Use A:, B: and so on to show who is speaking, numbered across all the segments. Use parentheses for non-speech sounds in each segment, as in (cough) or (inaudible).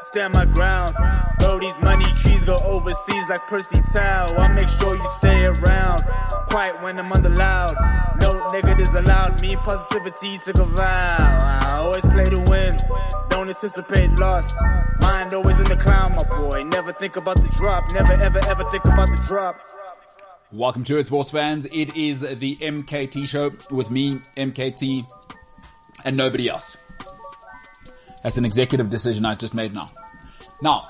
A: stand my ground. Though these money trees go overseas like Percy Tau. I make sure you stay around. Quiet when I'm under loud. No negatives allowed. Me positivity took a vow. I always play to win. Don't anticipate loss. Mind always in the clown, my boy. Never think about the drop. Never ever ever think about the drop.
B: Welcome to it, sports fans. It is the MKT show with me, MKT, and nobody else. That's an executive decision I just made now. Now,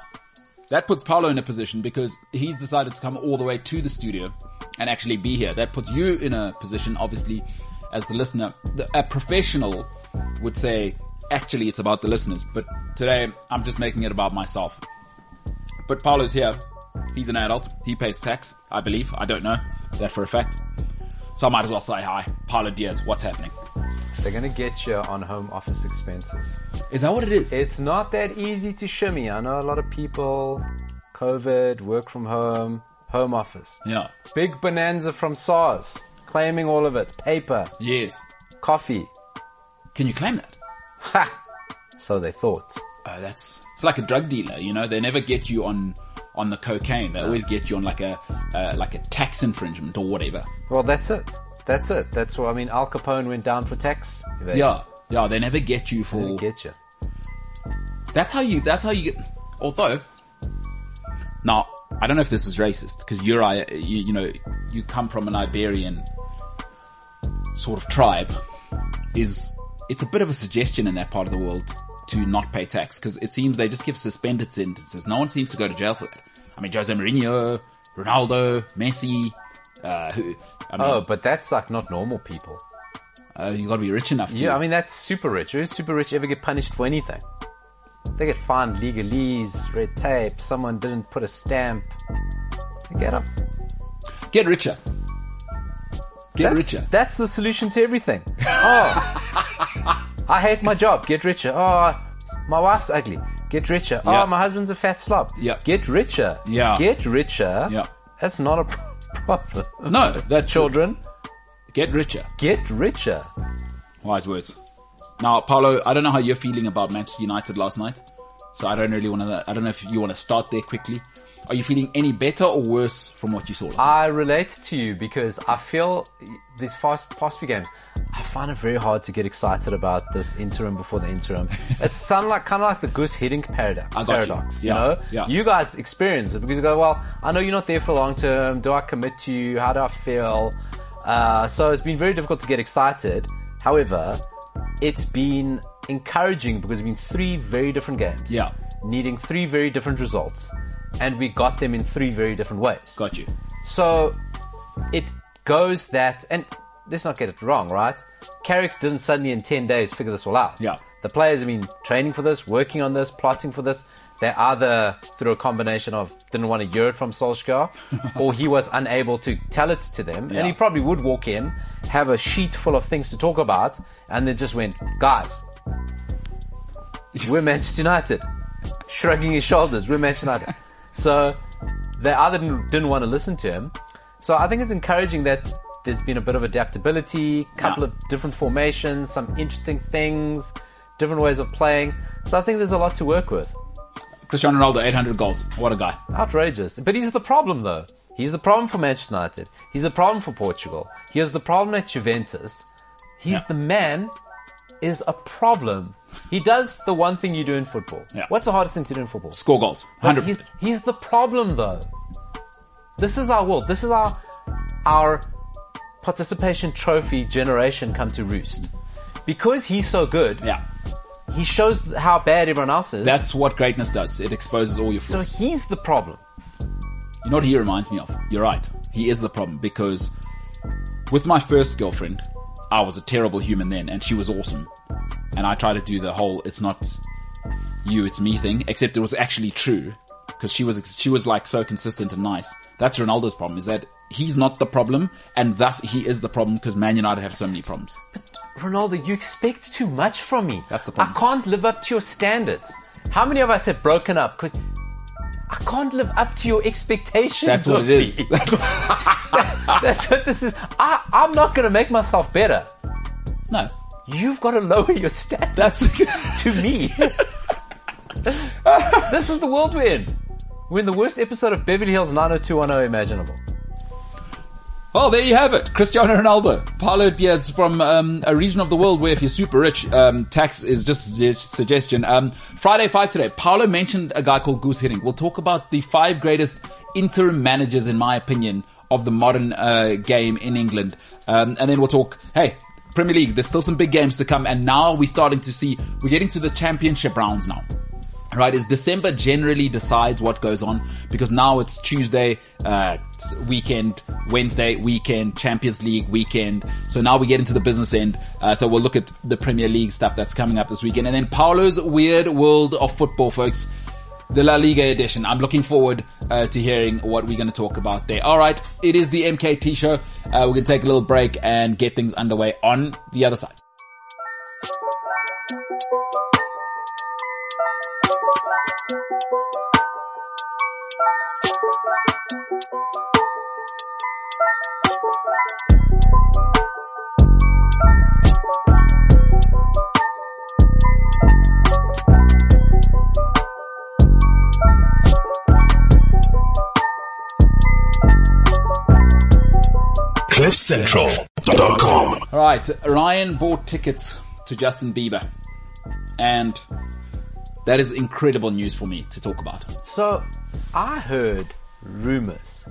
B: that puts Paolo in a position because he's decided to come all the way to the studio and actually be here. That puts you in a position, obviously, as the listener. The- A professional would say, actually, it's about the listeners, but today I'm just making it about myself. But Paolo's here. He's an adult. He pays tax, I believe. I don't know that for a fact. So I might as well say hi. Paolo Diaz, what's happening?
C: They're gonna get you on home office expenses.
B: Is that what it is?
C: It's not that easy to shimmy. I know a lot of people, COVID, work from home, home office.
B: yeah.
C: Big bonanza from SARS, claiming all of it. Paper,
B: Yes.
C: coffee.
B: Can you claim that?
C: Ha! So they thought.
B: Oh, that's it's like a drug dealer. You know, they never get you on on the cocaine. They always get you on like a uh, like a tax infringement or whatever.
C: Well, that's it. That's it. That's what I mean. Al Capone went down for tax. evasion.
B: Yeah. Yeah, they never get you for
C: They get you.
B: That's how you. That's how you get. Although, now I don't know if this is racist because you're I. You, you know, you come from an Iberian sort of tribe. Is it's a bit of a suggestion in that part of the world to not pay tax because it seems they just give suspended sentences. No one seems to go to jail for that. I mean, Jose Mourinho, Ronaldo, Messi. Uh, who, I mean,
C: Oh, but that's like not normal people.
B: uh, you got to be rich enough to.
C: Yeah, I mean that's super rich. Who's super rich ever get punished for anything? They get fined legalese, red tape. Someone didn't put a stamp. They get up.
B: get richer. Get
C: That's,
B: richer.
C: That's the solution to everything. Oh, I hate my job. Get richer. Oh, my wife's ugly. Get richer.
B: Yeah.
C: Oh, my husband's a fat slob.
B: Yeah.
C: Get richer.
B: Yeah.
C: Get richer.
B: Yeah.
C: That's not a (laughs) pro- problem.
B: No, that's
C: Children,
B: Get richer.
C: get richer.
B: Wise words. Now, Paolo, I don't know how you're feeling about Manchester United last night, so I don't really want to. I don't know if you want to start there quickly. Are you feeling any better or worse from what you saw? Last night?
C: I relate to you because I feel these fast, past few games, I find it very hard to get excited about this interim before
B: (laughs)
C: the interim. it's sound like kind of like the goose hitting paradox.
B: I got you.
C: paradox,
B: Yeah,
C: know,
B: yeah.
C: you guys experience it because you go, well, I know you're not there for long term. Do I commit to you? How do I feel? Uh, so it's been very difficult to get excited. However, it's been encouraging because it's been three very different games.
B: Yeah.
C: Needing three very different results. And we got them in three very different ways.
B: Got you.
C: So it goes that, and let's not get it wrong, right? Carrick didn't suddenly in 10 days figure this all out.
B: Yeah.
C: The players have been training for this, working on this, plotting for this. They either through a combination of didn't want to hear it
B: (laughs)
C: from Solskjaer or he was unable to tell it to them.
B: Yeah.
C: And he probably would walk in, have a sheet full of things to talk about, and then just went, guys, we're Manchester United. (laughs) Shrugging his shoulders, we're Manchester United. So they either didn't, didn't want to listen to him. So I think it's encouraging that there's been a bit of adaptability, couple
B: Yeah.
C: of different formations, some interesting things, different ways of playing. So I think there's a lot to work with.
B: Cristiano Ronaldo, 800 goals. What a guy.
C: Outrageous. But he's the problem though. He's the problem for Manchester United. He's the problem for Portugal. He is the problem at Juventus. He's
B: Yeah.
C: the man is a problem. He does the one thing you do in football.
B: Yeah.
C: What's the hardest thing to do in football?
B: Score goals. 100.
C: He's,
B: percent
C: he's the problem, though. This is our world. This is our our participation trophy generation come to roost. Because he's so good,
B: Yeah.
C: he shows how bad everyone else is.
B: That's what greatness does. It exposes all your
C: so
B: flaws.
C: he's the problem.
B: You know what he reminds me of? You're right. He is the problem because with my first girlfriend, I was a terrible human then and she was awesome. And I tried to do the whole it's not you, it's me thing, except it was actually true because she was she was like so consistent and nice. That's Ronaldo's problem is that he's not the problem and thus he is the problem because Man United have so many problems.
C: Ronaldo, you expect too much from me.
B: That's the problem.
C: I can't live up to your standards. How many of us have broken up? 'Cause I can't live up to your expectations.
B: That's what
C: of
B: it is.
C: me. (laughs) That's what this is. I, I'm not going to make myself better.
B: no.
C: You've got to (laughs) lower your standards
B: That's (laughs)
C: to me. this is the world we're in. We're in the worst episode of Beverly Hills 90210 imaginable.
B: Well, Oh, there you have it. Cristiano Ronaldo. Paulo Diaz from um, a region of the world where if you're super rich, um, tax is just a su- suggestion. Um, Friday 5 today, Paulo mentioned a guy called Goose Hitting. We'll talk about the five greatest interim managers, in my opinion, of the modern uh, game in England. Um, and then we'll talk, hey, Premier League, there's still some big games to come. And now we're starting to see, we're getting to the championship rounds now right is december generally decides what goes on because now it's tuesday uh it's weekend wednesday weekend champions league weekend so now we get into the business end uh, so we'll look at the premier league stuff that's coming up this weekend and then paolo's weird world of football folks the La Liga edition. I'm looking forward uh, to hearing what we're going to talk about there. All right, it is the MKT show. Uh, we're going to take a little break and get things underway on the other side.
D: CliffCentral.com.
B: All right, Ryan bought tickets to Justin Bieber, and that is incredible news for me to talk about.
C: So, I heard rumors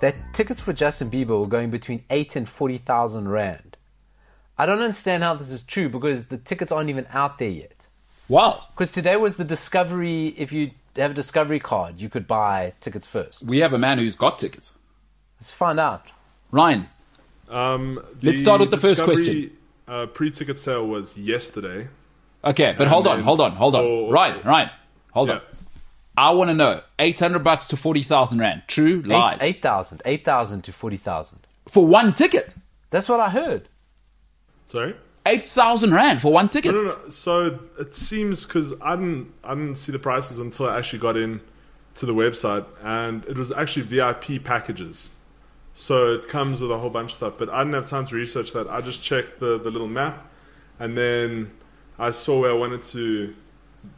C: that tickets for Justin Bieber were going between 8 and 40,000 rand. I don't understand how this is true because the tickets aren't even out there yet.
B: Wow,
C: Because today was the discovery, if you have a discovery card, you could buy tickets first.
B: we have a man who's got tickets.
C: Let's find out.
B: Ryan,
E: Um,
B: Let's start with the first
E: Discovery, Uh, pre-ticket sale was yesterday.
B: okay, but hold on,
E: then-
B: hold on, hold on.
E: Oh,
B: Ryan,
E: okay.
B: Ryan, hold
E: Yeah.
B: on. I want to know eight hundred bucks to forty thousand rand. True
C: Eight-
B: lies
C: 8,000, 8,000 to 40,000.
B: for one ticket.
C: That's what I heard.
E: Sorry.
B: Eight thousand rand for one ticket.
E: No, no, no. So it seems because I didn't, I didn't see the prices until I actually got in to the website, and it was actually VIP packages. So it comes with a whole bunch of stuff, but I didn't have time to research that. I just checked the, the little map, and then I saw where I wanted to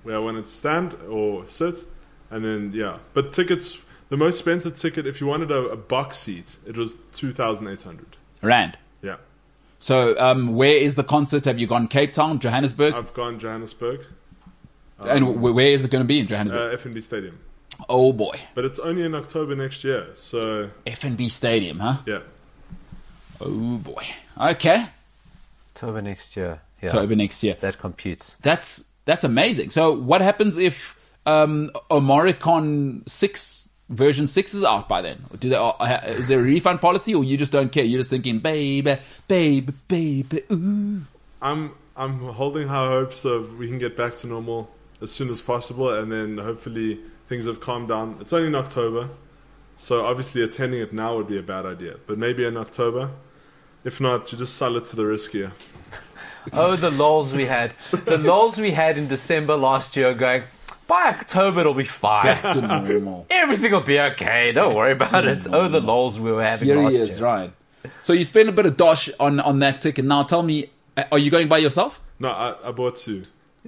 E: where I wanted to stand or sit, and then yeah. But tickets, the most expensive ticket, if you wanted a, a box seat, it was two thousand eight hundred.
B: Rand.
E: Yeah,
B: So, um, where is the concert? Have you gone Cape Town, Johannesburg,
E: I've gone Johannesburg,
B: and wh- where is it going to be in Johannesburg?
E: uh, FNB Stadium.
B: oh boy,
E: But it's only in October next year, so
B: FNB Stadium, huh?
E: yeah.
B: Oh boy. Okay.
C: October next year. Yeah,
B: October next year.
C: that computes.
B: That's that's amazing. So what happens if um Omaricon six version six is out by then? Do they or, ha- is there a refund policy or you just don't care? You're just thinking, baby, baby, baby, ooh.
E: I'm I'm holding high hopes of we can get back to normal as soon as possible, and then hopefully things have calmed down. It's only in October, so obviously attending it now would be a bad idea. But maybe in October, if not, you just sell it to the riskier.
C: Oh, the lols we had. The lols we had in December last year going, by October it'll be fine. (laughs)
B: Back to normal.
C: Everything will be okay. Don't worry about it. Oh, the lols we were having
B: Here
C: last
B: he is,
C: year.
B: right. So you spend a bit of dosh on on that ticket. Now tell me, uh, are you going by yourself?
E: No, I, I bought two.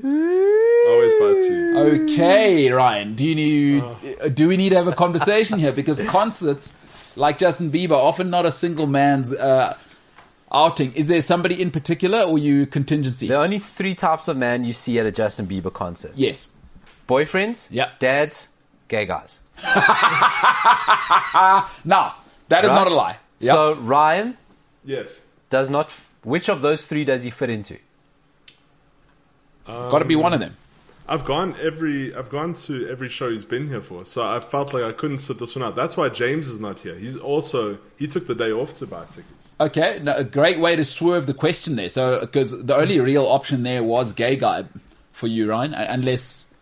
E: I always buy two.
B: Okay, Ryan. Do you need, uh, do we need to have a conversation here? Because concerts, like Justin Bieber, often not a single man's uh, outing. Is there somebody in particular, or you contingency?
C: There are only three types of man you see at a Justin Bieber concert.
B: Yes.
C: Boyfriends,
B: Yeah.
C: dads, gay guys.
B: Now that is
C: Right?
B: not a lie. Yeah.
C: So Ryan
E: Yes.
C: does not, f- which of those three does he fit into?
B: Got to be one of them.
E: I've gone every I've gone to every show he's been here for, so I felt like I couldn't sit this one out. That's why James is not here. He's also he took the day off to buy tickets.
B: Okay, no, a great way to swerve the question there. So, because the only real option there was gay guy for you, Ryan, u- uh, unless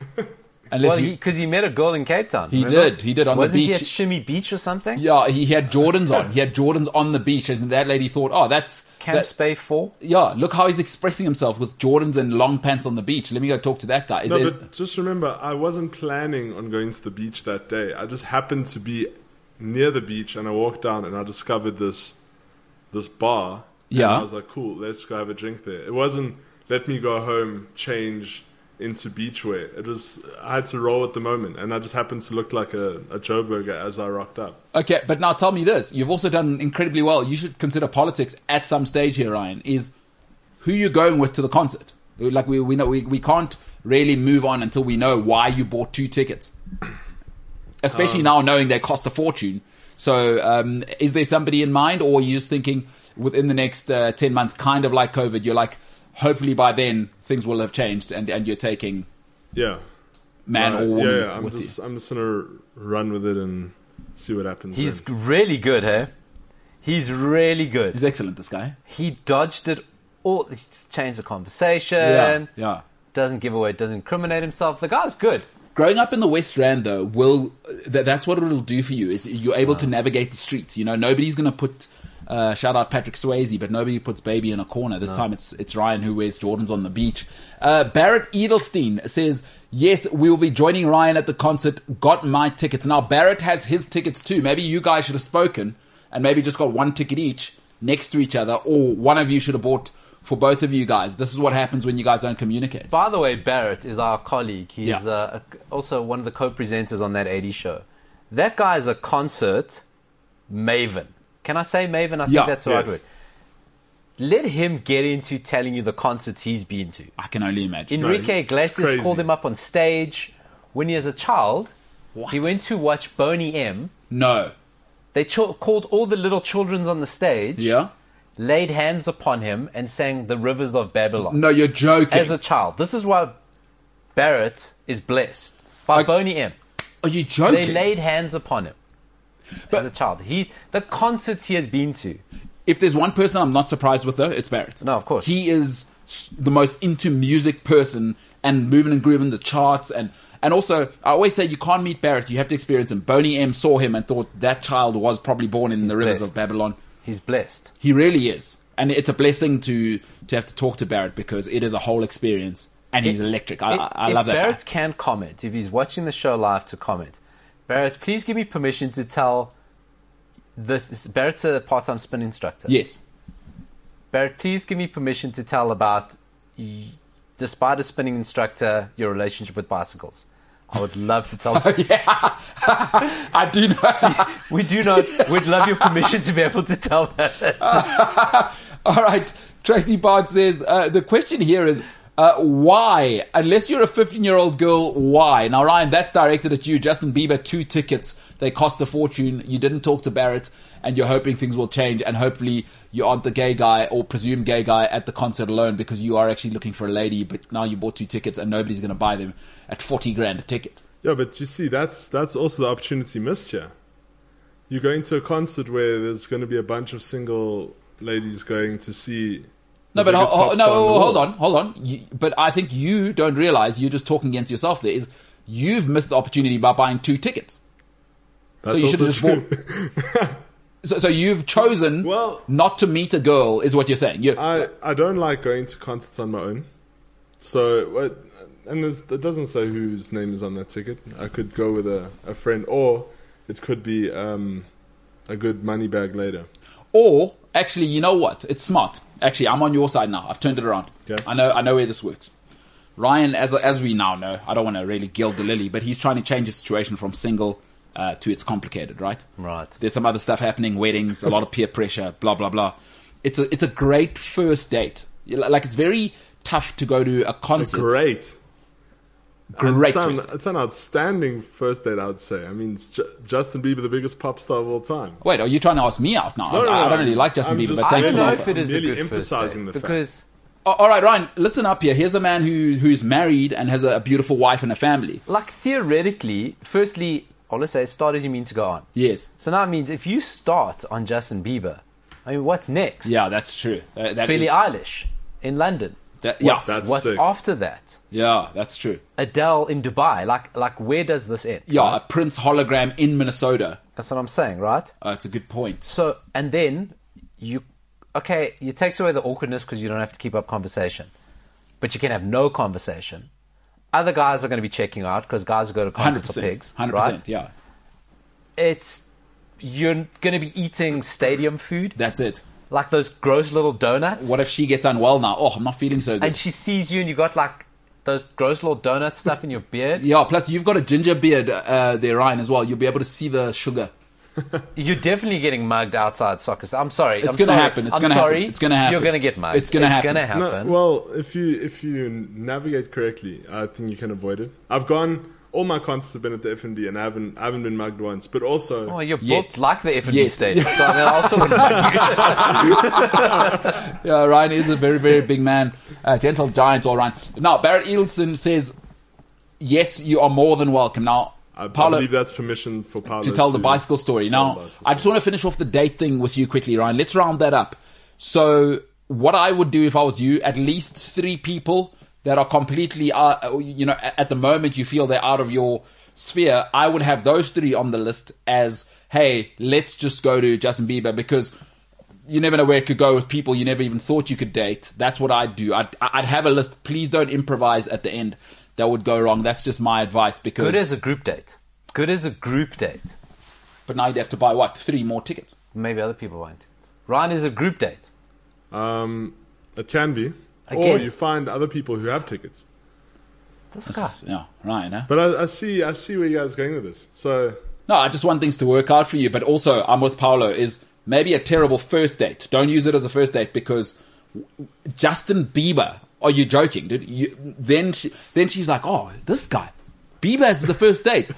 B: Unless
C: Well,
B: you-
C: because he, met a girl in Cape Town.
B: He
C: remember?
B: did. He did on the
C: Wasn't
B: beach.
C: he at Shimmy Beach or something?
B: yeah, he had Jordans on. He had Jordans on the beach, and that lady thought, "Oh, that's
C: Camps
B: that-
C: Bay Four.
B: yeah. Look how he's expressing himself with Jordans and long pants on the beach. Let me go talk to that guy." Is
E: No,
B: it-
E: but just remember, I wasn't planning on going to the beach that day. I just happened to be near the beach, and I walked down, and I discovered this this bar. And
B: Yeah.
E: I was like, cool, let's go have a drink there. It wasn't let me go home, change into beach wear. It was I had to roll at the moment, and I just happened to look like a, a Joe Burger as I rocked up.
B: Okay, but now tell me this. You've also done incredibly well. You should consider politics at some stage here, Ryan, is who you're going with to the concert. Like, we, we, know, we, we can't really move on until we know why you bought two tickets. Especially
E: Um,
B: now knowing they cost a fortune. So, um, is there somebody in mind, or are you just thinking within the next uh, 10 months, kind of like COVID, you're like, hopefully by then things will have changed and, and you're taking
E: Yeah.
B: man
E: Uh,
B: or woman
E: yeah, yeah, I'm
B: with
E: just
B: you?
E: I'm just gonna run with it and see what happens.
C: He's
E: then.
C: really good, hey? He's really good.
B: He's excellent, this guy.
C: He dodged it all. He just changed the conversation.
B: Yeah. Yeah.
C: Doesn't give away. Doesn't incriminate himself. The guy's good.
B: Growing up in the West Rand, though, will that, that's what it'll do for you is you're able to navigate the streets. You know, nobody's going to put uh, shout out Patrick Swayze, but nobody puts baby in a corner. This time it's it's Ryan who wears Jordans on the beach. Uh, Barrett Edelstein says yes, we will be joining Ryan at the concert. Got my tickets now. Barrett has his tickets too. Maybe you guys should have spoken and maybe just got one ticket each next to each other, or one of you should have bought for both of you guys. This is what happens when you guys don't communicate.
C: By the way, Barrett is our colleague. He's
B: Yeah.
C: uh, a- also one of the co-presenters on that 80 show. That guy is a concert maven. Can I say maven? I think
B: Yeah,
C: that's the right
E: yes.
C: word. Let him get into telling you the concerts he's been to.
B: I can only imagine.
C: Enrique
E: it's
C: Iglesias
E: crazy.
C: called him up on stage when he was a child.
B: What?
C: He went to watch Boney M.
B: no.
C: They cho- called all the little childrens on the stage,
B: Yeah.
C: laid hands upon him, and sang "The Rivers of Babylon"
B: No, you're joking.
C: as a child. This is why Barrett is blessed by Boney M.
B: Are you
C: They
B: joking?
C: laid hands upon him
B: But-
C: as a child. He the concerts he has been to.
B: if there's one person I'm not surprised with, though, it's Barrett.
C: No, of course.
B: He is s- the most into music person and moving and grooving the charts. And, and also, I always say you can't meet Barrett. You have to experience him. Boney M saw him and thought that child was probably born in the rivers
C: blessed.
B: of Babylon.
C: He's blessed.
B: He really is. And it's a blessing to, to have to talk to Barrett because it is a whole experience. And he's
C: If-
B: electric. I,
C: if-
B: I, I
C: if
B: love that. guy.
C: Barrett can comment if he's watching the show live to comment. Barrett, please give me permission to tell this. Barrett's a part-time spin instructor.
B: Yes.
C: Barrett, please give me permission to tell about, y- despite a spinning instructor, your relationship with bicycles. I would love to tell. this.
B: Yeah. I do know. (laughs)
C: We do not. We'd love your permission to be able to tell (laughs) that.
B: (laughs) All right. Tracy Bard says uh, the question here is uh, why? Unless you're a 15 year old girl, why? Now, Ryan, that's directed at you. Justin Bieber, two tickets. They cost a fortune. You didn't talk to Barrett, and you're hoping things will change. And hopefully, you aren't the gay guy or presumed gay guy at the concert alone because you are actually looking for a lady. But now you bought two tickets, and nobody's going to buy them at 40 grand a ticket.
E: Yeah, but you see, that's that's also the opportunity missed here. You're going to a concert where there's going to be a bunch of single ladies going to see.
B: No,
E: the
B: but ho-
E: biggest
B: ho-
E: pop
B: no,
E: star in the
B: hold
E: world.
B: on, hold on. You, but I think you don't realize you're just talking against yourself. There is you've missed the opportunity by buying two tickets.
E: That's
B: you should
E: also
B: have just
E: true.
B: So, so you've chosen
E: Well-
B: not to meet a girl, is what you're saying. You,
E: (laughs) I I don't like going to concerts on my own. So what? And there's, it doesn't say whose name is on that ticket. I could go with a, a friend, or it could be um, a good money bag later.
B: or actually, you know what? It's smart. Actually, I'm on your side now. I've turned it around.
E: Okay.
B: I know. I know where this works. Ryan, as as we now know, I don't want to really gild the lily, but he's trying to change the situation from single uh, to it's complicated, right?
C: Right.
B: There's some other stuff happening, weddings, a lot of peer pressure, blah blah blah. It's a it's a great first date. You li- Like it's very tough to go to a concert.
E: Great.
B: Great
E: It's an,
B: first date.
E: it's an outstanding first date, I would say. I mean, it's Ju- Justin Bieber, the biggest pop star of all time. (laughs)
B: Wait, are you trying to ask me out now?
E: No, no,
B: I, I
E: no,
B: don't really
E: I'm-
B: like Justin
E: I'm
B: Bieber,
E: just-
B: but
E: I
C: I
B: thanks
C: don't
B: for
C: know
B: the offer.
C: if it is a
E: merely
C: good
E: emphasizing
C: first date,
E: the fact.
C: because
B: A- Oh, All right, Ryan, listen up here. Here's a man who who's married and has a, a beautiful wife and a family.
C: like theoretically, firstly, all I say is start as you mean to go on.
B: Yes.
C: So now it means if you start on Justin Bieber, I mean, what's next?
B: Yeah, that's true. Uh, that
C: Billie
B: is-
C: Eilish in London.
B: That, yeah,
E: That's
C: What's
E: sick.
C: after that?
B: yeah, that's true.
C: Adele in Dubai. Like, like where does this end?
B: Yeah, a Prince hologram in Minnesota.
C: That's what I'm saying, right?
B: Uh, it's a good point.
C: So, and then you, okay, it takes away the awkwardness because you don't have to keep up conversation, but you can have no conversation. Other guys are going to be checking you out because guys go to
B: Hundred
C: concerts for
B: percent,
C: pigs,
B: hundred
C: right?
B: percent. Yeah,
C: It's you're going to be eating stadium food,
B: that's it.
C: like those gross little donuts.
B: What if she gets unwell now? Oh, I'm not feeling so good.
C: and she sees you and you got like those gross little donut stuff in your beard.
B: yeah, plus you've got a ginger beard uh, there, Ryan, as well. You'll be able to see the sugar.
C: You're definitely getting mugged outside soccer. I'm sorry.
B: It's
C: I'm
B: gonna
C: sorry.
B: happen. It's
C: I'm
B: gonna
C: sorry.
B: happen. It's gonna happen.
C: You're gonna get mugged.
B: It's gonna happen.
C: It's
E: No,
C: gonna happen.
E: well, if you if you navigate correctly, I think you can avoid it. I've gone. All my concerts have been at the FMD, and I haven't I haven't been mugged once. But also,
C: Oh, you're
B: Yet.
C: built like the FNB
B: Yet.
C: stadium. So I mean, I also wouldn't mind
B: (laughs) Yeah, Ryan is a very, very big man. Uh, gentle giant, all Ryan. Now, Barrett Edelson says, yes, you are more than welcome. Now,
E: I, I
B: Paolo,
E: believe that's permission for Paolo
B: to tell the bicycle story.
E: the
B: Now,
E: bicycle
B: I just want to finish off the date thing with you quickly, Ryan. Let's round that up. So, what I would do if I was you, at least three people that are completely, uh, you know, a- at the moment you feel they're out of your sphere, I would have those three on the list as, hey, let's just go to Justin Bieber because you never know where it could go with people you never even thought you could date. That's what I'd do. I'd, I'd have a list. Please don't improvise at the end. That would go wrong. That's just my advice because,
C: Good as a group date. Good as a group date.
B: but now you'd have to buy what? Three more tickets.
C: Maybe other people won't. Ryan is a group date.
E: Um, it can be, or
C: Again.
E: you find other people who have tickets.
C: This
B: This
C: guy.
B: is- yeah, right. Huh?
E: But I, I see I see where you guys are going with this. So
B: No, I just want things to work out for you. But also, I'm with Paolo. Is maybe a terrible first date. Don't use it as a first date because Justin Bieber. Are you joking, dude? You, then she, then she's like, oh, this guy, Bieber is the first (laughs) date.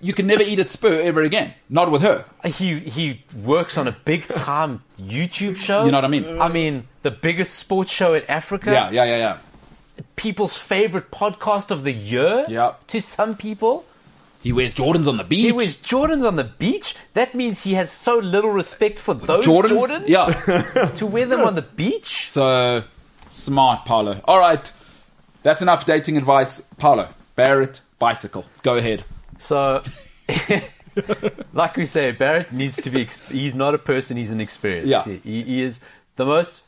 B: You can never eat at Spur ever again. Not with her.
C: He he works on a big time YouTube show.
B: You know what I mean?
C: I mean the biggest sports show in Africa.
B: Yeah, yeah, yeah, yeah.
C: People's favorite podcast of the year.
B: Yeah.
C: To some people.
B: He wears Jordans on the beach.
C: He was Jordan's on the beach. That means he has so little respect for those
B: Jordans.
C: Jordans,
B: Yeah. (laughs)
C: to wear them on the beach.
B: So smart, Paolo. All right, that's enough dating advice, Paolo. Barrett, bicycle. Go ahead.
C: So, (laughs) like we say, Barrett needs to be. Ex- he's not a person. He's an experience.
B: Yeah.
C: He, he- he is the most.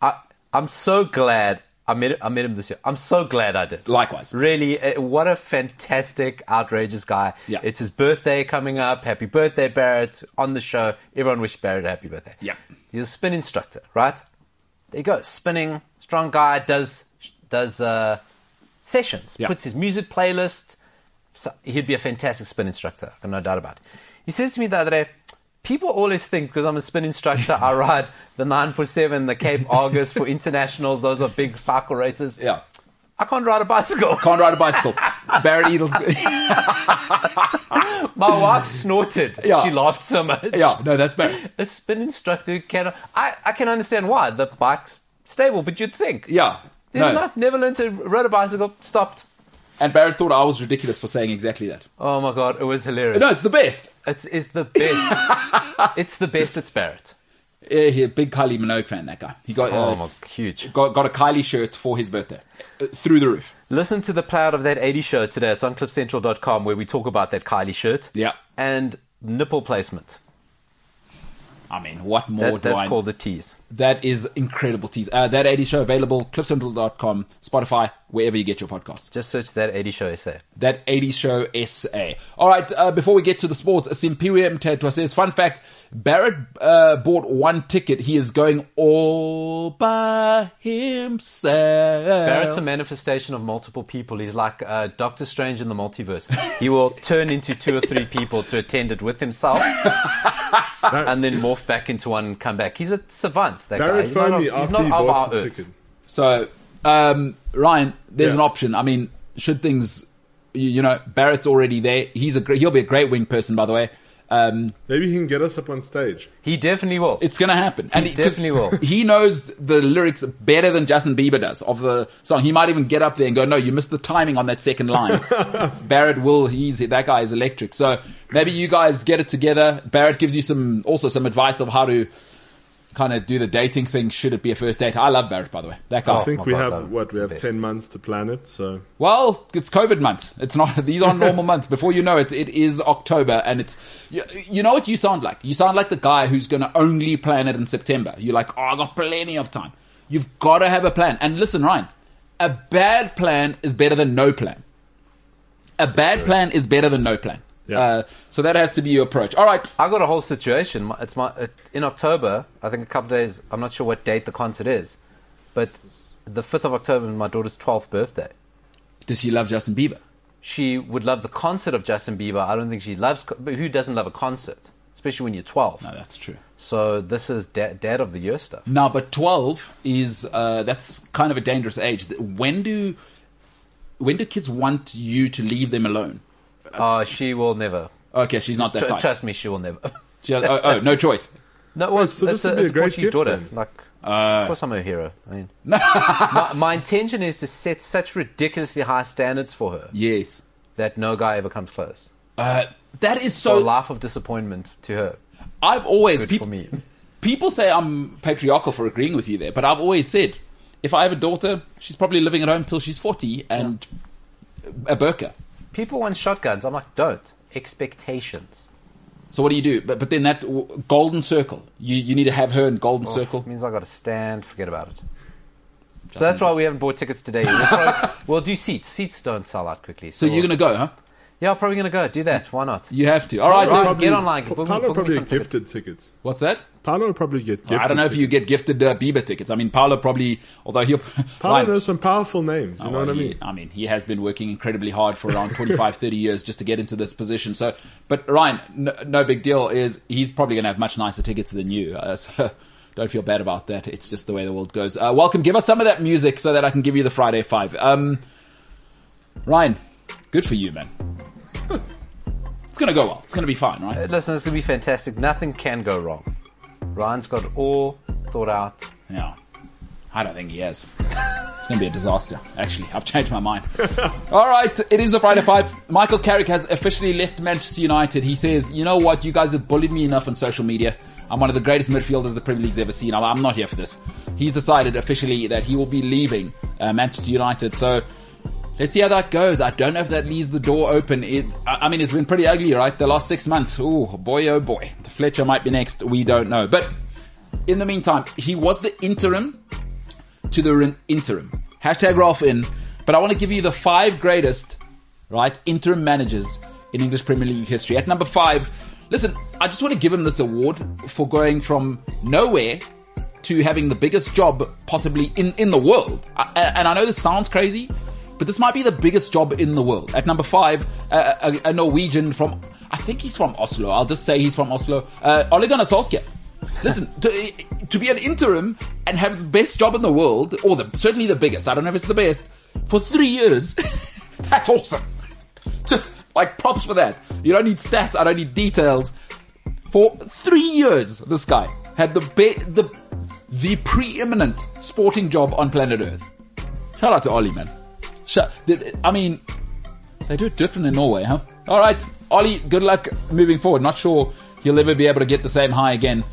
C: I, I'm so glad I met. I met him this year. I'm so glad I did.
B: Likewise.
C: Really, uh, what a fantastic, outrageous guy.
B: Yeah.
C: It's his birthday coming up. Happy birthday, Barrett. On the show, everyone wish Barrett a happy birthday.
B: Yeah.
C: He's a spin instructor, right? There you go. Spinning, strong guy, does, does, uh, sessions,
B: Yeah.
C: puts his music playlist. So he'd be a fantastic spin instructor, I've got no doubt about it. He says to me the other day, people always think because I'm a spin instructor,
B: (laughs)
C: I ride the 947, the Cape Argus for internationals, those are big cycle races.
B: Yeah.
C: I can't ride
B: (laughs)
C: a bicycle.
B: Can't ride a bicycle. Barrett Edelson.
C: My wife snorted.
B: Yeah.
C: She laughed so much.
B: (laughs) yeah, no, that's Barrett.
C: A spin instructor cannot. I, I can understand why. The bike's stable, but you'd think.
B: Yeah.
C: There's
B: No.
C: no- never learned to ride a bicycle, stopped.
B: And Barrett thought I was ridiculous for saying exactly that.
C: Oh my god, it was hilarious.
B: No, it's the best.
C: It's, it's the best. (laughs) it's the best. It's Barrett.
B: Yeah, Eh, he, big Kylie Minogue fan, that guy. He got,
C: Oh
B: uh,
C: my, huge.
B: got, got a Kylie shirt for his birthday. Uh, through the roof.
C: Listen to the playout of that 80 show today. It's on cliffcentral.com where we talk about that Kylie shirt.
B: Yeah.
C: And nipple placement.
B: I mean, what more
C: That,
B: do
C: that's
B: I
C: called the tease.
B: That is incredible tease. Uh, that 80 show available, cliffcentral.com, Spotify, wherever you get your podcasts.
C: Just search that 80 show essay.
B: That 80 show SA. All right, uh, before we get to the sports, Simpiwe Mtetwa says, fun fact, Barrett uh, bought one ticket. He is going all by himself.
C: Barrett's a
E: Oh.
C: manifestation of multiple people. He's like uh, Doctor Strange in the multiverse. He will turn into two or three people to attend it with
E: (laughs)
C: himself, and then morph back into one and come back. He's a savant. That guy.
E: Barrett
C: He's not
E: phoned
C: of-
E: me
C: he's
E: after
C: not
E: he
C: of our
E: bought the
C: earth.
E: ticket.
B: So, um, Ryan, there's
E: Yeah.
B: an option. I mean, should things, you, you know, Barrett's already there. He's a gr- he'll be a great wing person, by the way. Um,
E: maybe he can get us up on stage.
C: He definitely will.
B: it's gonna happen, and
C: He
B: 'cause
C: definitely will.
B: (laughs) He knows the lyrics better than Justin Bieber does of the song. He might even get up there and go, "No, you missed the timing on that second
C: (laughs)
B: line." Barrett will. He's that guy is electric. So maybe you guys get it together. Barrett gives you some also some advice of how to kind of do the dating thing. Should it be a first date? I love marriage, by the way. Oh, That guy.
E: I think
C: my
E: we
C: God,
E: have
C: no,
E: what we
C: it's the
E: have
C: best.
E: ten months to plan it. So
B: Well, it's COVID month. It's not, (laughs) these aren't normal months. Before you know it, it is October and it's, you, you know what you sound like? You sound like the guy who's going to only plan it in September. You're like, oh, I got plenty of time. You've got to have a plan. And listen, Ryan, a bad plan is better than no plan. A bad plan is better than no plan.
E: Yeah.
B: Uh, so that has to be your approach. All right.
C: I got a whole situation. My- It's my it, in October. I think a couple days. I'm not sure what date the concert is, but the fifth of October is my daughter's twelfth birthday.
B: Does she love Justin Bieber?
C: She would love the concert of Justin Bieber. I don't think she loves. co- But who doesn't love a concert, especially when you're twelve?
B: No, that's true.
C: So this is da- dad of the year stuff.
B: Now, but twelve is uh, that's kind of a dangerous age. When do when do kids want you to leave them alone?
C: Oh, she will never.
B: Okay, she's not that
C: Tr-
B: type.
C: trust me, she will never. (laughs)
B: She has, oh, oh, no choice.
C: No, well, it's,
E: so
C: it's
E: this would
C: a,
E: be
C: it's
E: a
C: a
E: great
C: Portuguese
E: gift
C: daughter.
E: then. Uh,
C: Like, of course, I'm a hero. I
E: (laughs)
C: mean, my, my intention is to set such ridiculously high standards for her
B: Yes,
C: that no guy ever comes close.
B: uh, that is
C: A
B: so.
C: life of disappointment to her.
B: I've always
C: Good
B: peop-
C: for me.
B: people say I'm patriarchal for agreeing with you there, but I've always said if I have a daughter, she's probably living at home till she's forty and a burqa.
C: People want shotguns. I'm like, don't. Expectations.
B: So what do you do? But but then that w- golden circle, you you need to have her in golden circle.
C: It means I got to stand. Forget about it. so that's why we haven't bought tickets today.
E: (laughs)
C: We'll, probably, we'll do seats. Seats don't sell out quickly.
B: So
C: So,
B: you're gonna go, huh?
C: yeah, I'm probably gonna go do that. Why not?
B: You have to. All right.
C: Right.
B: then.
C: get online,
E: Pa-
C: book-
E: Paolo
C: book me
E: will probably
C: some
E: get gifted tickets.
B: What's that?
E: Paolo will probably get gifted.
B: I don't know if
E: tickets.
B: you get gifted uh, Bieber tickets. I mean, Paolo probably, although he'll.
E: (laughs) Paolo
B: Ryan-
E: knows some powerful names. You know what I
B: Well, he-
E: mean?
B: I mean, he has been working incredibly hard for
E: (laughs)
B: around 25, 30 years just to get into this position. So, but Ryan, no, no big deal is he's probably going to have much nicer tickets than you. Uh, (laughs) so don't feel bad about that. It's just the way the world goes. Uh, welcome. Give us some of that music so that I can give you the Friday five. Um, Ryan, good for you, man. (laughs) it's going to go well. It's going to be fine, right?
C: Listen, it's gonna be fantastic. Nothing can go wrong. Ryan's got it all thought out.
B: Yeah. I don't think he has. It's going to be a disaster. Actually, I've changed my mind. All right, it is the Friday Five. Michael Carrick has officially left Manchester United. He says, "You know what? You guys have bullied me enough on social media. I'm one of the greatest midfielders the Premier League's ever seen. I'm, I'm not here for this." He's decided officially that he will be leaving uh, Manchester United. So let's see how that goes. I don't know if that leaves the door open. It, I I mean, it's been pretty ugly, right? The last six months. Ooh, boy, oh boy. Fletcher might be next. We don't know, but. In the meantime, he was the interim to the rin- interim. Hashtag Ralph in. But I want to give you the five greatest, right, interim managers in English Premier League history. At number five, listen, I just want to give him this award for going from nowhere to having the biggest job possibly in, in the world. I, a- and I know this sounds crazy, but this might be the biggest job in the world. At number five, a, a, a Norwegian from, I think he's from Oslo. I'll just say he's from Oslo. Uh, Ole Gunnar Solskjaer. Listen, to, to be an interim and have the best job in the world, or the, certainly the biggest, I don't know if it's the best, for three years, (laughs) that's awesome. Just like props for that. You don't need stats, I don't need details. For three years, this guy had the be- the the preeminent sporting job on planet Earth. Shout out to Ollie, man. Shout, I mean, they do it different in Norway, huh? All right, Ollie, good luck moving forward. Not sure he'll ever be able to get the same high again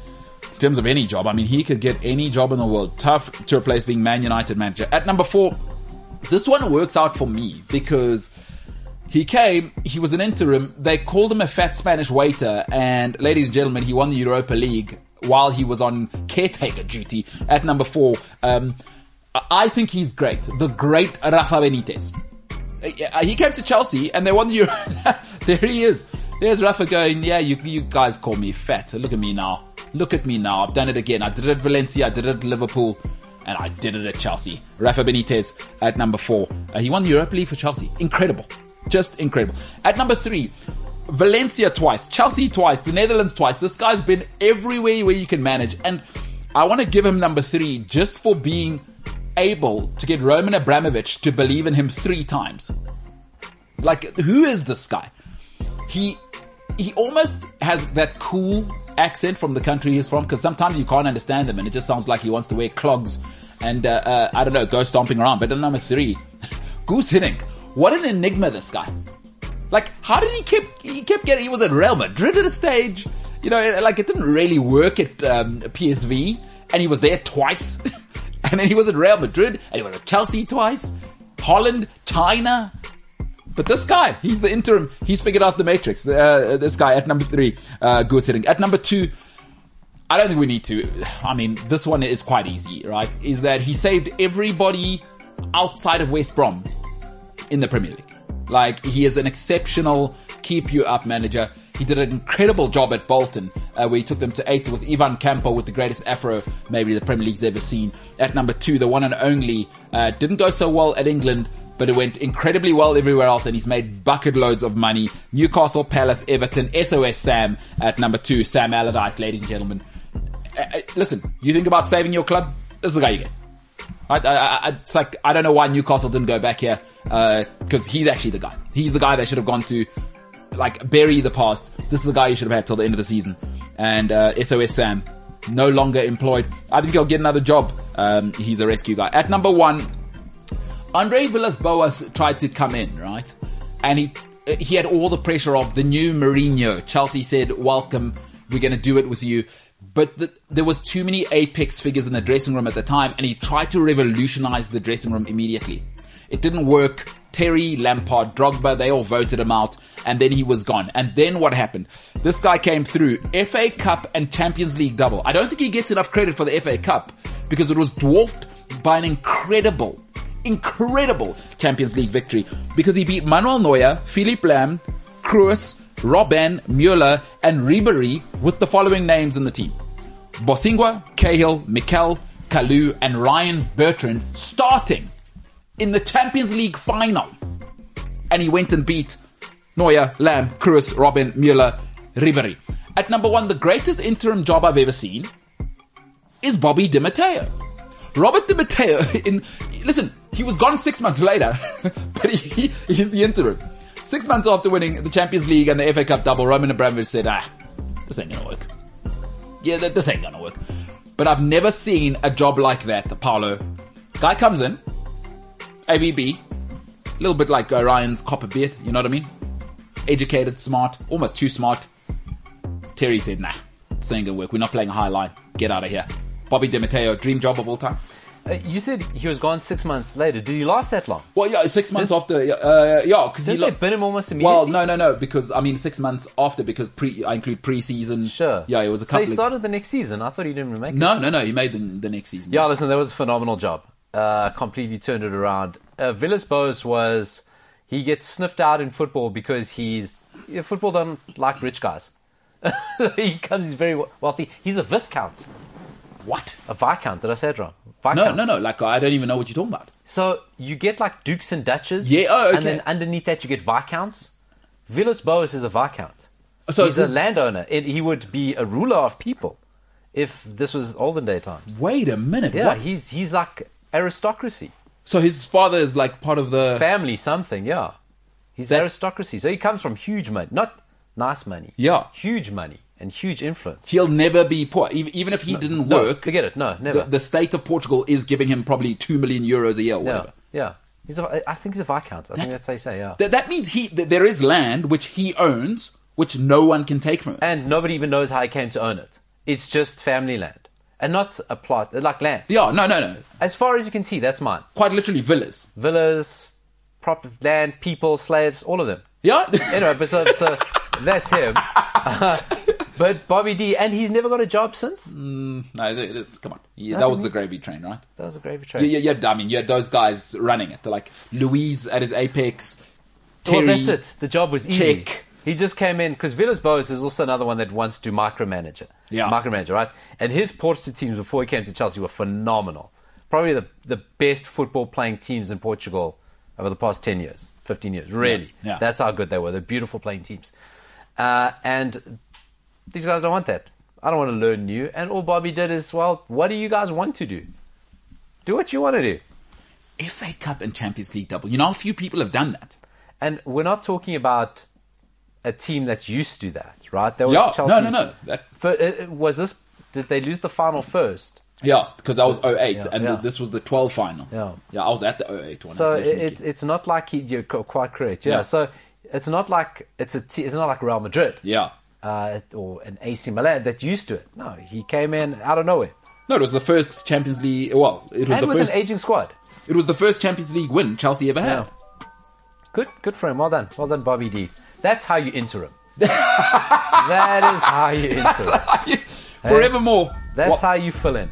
B: in terms of any job. I mean, he could get any job in the world. Tough to replace being Man United manager. At number four, this one works out for me because he came, he was an interim. They called him a fat Spanish waiter. And ladies and gentlemen, he won the Europa League while he was on caretaker duty at number four. Um, I- I think he's great. The great Rafa Benitez. Uh, He came to Chelsea and they won the Euro. (laughs) there he is. There's Rafa going, yeah, you, you guys call me fat. Look at me now. Look at me now. I've done it again. I did it at Valencia. I did it at Liverpool. And I did it at Chelsea. Rafa Benitez at number four. Uh, he won the Europa League for Chelsea. Incredible. Just incredible. At number three, Valencia twice, Chelsea twice, the Netherlands twice. This guy's been everywhere where you can manage. And I want to give him number three just for being able to get Roman Abramovich to believe in him three times. Like, who is this guy? He, he almost has that cool accent from the country he's from because sometimes you can't understand him and it just sounds like he wants to wear clogs and, uh, uh, I don't know, go stomping around. But at number three, (laughs) Goose Hiddink. What an enigma this guy. Like, how did he keep he kept getting? He was at Real Madrid at a stage, you know. Like, it didn't really work at um, PSV. and he was there twice. (laughs) and then he was at Real Madrid, and he was at Chelsea twice, Holland, China. But this guy, he's the interim. He's figured out the matrix. Uh, this guy at number three, uh, Goose Hiddink. At number two, I don't think we need to. I mean, this one is quite easy, right? Is that he saved everybody outside of West Brom in the Premier League. Like, he is an exceptional keep you up manager. He did an incredible job at Bolton, uh, where he took them to eighth with Ivan Campo with the greatest afro maybe the Premier League's ever seen. At number two, the one and only, uh, didn't go so well at England, but it went incredibly well everywhere else and he's made bucket loads of money. Newcastle, Palace, Everton, SOS Sam at number two, Sam Allardyce, ladies and gentlemen. Uh, uh, listen, you think about saving your club? This is the guy you get. I, I, I, it's like I don't know why Newcastle didn't go back here because he's actually the guy. He's the guy they should have gone to, like bury the past. This is the guy you should have had till the end of the season. And uh, SOS Sam, no longer employed. I think he'll get another job. Um, he's a rescue guy. At number one, Andre Villas-Boas tried to come in right, and he he had all the pressure of the new Mourinho. Chelsea said, "Welcome, we're going to do it with you." but the, there was too many apex figures in the dressing room at the time and he tried to revolutionize the dressing room immediately. It didn't work. Terry, Lampard, Drogba, they all voted him out and then he was gone. And then what happened? This guy came through FA Cup and Champions League double. I don't think he gets enough credit for the FA Cup because it was dwarfed by an incredible, incredible Champions League victory because he beat Manuel Neuer, Philippe Lam, Cruz, Robben, Mueller, and Ribery with the following names in the team. Bosingwa, Cahill, Mikel, Kalu, and Ryan Bertrand starting in the Champions League final. And he went and beat Neuer, Lamb, Cruz, Robin, Mueller, Ribery. At number one, the greatest interim job I've ever seen is Bobby Di Matteo. Robert Di Matteo (laughs) in, listen, he was gone six months later, (laughs) but he, he, he's the interim. Six months after winning the Champions League and the FA Cup double, Roman Abramovich said, ah, this ain't gonna work. Yeah, th- this ain't gonna work. But I've never seen a job like that, Paolo. Guy comes in, AVB, a little bit like Orion's copper beard, you know what I mean? Educated, smart, almost too smart. Terry said, nah, this ain't gonna work. We're not playing a high line. Get out of here. Bobby Di Matteo, dream job of all time.
C: Uh, you said he was gone six months later. Did he last that long?
B: Well, yeah, six months after, yeah, uh, yeah, because he
C: Didn't they
B: looked.
C: bin him almost immediately?
B: Well, no, no, no, because I mean six months after, because pre I include preseason.
C: Sure.
B: Yeah, it was a
C: So
B: couple.
C: he
B: of-
C: started the next season. I thought he didn't make it.
B: no, no, no. He made the, the next season.
C: Yeah, listen, that was a phenomenal job. Uh, completely turned it around. Uh, Villas Boas was, he gets sniffed out in football because he's, yeah, football don't like rich guys. (laughs) he comes, he's very wealthy. He's a Viscount,
B: What?
C: a Viscount. Did I say it wrong?
B: No,
C: Viscount.
B: no, no. Like I don't even know what you're talking about.
C: So you get like Dukes and Duchess.
B: Yeah, oh, okay.
C: And then underneath that, you get Viscounts. Villas Boas is a Viscount.
B: So is
C: he's a
B: this-
C: landowner. It, he would be a ruler of people if this was olden day times.
B: Wait a minute.
C: Yeah,
B: what?
C: he's he's like aristocracy,
B: so his father is like part of the.
C: family something. Yeah, he's
B: Uh. That-
C: aristocracy. So he comes from huge money, not nice money.
B: Yeah.
C: huge money and huge influence.
B: he'll never be poor, E- even if he didn't
C: No,
B: work.
C: forget it. No, never.
B: The, the state of Portugal is giving him probably two million euros a year. Or
C: yeah,
B: whatever.
C: yeah. He's a, I think he's a viscount. I think that's how you say. Yeah.
B: Th- that means he th- there is land which he owns, which no one can take from him.
C: and nobody even knows how he came to own it. It's just family land and not a plot like land.
B: yeah. No, no, no.
C: As far as you can see, that's mine.
B: Quite literally villas.
C: Villas, prop land, people, slaves, all of them. (laughs)
B: Yeah.
C: Anyway, but so, so that's him. but Bobby D, and he's never got a job since.
B: No, it- it- it- come on. Yeah, that was
C: didn't
B: the gravy train, right?
C: That was a gravy train.
B: Yeah, yeah, yeah. I mean, you had those guys running it. They're like Louise at his apex.
C: Well,
B: Terry.
C: that's it. The job was easy.
B: Check.
C: He just came in because Villas Boas is also another one that wants to micromanage it.
B: Yeah.
C: Micromanage, right? And his Portuguese teams before he came to Chelsea were phenomenal. Probably the, the best football playing teams in Portugal over the past 10 years, 15 years, really.
B: Yeah.
C: That's how good they were. They're beautiful playing teams. Uh, and these guys don't want that. I don't want to learn new. And all Bobby did is, well, what do you guys want to do? Do what you want to do.
B: FA Cup and Champions League double. You know, how few people have done that.
C: And we're not talking about a team that's used to that, right? That was
B: Yeah,
C: Chelsea's-
B: no, no, no. That-
C: Fir- uh, uh, was this? Did they lose the final first?
B: Yeah, because I was 08
C: Yeah,
B: and
C: yeah.
B: this was the 12 final.
C: Yeah.
B: Yeah, I was at the 08 one.
C: So
B: at
C: it,
B: Leicester.
C: it's it's not like he, you're co- quite correct. Yeah.
B: Yeah.
C: So it's not like it's a te- it's not like Real Madrid.
B: yeah.
C: Uh, or an AC Milan that's used to it. No, he came in out of nowhere.
B: No, it was the first Champions League. Well, it was
C: And
B: the
C: with
B: first.
C: an aging squad.
B: It was the first Champions League win Chelsea ever had.
C: Yeah. Good, good for him. Well done. Well done, Bobby D. That's how you
B: (laughs)
C: interim. that is how you interim.
B: (laughs) Forevermore.
C: That's
B: Well,
C: how you fill in.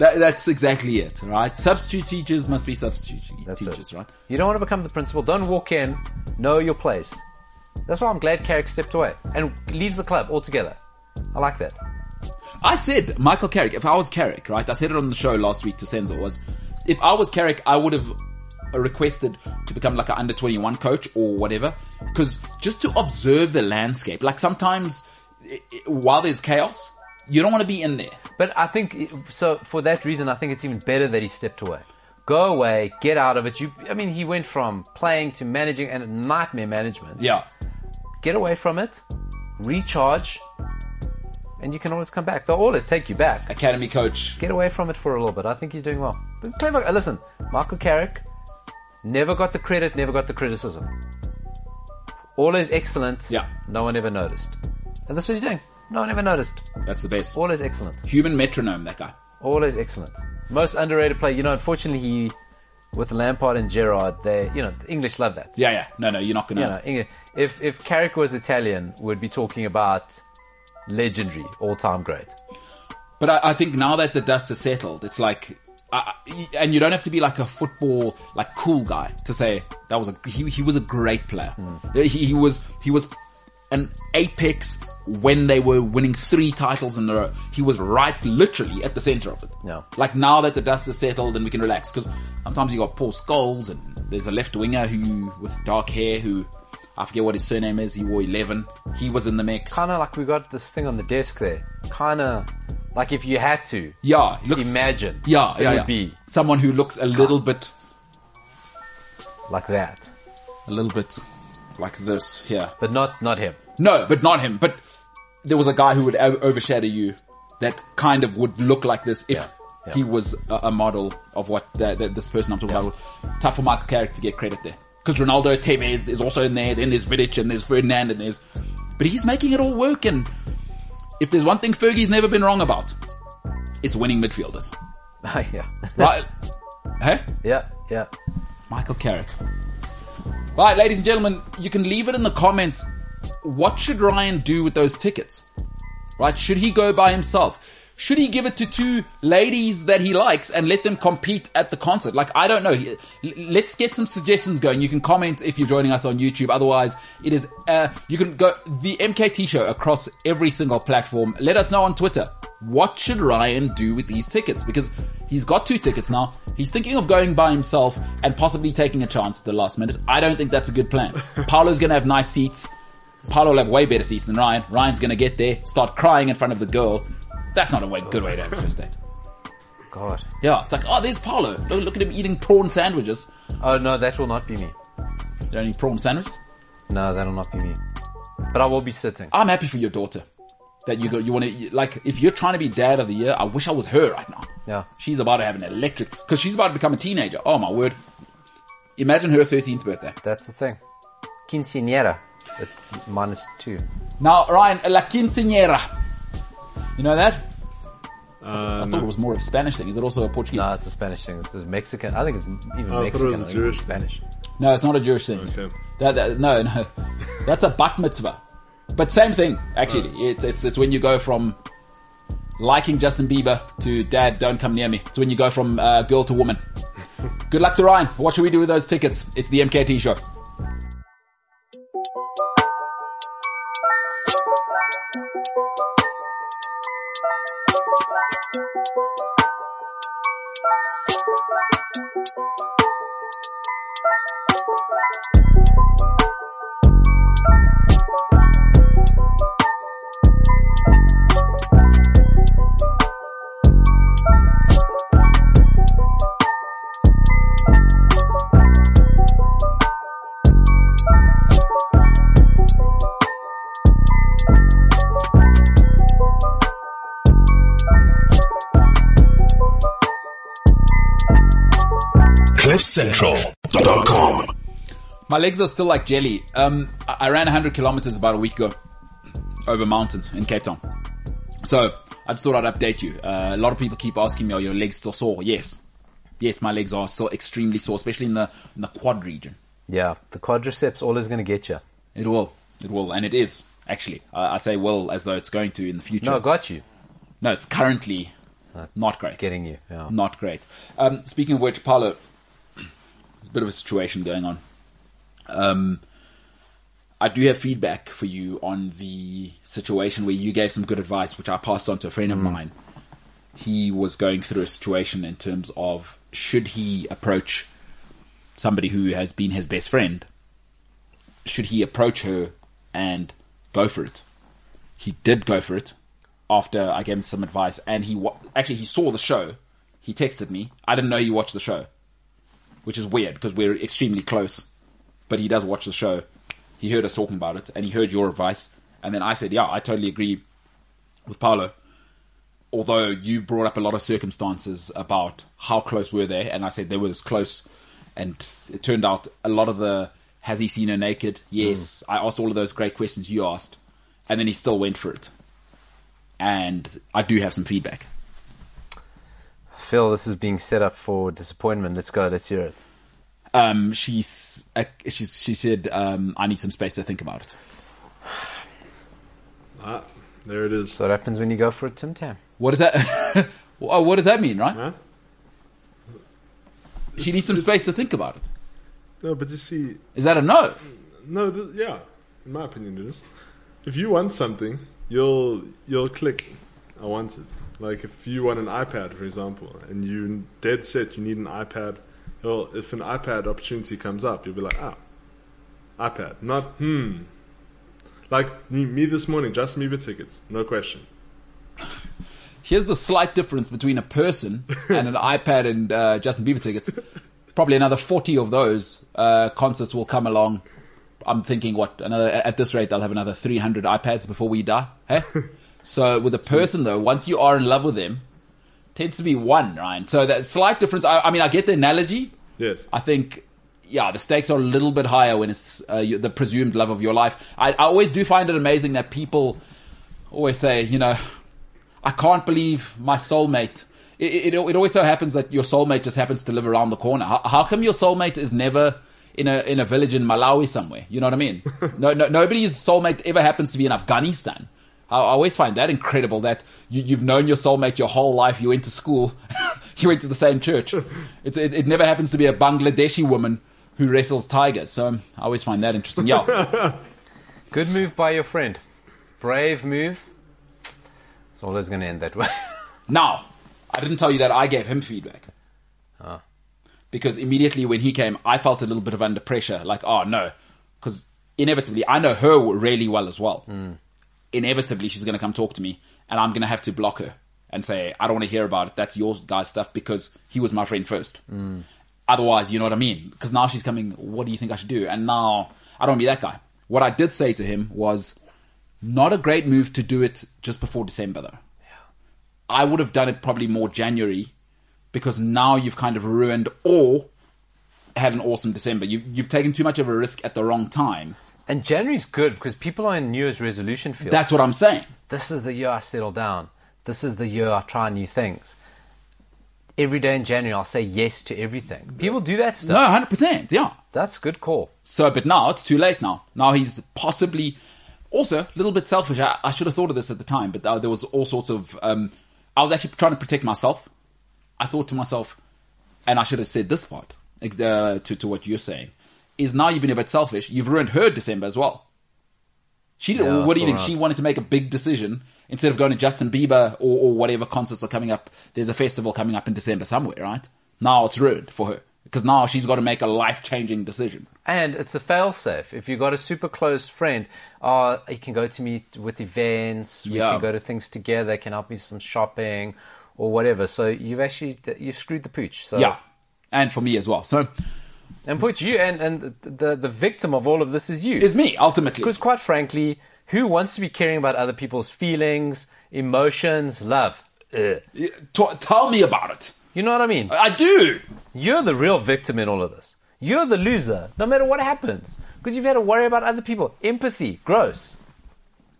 B: that- that's exactly it, right? Substitute teachers must be substitute te-
C: That's
B: teachers,
C: it.
B: right?
C: You don't want to become the principal. Don't walk in. Know your place. That's why I'm glad Carrick stepped away and leaves the club altogether. I like that.
B: I said Michael Carrick. If I was Carrick, right? I said it on the show last week to Senzo. Was if I was Carrick, I would have requested to become like an under twenty one coach or whatever, because just to observe the landscape. Like sometimes, i- i- while there's chaos, you don't want to be in there.
C: But I think so. For that reason, I think it's even better that he stepped away. Go away. Get out of it. You. I mean, he went from playing to managing and nightmare management.
B: Yeah,
C: Get away from it. Recharge. And you can always come back. They'll always take you back.
B: academy coach.
C: get away from it for a little bit. I think he's doing well. But clever. uh, Listen, Michael Carrick never got the credit, never got the criticism. Always excellent.
B: Yeah.
C: No one ever noticed. And that's what he's doing. No one ever noticed.
B: That's the best.
C: Always excellent.
B: Human metronome, that guy.
C: Always excellent. Most underrated player. You know, unfortunately, he with Lampard and Gerrard, they, you know, the English love that.
B: Yeah, yeah. No, no, you're not gonna.
C: You know, English. If if Carrick was Italian, we'd be talking about legendary, all-time great.
B: But I, I think now that the dust has settled, it's like, I, I- and you don't have to be like a football like cool guy to say that was a he, he was a great player.
C: Hmm.
B: He, he was he was an apex when they were winning three titles in a row. He was right, literally at the center of it.
C: Yeah.
B: Like now that the dust has settled and we can relax, because sometimes you got Paul Scholes and there's a left winger who with dark hair who. I forget what his surname is. He wore 11. He was in the mix.
C: kind of like we got this thing on the desk there. Kind of like if you had to,
B: Yeah, it looks,
C: Imagine.
B: Yeah,
C: It
B: yeah,
C: would
B: yeah.
C: be.
B: someone who looks a little bit,
C: like that,
B: a little bit like this here.
C: but not
B: (laughs)
C: not him.
B: No, but not him. But there was a guy who would o- overshadow you that kind of would look like this if
C: Yeah, yeah.
B: he was a, a model of what the, the, this person I'm talking about. Tough for Michael Carrick to get credit there because Ronaldo, Tevez is also in there. Then there's Vidic and there's Ferdinand and there's, but he's making it all work. And if there's one thing Fergie's never been wrong about, it's winning midfielders,
C: yeah,
B: right? hey.
C: (laughs) yeah, yeah.
B: Michael Carrick. Right, ladies and gentlemen, you can leave it in the comments. What should Ryan do with those tickets? Right? Should he go by himself? Should he give it to two ladies that he likes and let them compete at the concert? Like, I don't know. He- l- Let's get some suggestions going. You can comment if you're joining us on YouTube. Otherwise, it is, uh, you can go the MKT show across every single platform. Let us know on Twitter. What should Ryan do with these tickets? Because he's got two tickets now. He's thinking of going by himself and possibly taking a chance at the last minute. I don't think that's a good plan. Paolo's going to have nice seats. Paolo will have way better seats than Ryan. Ryan's going to get there, start crying in front of the girl. That's not a way, good way to have a first date.
C: God.
B: Yeah, it's like, oh, there's Paolo. Look, look at him eating prawn sandwiches.
C: Oh no, that will not be me.
B: You don't eat prawn sandwiches?
C: No, that'll not be me. But I will be sitting.
B: I'm happy for your daughter. That you go, you want to, like, if you're trying to be dad of the year, I wish I was her right now.
C: Yeah.
B: She's about to have an electric, because she's about to become a teenager. Oh my word. Imagine her 13th birthday.
C: That's the thing. Quinceanera. It's minus two.
B: Now, Ryan, la quinceañera. You know that? I
E: Uh,
B: thought it was more of a Spanish thing. Is it also a Portuguese?
C: No, it's a Spanish thing. It's a Mexican. I think it's even
E: Oh, I thought
C: Mexican.
E: it was
C: I think
E: Jewish.
C: it's Spanish.
B: No, it's not a Jewish thing.
E: Okay.
B: That, that- no, no, (laughs) that's a bat mitzvah. But same thing, actually. It's it's it's when you go from liking Justin Bieber to Dad, don't come near me. It's when you go from uh, girl to woman. Good luck to Ryan. What should we do with those tickets? It's the MKT show.
D: CliffCentral.com.
B: My legs are still like jelly. Um, I, I ran 100 kilometers about a week ago over mountains in Cape Town. So I just thought I'd update you. Uh, a lot of people keep asking me, "Are your legs still sore?" Yes, yes, my legs are still extremely sore, especially in the in the quad region.
C: Yeah, the quadriceps always going to get you.
B: It will, it will, and it is actually. I I say will as though it's going to in the future.
C: No, I got you.
B: No, it's currently not great.
C: Getting you. Yeah.
B: Not great. Um, speaking of which, Paulo, there's a bit of a situation going on. Um, I do have feedback for you on the situation where you gave some good advice, which I passed on to a friend of mine. He was going through a situation in terms of should he approach somebody who has been his best friend? Should he approach her and go for it? He did go for it after I gave him some advice, and he wa- actually he saw the show. He texted me. I didn't know you watched the show, which is weird because we're extremely close. But he does watch the show. He heard us talking about it, and he heard your advice. And then I said, "Yeah, I totally agree with Paolo." Although you brought up a lot of circumstances about how close were they, and I said they were as close, and it turned out a lot of the has he seen her naked? Yes, I asked all of those great questions you asked, and then he still went for it and I do have some feedback.
C: Phil, this is being set up for disappointment. Let's go. Let's hear it.
B: Um, she's, uh, she's she said, um, I need some space to think about it.
E: Ah, there it is.
C: So what happens when you go for a Tim Tam?
B: What does that? (laughs) oh, what does that mean, right?
E: Huh?
B: She needs some space to think about it.
E: No, but you see,
B: Is that a no?
E: no, th- yeah, in my opinion, it is. If you want something, you'll you'll click. I want it. Like if you want an iPad, for example, and you dead set you need an iPad. Well, if an iPad opportunity comes up, you'll be like, ah, iPad, not hmm. Like me, me this morning, Justin Bieber tickets, no question.
B: Here's the slight difference between a person and an iPad and uh, Justin Bieber tickets. Probably another forty of those uh, concerts will come along. I'm thinking, what another? At this rate, they'll have another 300 iPads before we die. Hey? so with a person though, once you are in love with them, tends to be one, Ryan. So that slight difference. I, I mean, I get the analogy.
E: Yes,
B: I think, yeah, the stakes are a little bit higher when it's uh, you- the presumed love of your life. I, I always do find it amazing that people always say, you know, I can't believe my soulmate. It, it, it always so happens that your soulmate just happens to live around the corner. How, how come your soulmate is never in a in a village in Malawi somewhere? You know what I mean? no, no, nobody's soulmate ever happens to be in Afghanistan. I, I always find that incredible that you, you've known your soulmate your whole life. You went to school, (laughs) you went to the same church. It's, it, it never happens to be a Bangladeshi woman who wrestles tigers. So um, I always find that interesting. Yeah,
C: Good move by your friend. Brave move. It's always going to end that way. (laughs)
B: Now, I didn't tell you that I gave him feedback. Because immediately when he came, I felt a little bit of under pressure. Like, oh no. Because inevitably, I know her really well as well. Inevitably, she's going to come talk to me and I'm going to have to block her and say, I don't want to hear about it. That's your guy's stuff because he was my friend first. Otherwise, you know what I mean? Because now she's coming, what do you think I should do? And now I don't want to be that guy. What I did say to him was, not a great move to do it just before December though. I would have done it probably more January because now you've kind of ruined or had an awesome December. You, you've taken too much of a risk at the wrong time.
C: and January's good because people are in New Year's resolution field.
B: That's what I'm saying.
C: this is the year I settle down. This is the year I try new things. Every day in January, I'll say yes to everything. People do that
B: No,
C: stuff.
B: 100%. Yeah.
C: That's good call.
B: So, but now it's too late now. Now he's possibly also a little bit selfish. I, I should have thought of this at the time, but uh, there was all sorts of. Um, I was actually trying to protect myself. I thought to myself, and I should have said this part ex- uh, to to what you're saying is now you've been a bit selfish. You've ruined her December as well. She did.
C: Yeah,
B: what do you
C: that's all
B: think?
C: right.
B: She wanted to make a big decision instead of going to Justin Bieber or, or whatever concerts are coming up. There's a festival coming up in December somewhere, right? Now it's ruined for her because now she's got to make a life changing decision.
C: And it's a fail safe. If you've got a super close friend, uh, you can go to me with events, we
B: Yeah.
C: can go to things together, can help me some shopping or whatever. So you've actually you've screwed the pooch. So
B: Yeah. And for me as well. So
C: and put you and, and the the victim of all of this is you.
B: it's me, ultimately.
C: Because quite frankly, who wants to be caring about other people's feelings, emotions, love? Ugh.
B: T- tell me about it.
C: You know what I mean?
B: I do.
C: You're the real victim in all of this. You're the loser, no matter what happens, because you've had to worry about other people. Empathy, gross.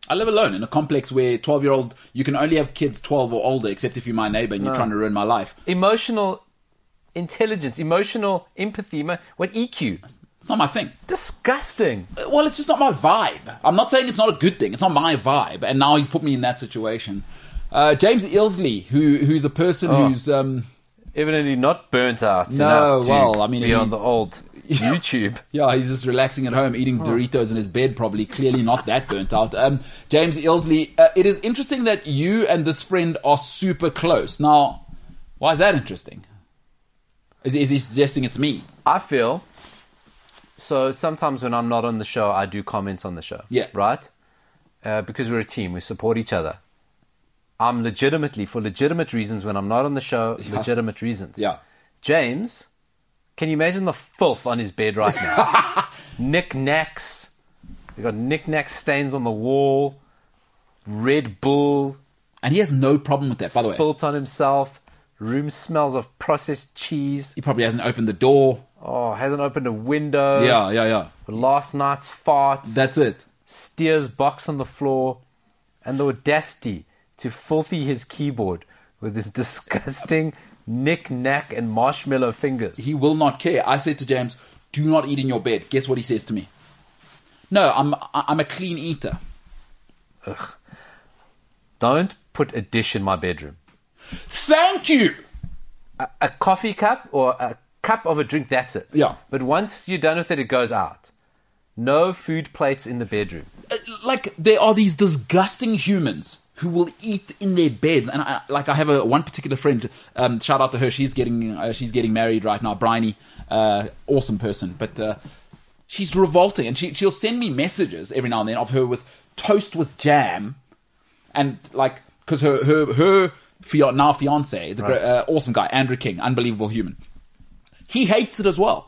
B: I live alone in a complex where 12 year old, you can only have kids 12 or older, except if you're my neighbor and you're trying to ruin my life.
C: Emotional intelligence, emotional empathy, emo- what EQ?
B: It's not my thing.
C: Disgusting.
B: Well, it's just not my vibe. I'm not saying it's not a good thing. It's not my vibe. And now he's put me in that situation. Uh, James Ilsley, who, who's a person
C: Oh.
B: who's, um,
C: Evidently not burnt out.
B: No,
C: enough to
B: well, I mean,
C: be
B: I
C: on
B: mean-
C: the old YouTube.
B: (laughs) Yeah, he's just relaxing at home, eating Doritos in his bed, probably. Clearly not that burnt out. Um, James Ilsley, uh, it is interesting that you and this friend are super close. Now, why is that interesting? Is, is he suggesting it's me?
C: I feel so. Sometimes when I'm not on the show, I do comments on the show.
B: Yeah.
C: right. Uh, because we're a team, we support each other. I'm legitimately for legitimate reasons when I'm not on the show. Legitimate reasons.
B: Yeah.
C: James, can you imagine the filth on his bed right now?
B: (laughs)
C: knickknacks. We got knickknack stains on the wall. Red Bull
B: And he has no problem with that, by the way.
C: spilt on himself. Room smells of processed cheese.
B: He probably hasn't opened the door.
C: Oh, hasn't opened a window.
B: Yeah, yeah, yeah.
C: last night's farts,
B: That's it.
C: Steer's box on the floor, and the audacity to filthy his keyboard with his (laughs) disgusting knick-knack and marshmallow fingers.
B: He will not care. I said to James, do not eat in your bed. Guess what he says to me? No, I'm, I- I'm a clean eater.
C: Don't put a dish in my bedroom.
B: Thank you!
C: A coffee cup or a cup of a drink, that's it.
B: Yeah.
C: But once you're done with it, it goes out. No food plates in the bedroom.
B: Uh, like there are these disgusting humans who will eat in their beds and I, like i have a one particular friend um, shout out to her she's getting uh, she's getting married right now briny uh, awesome person but uh, she's revolting and she, she'll send me messages every now and then of her with toast with jam and like because her her her fia- now fiance the gra- uh, awesome guy andrew king unbelievable human he hates it as well.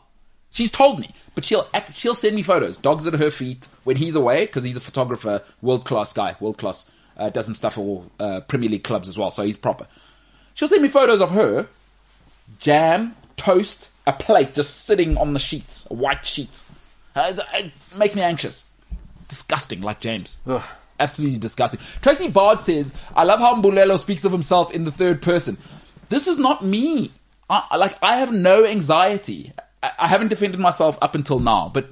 B: She's told me, but she'll act- she'll send me photos. Dogs at her feet when he's away because he's a photographer, world class guy, world class. Uh, does some stuff for all uh, Premier League clubs as well, so he's proper. She'll send me photos of her, jam, toast, a plate just sitting on the sheets, a white sheet. Uh, it, it makes me anxious. Disgusting, like James.
C: Ugh.
B: Absolutely disgusting. Tracy Bard says, I love how Mbulelo speaks of himself in the third person. This is not me. I, I- like, I have no anxiety. I, I haven't defended myself up until now, but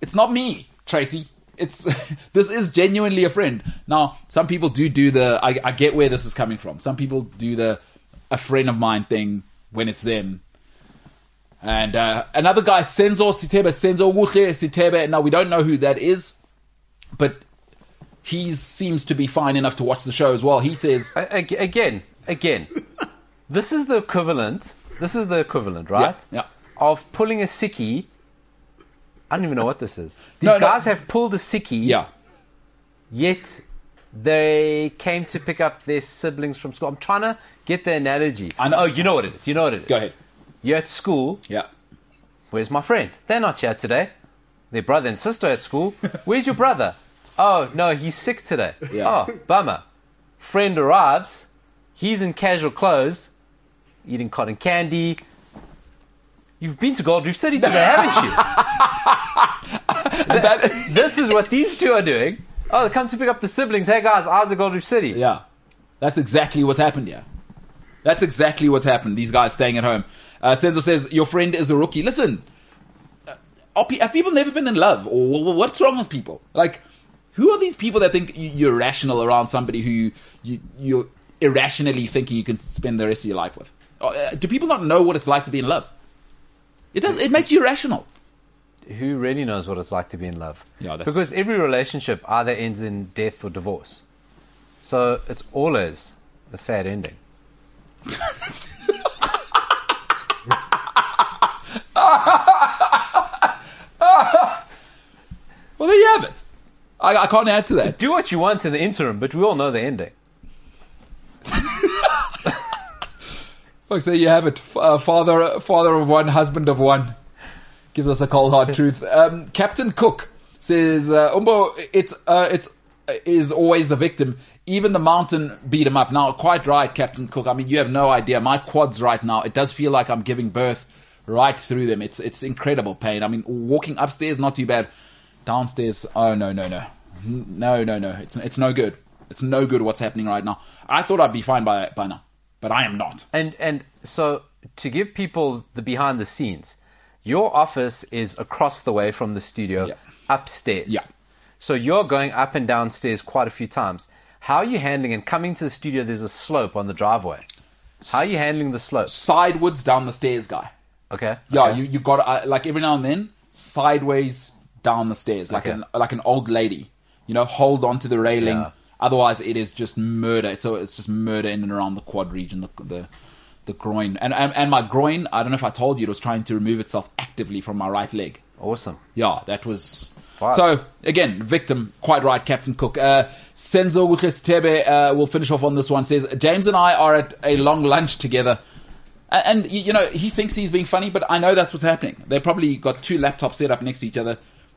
B: it's not me, Tracy. It's, (laughs) this is genuinely a friend. Now, some people do do the, I, I get where this is coming from. Some people do the, a friend of mine thing when it's them. And uh, another guy, Senzo Sitebe, Senzo Wuhle Sitebe. Now, we don't know who that is, but he seems to be fine enough to watch the show as well. He says,
C: A- ag- again,
B: (laughs)
C: again. this is the equivalent. This is the equivalent, right?
B: Yeah, yeah.
C: Of pulling a sickie. I don't even know what this is. These
B: No, no.
C: guys have pulled a sickie.
B: yeah,
C: Yet they came to pick up their siblings from school. I'm trying to get the analogy.
B: I know.
C: Oh, you know what it is. You know what it is.
B: go ahead.
C: You're at school.
B: Yeah.
C: Where's my friend? They're not here today. Their brother and sister at (laughs) school. Where's your brother? Oh, no, he's sick today.
B: Yeah.
C: Oh, bummer. Friend arrives. He's in casual clothes, eating cotton candy. You've been to Gold Reef City today, haven't (laughs) you?
B: That-
C: this is what these two are doing. Oh, they come to pick up the siblings. Hey, guys, I was at Gold Reef City.
B: yeah. That's exactly what's happened here. That's exactly what's happened. These guys staying at home. Uh, Senzo says, Your friend is a rookie. Listen, uh, are pe- have people never been in love? Or wh- wh- what's wrong with people? Like, who are these people that think y- you're rational around somebody who you, you, you're irrationally thinking you can spend the rest of your life with? Or, uh, do people not know what it's like to be in love? It does. It makes you irrational.
C: who really knows what it's like to be in love?
B: Yeah, that's-
C: because every relationship either ends in death or divorce, so it's always a sad ending.
B: Well, there you have it. I, I can't add to that.
C: Do what you want in the interim, but we all know the ending.
B: Look, there you have it. F- Uh, father, uh, father of one, husband of one, gives us a cold hard truth. Um, Captain Cook says, uh, "Umbo, it's uh, it's uh, is always the victim. Even the mountain beat him up." Now, quite right, Captain Cook. I mean, you have no idea. My quads right now. It does feel like I'm giving birth right through them. It's it's incredible pain. I mean, walking upstairs not too bad. Downstairs, oh no no no. No, no, no. It's it's no good. It's no good what's happening right now. I thought I'd be fine by by now, but I am not.
C: And and so to give people the behind the scenes, your office is across the way from the studio,
B: Yeah.
C: upstairs.
B: Yeah.
C: So you're going up and downstairs quite a few times. How are you handling and coming to the studio? There's a slope on the driveway. How are you handling the slope?
B: Sidewards down the stairs, guy.
C: Okay.
B: Yeah,
C: okay.
B: you you got uh, like every now and then sideways down the stairs, like
C: Okay.
B: an like an old lady. You know, hold on to the railing.
C: Yeah.
B: Otherwise, it is just murder. It's it's just murder in and around the quad region, the the, the groin, and, and and my groin. I don't know if I told you, it was trying to remove itself actively from my right leg.
C: awesome.
B: Yeah, that was.
C: Wow.
B: So again, victim, quite right, Captain Cook. Uh, Senzo Gugestebe uh, will finish off on this one. Says James and I are at a long lunch together, A- and, y you know he thinks he's being funny, but I know that's what's happening. They probably got two laptops set up next to each other,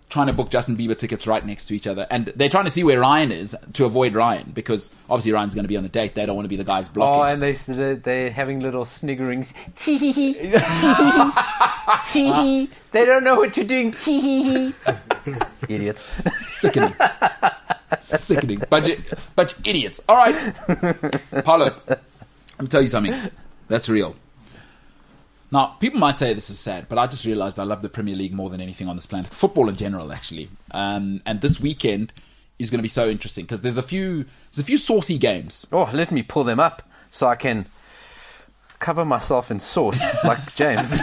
B: trying to book Justin Bieber tickets right next to each other, and they're trying to see where Ryan is to avoid Ryan because obviously Ryan's going to be on a date. They don't want to be the guys blocking.
C: Oh, and they they're, they're having little sniggerings. (laughs) Tee hee
B: (laughs)
C: hee. Tee hee. They don't know what you're doing.
B: (laughs)
C: Tee hee hee. Idiots.
B: sickening. sickening. Bunch of, bunch of idiots. All right. Paulo, let me tell you something. That's real. Now, people might say this is sad, but I just realized I love the Premier League more than anything on this planet. Football in general, actually. Um, and this weekend is going to be so interesting because there's a few, there's a few saucy games.
C: Oh, let me pull them up so I can cover myself in sauce (laughs) like James.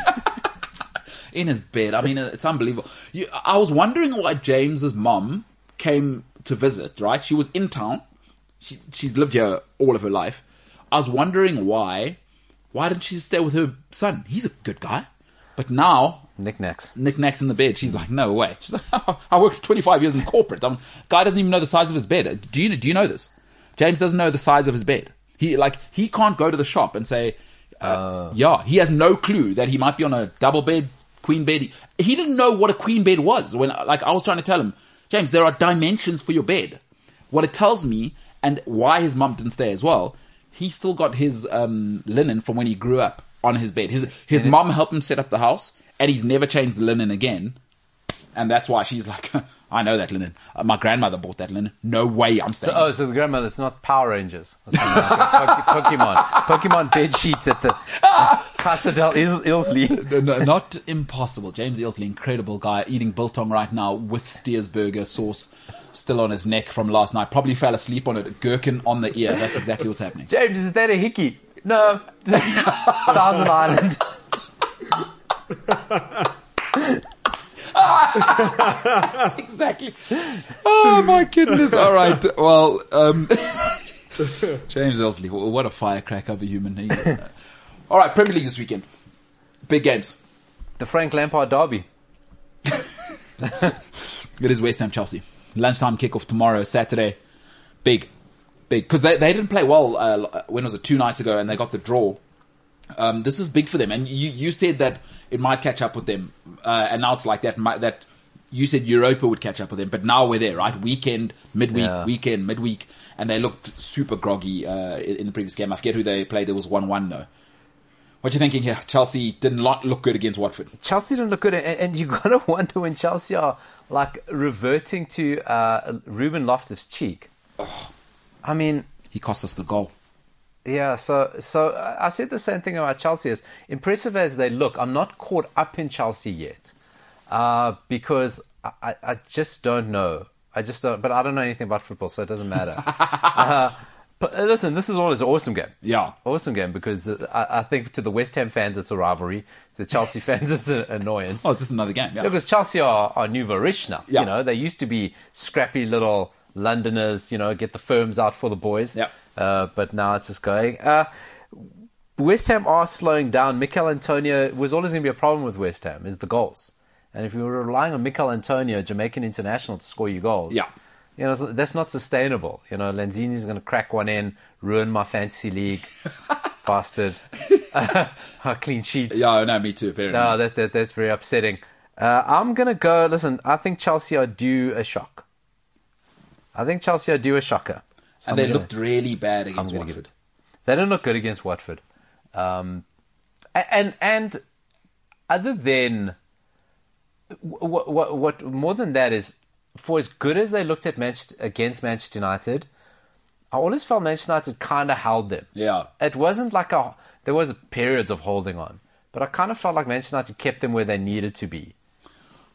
B: in his bed. I mean, it's unbelievable. You, I was wondering why James's mum came to visit. Right, she was in town. She she's lived here all of her life. I was wondering why. Why didn't she stay with her son? He's a good guy. But now
C: Knickknacks.
B: knickknacks in the bed. She's like, no way. She's like, (laughs) "Oh, I worked 25 years in corporate. i guy doesn't even know the size of his bed. Uh, Do you, do you know this? James doesn't know the size of his bed. He, like, he can't go to the shop and say, uh, yeah, he has no clue that he might be on a double bed, queen bed. He, he didn't know what a queen bed was when, like, I was trying to tell him, James, there are dimensions for your bed. What it tells me and why his mum didn't stay as well, he still got his, um, linen from when he grew up on his bed. His, his mum helped him set up the house and he's never changed the linen again. And that's why she's like, (laughs) I know that linen. Uh, My grandmother bought that linen. No way I'm staying.
C: Oh, so the grandmother's not Power Rangers. Or something like that. Poke- Pokemon. Pokemon bed sheets at the
B: (laughs)
C: Casa del Is- Ilsley.
B: No, no, not impossible. James Earlsley, incredible guy, eating biltong right now with Steersburger sauce still on his neck from last night. Probably fell asleep on it. Gherkin on the ear. That's exactly what's happening.
C: James, is that a hickey? No. (laughs) Thousand Island.
B: That's exactly. Oh my goodness! All right. Well, um, (laughs) James Elsley, wh- what a firecracker of a human. He- All right, Premier League this weekend. Big games.
C: The Frank Lampard Derby.
B: It is West Ham Chelsea. Lunchtime kickoff tomorrow, Saturday. Big, big because they they didn't play well. Uh, when was it? Two nights ago, and they got the draw. Um, this is big for them, and you you said that it might catch up with them, uh, and now it's like that. might- That you said Europa would catch up with them, but now we're there, right? Weekend, midweek,
C: Yeah.
B: weekend, midweek, and they looked super groggy uh, in in the previous game. I forget who they played. It was one one though. What you thinking here? Chelsea did not look good against Watford.
C: Chelsea didn't look good, and, and you gotta (laughs) wonder when Chelsea are like reverting to uh, Ruben Loftus Cheek. I mean,
B: He cost us the goal.
C: yeah. So, so I- I said the same thing about Chelsea. As impressive as they look, I'm not caught up in Chelsea yet uh, because I, I, I just don't know. I just don't. But I don't know anything about football, so it doesn't matter. uh, but uh, listen, this is all is an awesome game.
B: Yeah.
C: awesome game because uh, I, I think to the West Ham fans it's a rivalry. To the Chelsea (laughs) fans it's an annoyance.
B: Oh, it's just another game. Yeah.
C: Yeah, because Chelsea are, are nouveau rich now.
B: Yeah.
C: You know, they used to be scrappy little Londoners, you know, get the firms out for the boys.
B: Yeah.
C: Uh, but now it's just going. Uh, West Ham are slowing down. Mikel Antonio was always going to be a problem with West Ham, is the goals. And if you were relying on Mikel Antonio, Jamaican international, to score you goals,
B: Yeah.
C: you know, so that's not sustainable. You know, Lanzini's going to crack one in, ruin my fantasy league, (laughs) bastard. (laughs) clean sheets.
B: Yeah, no, me too. Fair enough.
C: No, Oh, that, that that's very upsetting. Uh, I'm gonna go. Listen, I think Chelsea are due a shock. I think Chelsea are due a shocker. So
B: and
C: I'm
B: they
C: gonna-
B: looked really bad
C: I'm
B: against
C: gonna give
B: Watford.
C: it. They don't look good against Watford. Um, a- and and other than what what what more than that is for as good as they looked at Manchester against Manchester United, I always felt Manchester United kind of held them.
B: Yeah.
C: It wasn't like a there was periods of holding on, but I kind of felt like Manchester United kept them where they needed to be.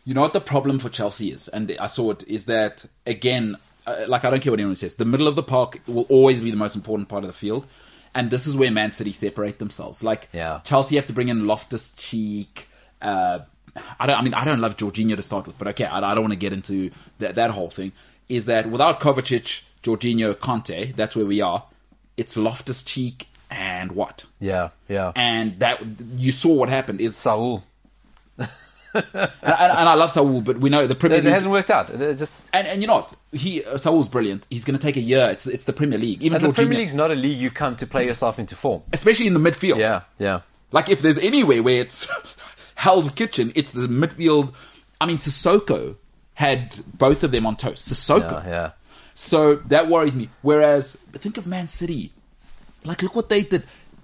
B: You know what the problem for Chelsea is, and I saw it, is that again, uh, like I don't care what anyone says, the middle of the park will always be the most important part of the field, and this is where Man City separate themselves. Like
C: Yeah.
B: Chelsea have to bring in Loftus Cheek. Uh, I don't. I mean, I don't love Jorginho to start with, but okay, I, I don't want to get into that, that whole thing. Is that without Kovacic, Jorginho, Conte, that's where we are. It's Loftus Cheek and what?
C: Yeah, yeah.
B: And that you saw what happened is
C: Saul,
B: and, and, and I love Saul, but we know the Premier
C: it,
B: League.
C: hasn't worked out. It, it just
B: And and you know what? He uh, Saul's brilliant. He's going to take a year. It's it's the Premier League. Even
C: and the Premier
B: Jorginho,
C: League's not a league you come to play yourself into form.
B: especially in the midfield.
C: Yeah, yeah.
B: Like if there's anywhere where it's (laughs) Hell's Kitchen, it's the midfield. I mean, Sissoko had both of them on toast. Sissoko.
C: Yeah, yeah.
B: So that worries me. Whereas think of Man City. Like look what they did.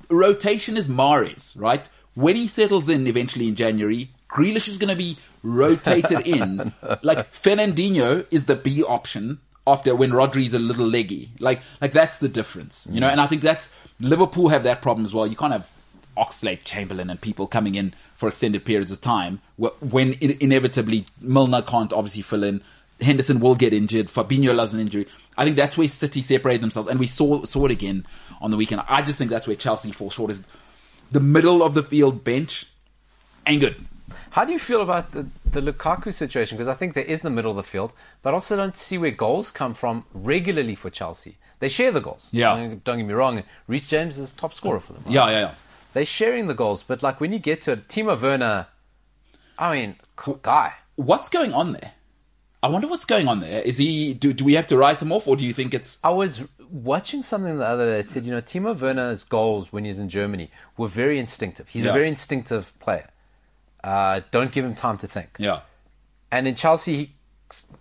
B: Rotation is Mares, right? When he settles in eventually in January, Grealish is going to be rotated in. Like Fernandinho is the B option after when Rodri's a little leggy. Like like that's the difference, you know. And I think that's Liverpool have that problem as well. You can't have Oxlade, Chamberlain, and people coming in for extended periods of time wh- when in- inevitably Milner can't obviously fill in. Henderson will get injured. Fabinho loves an injury. I think that's where City separate themselves, and we saw saw it again on the weekend. I just think that's where Chelsea fall short is the middle of the field bench ain't good.
C: How do you feel about the, the Lukaku situation? Because I think there is the middle of the field, but also don't see where goals come from regularly for Chelsea. They share the goals.
B: Yeah.
C: Don't, don't get me wrong. Reece James is top scorer for them. right?
B: Yeah, yeah, yeah.
C: They're sharing the goals, but like when you get to it, Timo Werner, I mean, cool guy.
B: What's going on there? I wonder what's going on there. Is he? Do, do we have to write him off, or do you think it's?
C: I was watching something the other day that said, you know, Timo Werner's goals when he's in Germany were very instinctive. He's
B: Yeah.
C: a very instinctive player. Uh, don't give him time to think.
B: Yeah,
C: And in Chelsea, he,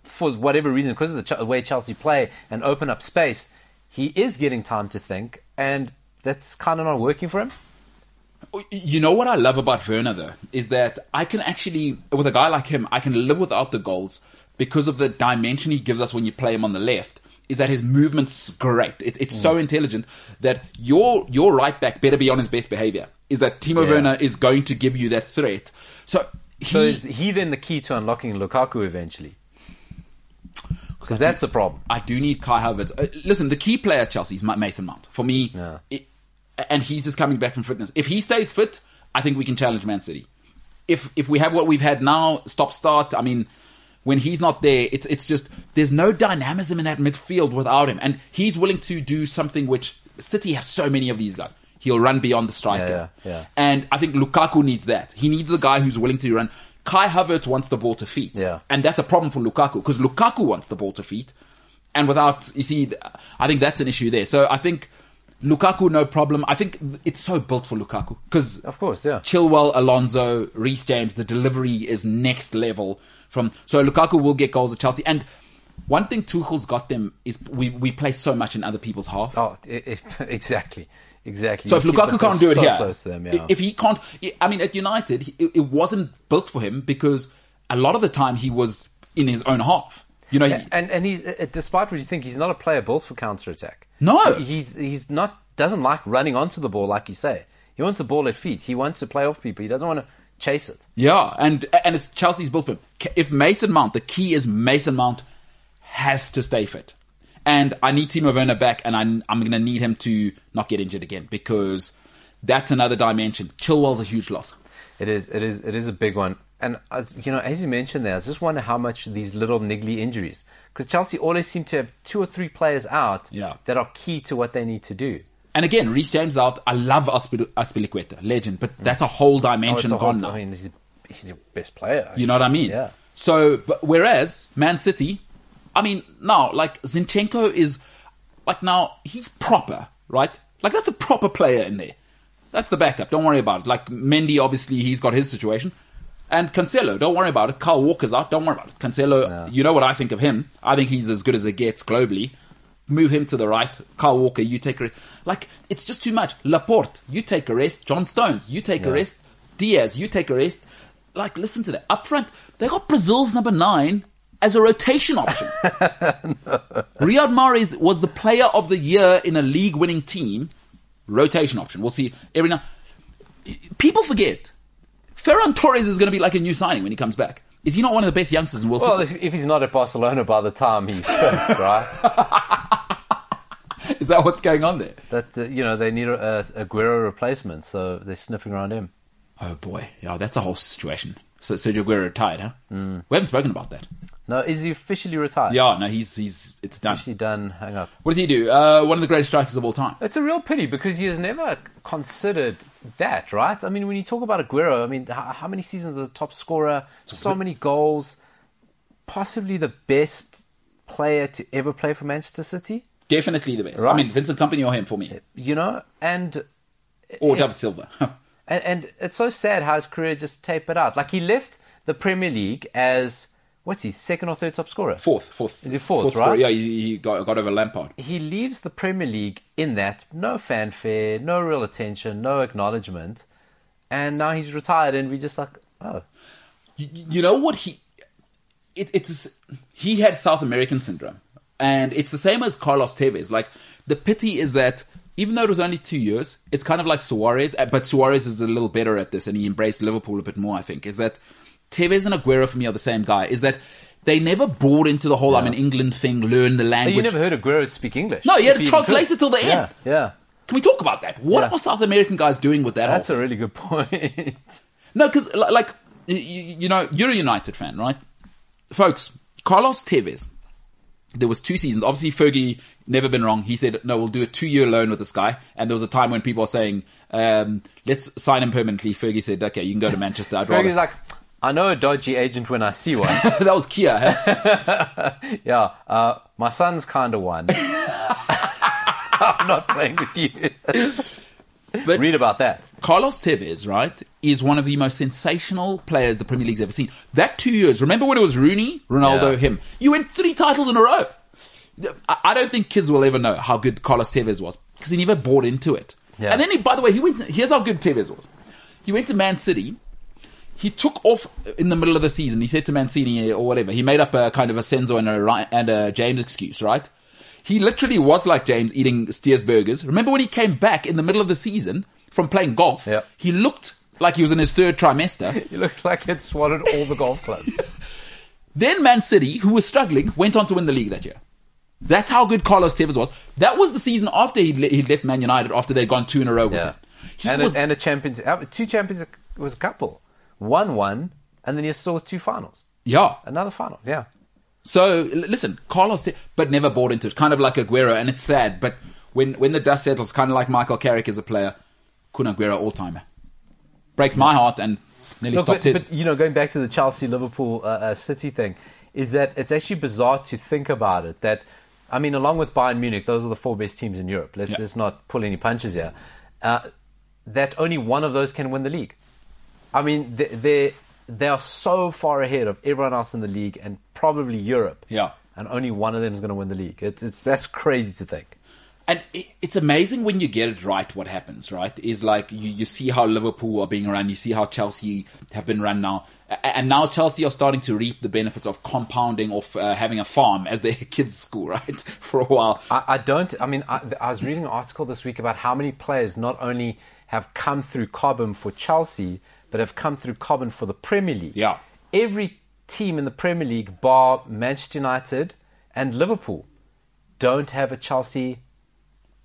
C: for whatever reason, because of the Ch- way Chelsea play and open up space, he is getting time to think, and that's kind of not working for him.
B: Oh, You know what I love about Werner though is that I can actually, with a guy like him, I can live without the goals because of the dimension he gives us when you play him on the left. Is that his movement's great? It, it's
C: Mm.
B: so intelligent that your your right back better be on his best behavior. Is that Timo
C: Yeah.
B: Werner is going to give you that threat? So he,
C: So is he then the key to unlocking Lukaku eventually? Because that's the problem.
B: I do need Kai Havertz. Uh, listen, the key player at Chelsea is Ma- Mason Mount. For me,
C: Yeah.
B: it- and he's just coming back from fitness. If he stays fit, I think we can challenge Man City. If if we have what we've had now, stop start. I mean, when he's not there, it's it's just there's no dynamism in that midfield without him, and he's willing to do something which City has so many of these guys. He'll run beyond the striker,
C: Yeah, yeah, yeah.
B: and I think Lukaku needs that. He needs the guy who's willing to run. Kai Havertz wants the ball to feet,
C: Yeah.
B: and that's a problem for Lukaku because Lukaku wants the ball to feet, and without you see, th- I think that's an issue there. So I think Lukaku no problem. I think it's so built for Lukaku because
C: Of course, yeah.
B: Chilwell, Alonso, Reece James, the delivery is next level. From so Lukaku will get goals at Chelsea, and one thing Tuchel's got them is we we play so much in other people's half.
C: Oh, it, it, (laughs) exactly, exactly.
B: So if
C: You keep the
B: Lukaku
C: ball
B: can't do it
C: so
B: here,
C: close to them,
B: i-
C: yeah.
B: if he can't, i- I mean, at United, he- it, it wasn't built for him because a lot of the time he was in his own half. You know, he-
C: and and he's uh, despite what you think, he's not a player built for counter attack.
B: No.
C: he's he's not doesn't like running onto the ball like you say. He wants the ball at feet. He wants to play off people. He doesn't want to chase it.
B: yeah, and and it's Chelsea's built for him. Ca- If Mason Mount, the key is Mason Mount has to stay fit, and I need Timo Werner back, and I'm I'm going to need him to not get injured again because that's another dimension. Chilwell's a huge loss.
C: It is it is it is a big one. And as you know, as you mentioned there, I just wonder how much these little niggly injuries because Chelsea always seem to have two or three players out
B: Yeah.
C: that are key to what they need to do.
B: And again, Reece James out. I love Aspil- Aspilicueta, legend, but that's a whole
C: Mm. Oh, it's
B: dimension
C: a
B: gone
C: whole-
B: now.
C: I mean, he's the- he's the best player.
B: You know what I mean?
C: Yeah.
B: So, but whereas Man City, I mean, now like Zinchenko is like now he's proper, right? Like that's a proper player in there. That's the backup. Don't worry about it. Like Mendy, obviously he's got his situation, and Cancelo. Don't worry about it. Carl Walker's out. Don't worry about it. Cancelo. You know what I think of him? I think he's as good as it gets globally. Move him to the right. Carl Walker, you take a rest. Like it's just too much. Laporte, you take a rest. John Stones, you take a rest. Diaz, you take a rest. Like, listen to that. Up front, they got Brazil's number nine as a rotation (laughs) option. Riyad Mahrez was the player of the year in a league winning team. Rotation option. We'll see every now. People forget. Ferran Torres is going to be like a new signing when he comes back. Is he not one of the best youngsters in world
C: Well,
B: football?
C: if if he's not at Barcelona by the time (laughs) he's fit,
B: (laughs)
C: right?
B: Is that what's going on there?
C: That uh, you know they need a, a Aguero replacement, so they're sniffing around him.
B: Oh boy, yeah, that's a whole situation. So Sergio Aguero retired, huh? We haven't spoken about that.
C: No, is he officially retired?
B: Yeah, no, he's he's it's (laughs) done.
C: Actually done. Hang up.
B: What does he do? Uh, one of the greatest strikers of all time.
C: It's a real pity because he has never considered that, right? I mean, when you talk about Aguero, I mean, how, how many seasons as a top scorer, so many goals, possibly the best player to ever play for Manchester City,
B: Definitely the best. I
C: Right.
B: mean, Vincent Company or him for me,
C: you know? And Eh,
B: or David Silva. (laughs)
C: and, and it's so sad how his career just tapered out. Like, he left the Premier League as, what's he, second or third top scorer?
B: fourth, fourth,
C: Is he fourth,
B: scorer.
C: right?
B: Yeah, he, he got, got over Lampard.
C: he leaves the Premier League in that no fanfare, no real attention, no acknowledgement, and now he's retired, and we just like, oh,
B: You, you know what he? It, it's he had South American syndrome, and it's the same as Carlos Tevez. Like the pity is that even though it was only two years, it's kind of like Suarez, uh, but Suarez is a little better at this, and he embraced Liverpool a bit more. I think is that Tevez and Aguero for me are the same guy. Is that they never bought into the whole "I'm in England" thing, learn the
C: But
B: language.
C: you never heard Aguero speak English.
B: No, he had
C: If
B: to
C: even
B: translate
C: could.
B: it till the
C: Yeah,
B: end.
C: yeah.
B: Can we talk about that? What
C: Yeah.
B: are South American guys doing with that?
C: That's
B: whole-
C: a really good (laughs) point.
B: No, because like you, you know, you're a United fan, right, folks? Carlos Tevez. There was two seasons. Obviously, Fergie never been wrong. He said, "No, we'll do a two-year loan with this guy." And there was a time when people are saying, um, "Let's sign him permanently." Fergie said, "Okay, you can go to Manchester." I'd rather.
C: Fergie's like, I know a dodgy agent when I see
B: (laughs)
C: one. (laughs)
B: that was Kia. Huh?
C: yeah, uh, my son's kind of one. (laughs) I'm not playing with you.
B: But
C: Read about that.
B: Carlos Tevez, right, is one of the most sensational players the Premier League's ever seen. That two years, remember when it was Rooney, Ronaldo,
C: Yeah.
B: him. You went three titles in a row. I I don't think kids will ever know how good Carlos Tevez was because he never bought into it.
C: Yeah.
B: And then he, by the way, he went. Here's how good Tevez was. He went to Man City. He took off in the middle of the season. He said to Mancini or whatever. He made up a kind of a Senzo and a, Ri- and a James excuse, right? He literally was like James eating Steers burgers. Remember when he came back in the middle of the season from playing golf?
C: Yeah.
B: He looked like he was in his third trimester.
C: (laughs) You look like he'd swallowed all the golf clubs.
B: Then Man City, who was struggling, went on to win the league that year. That's how good Carlos Tevez was. That was the season after he le- he left Man United after they'd gone two in a row with
C: Yeah,
B: him. He
C: and
B: was,
C: a, and a champions, uh, two champions was a couple. One won, and then you saw two finals,
B: yeah.
C: another final. Yeah,
B: So l- listen, Carlos, Te- but never bought into it. Kind of like Aguero, and it's sad. But when when the dust settles, kind of like Michael Carrick as a player, Kun Aguero all timer breaks my heart and nearly
C: Look,
B: stopped
C: but,
B: his.
C: but, you know, going back to the Chelsea Liverpool uh, uh, City thing, is that it's actually bizarre to think about it. That I mean, along with Bayern Munich, those are the four best teams in Europe. Let's
B: Yeah.
C: let's not pull any punches here. Uh, that only one of those can win the league. I mean, they they they are so far ahead of everyone else in the league and probably Europe.
B: Yeah.
C: and only one of them is going to win the league. It's, it's that's crazy to think.
B: and it, it's amazing when you get it right what happens right is like you, you see how liverpool are being run you see how chelsea have been run now A- and now chelsea are starting to reap the benefits of compounding of uh, having a farm as their (laughs) kids school right (laughs) for a while
C: I, I don't. I mean, I, I was reading an article this week about how many players not only have come through Cobham for Chelsea, but have come through Cobham for the Premier League.
B: Yeah.
C: Every team in the Premier League, bar Manchester United and Liverpool, don't have a Chelsea.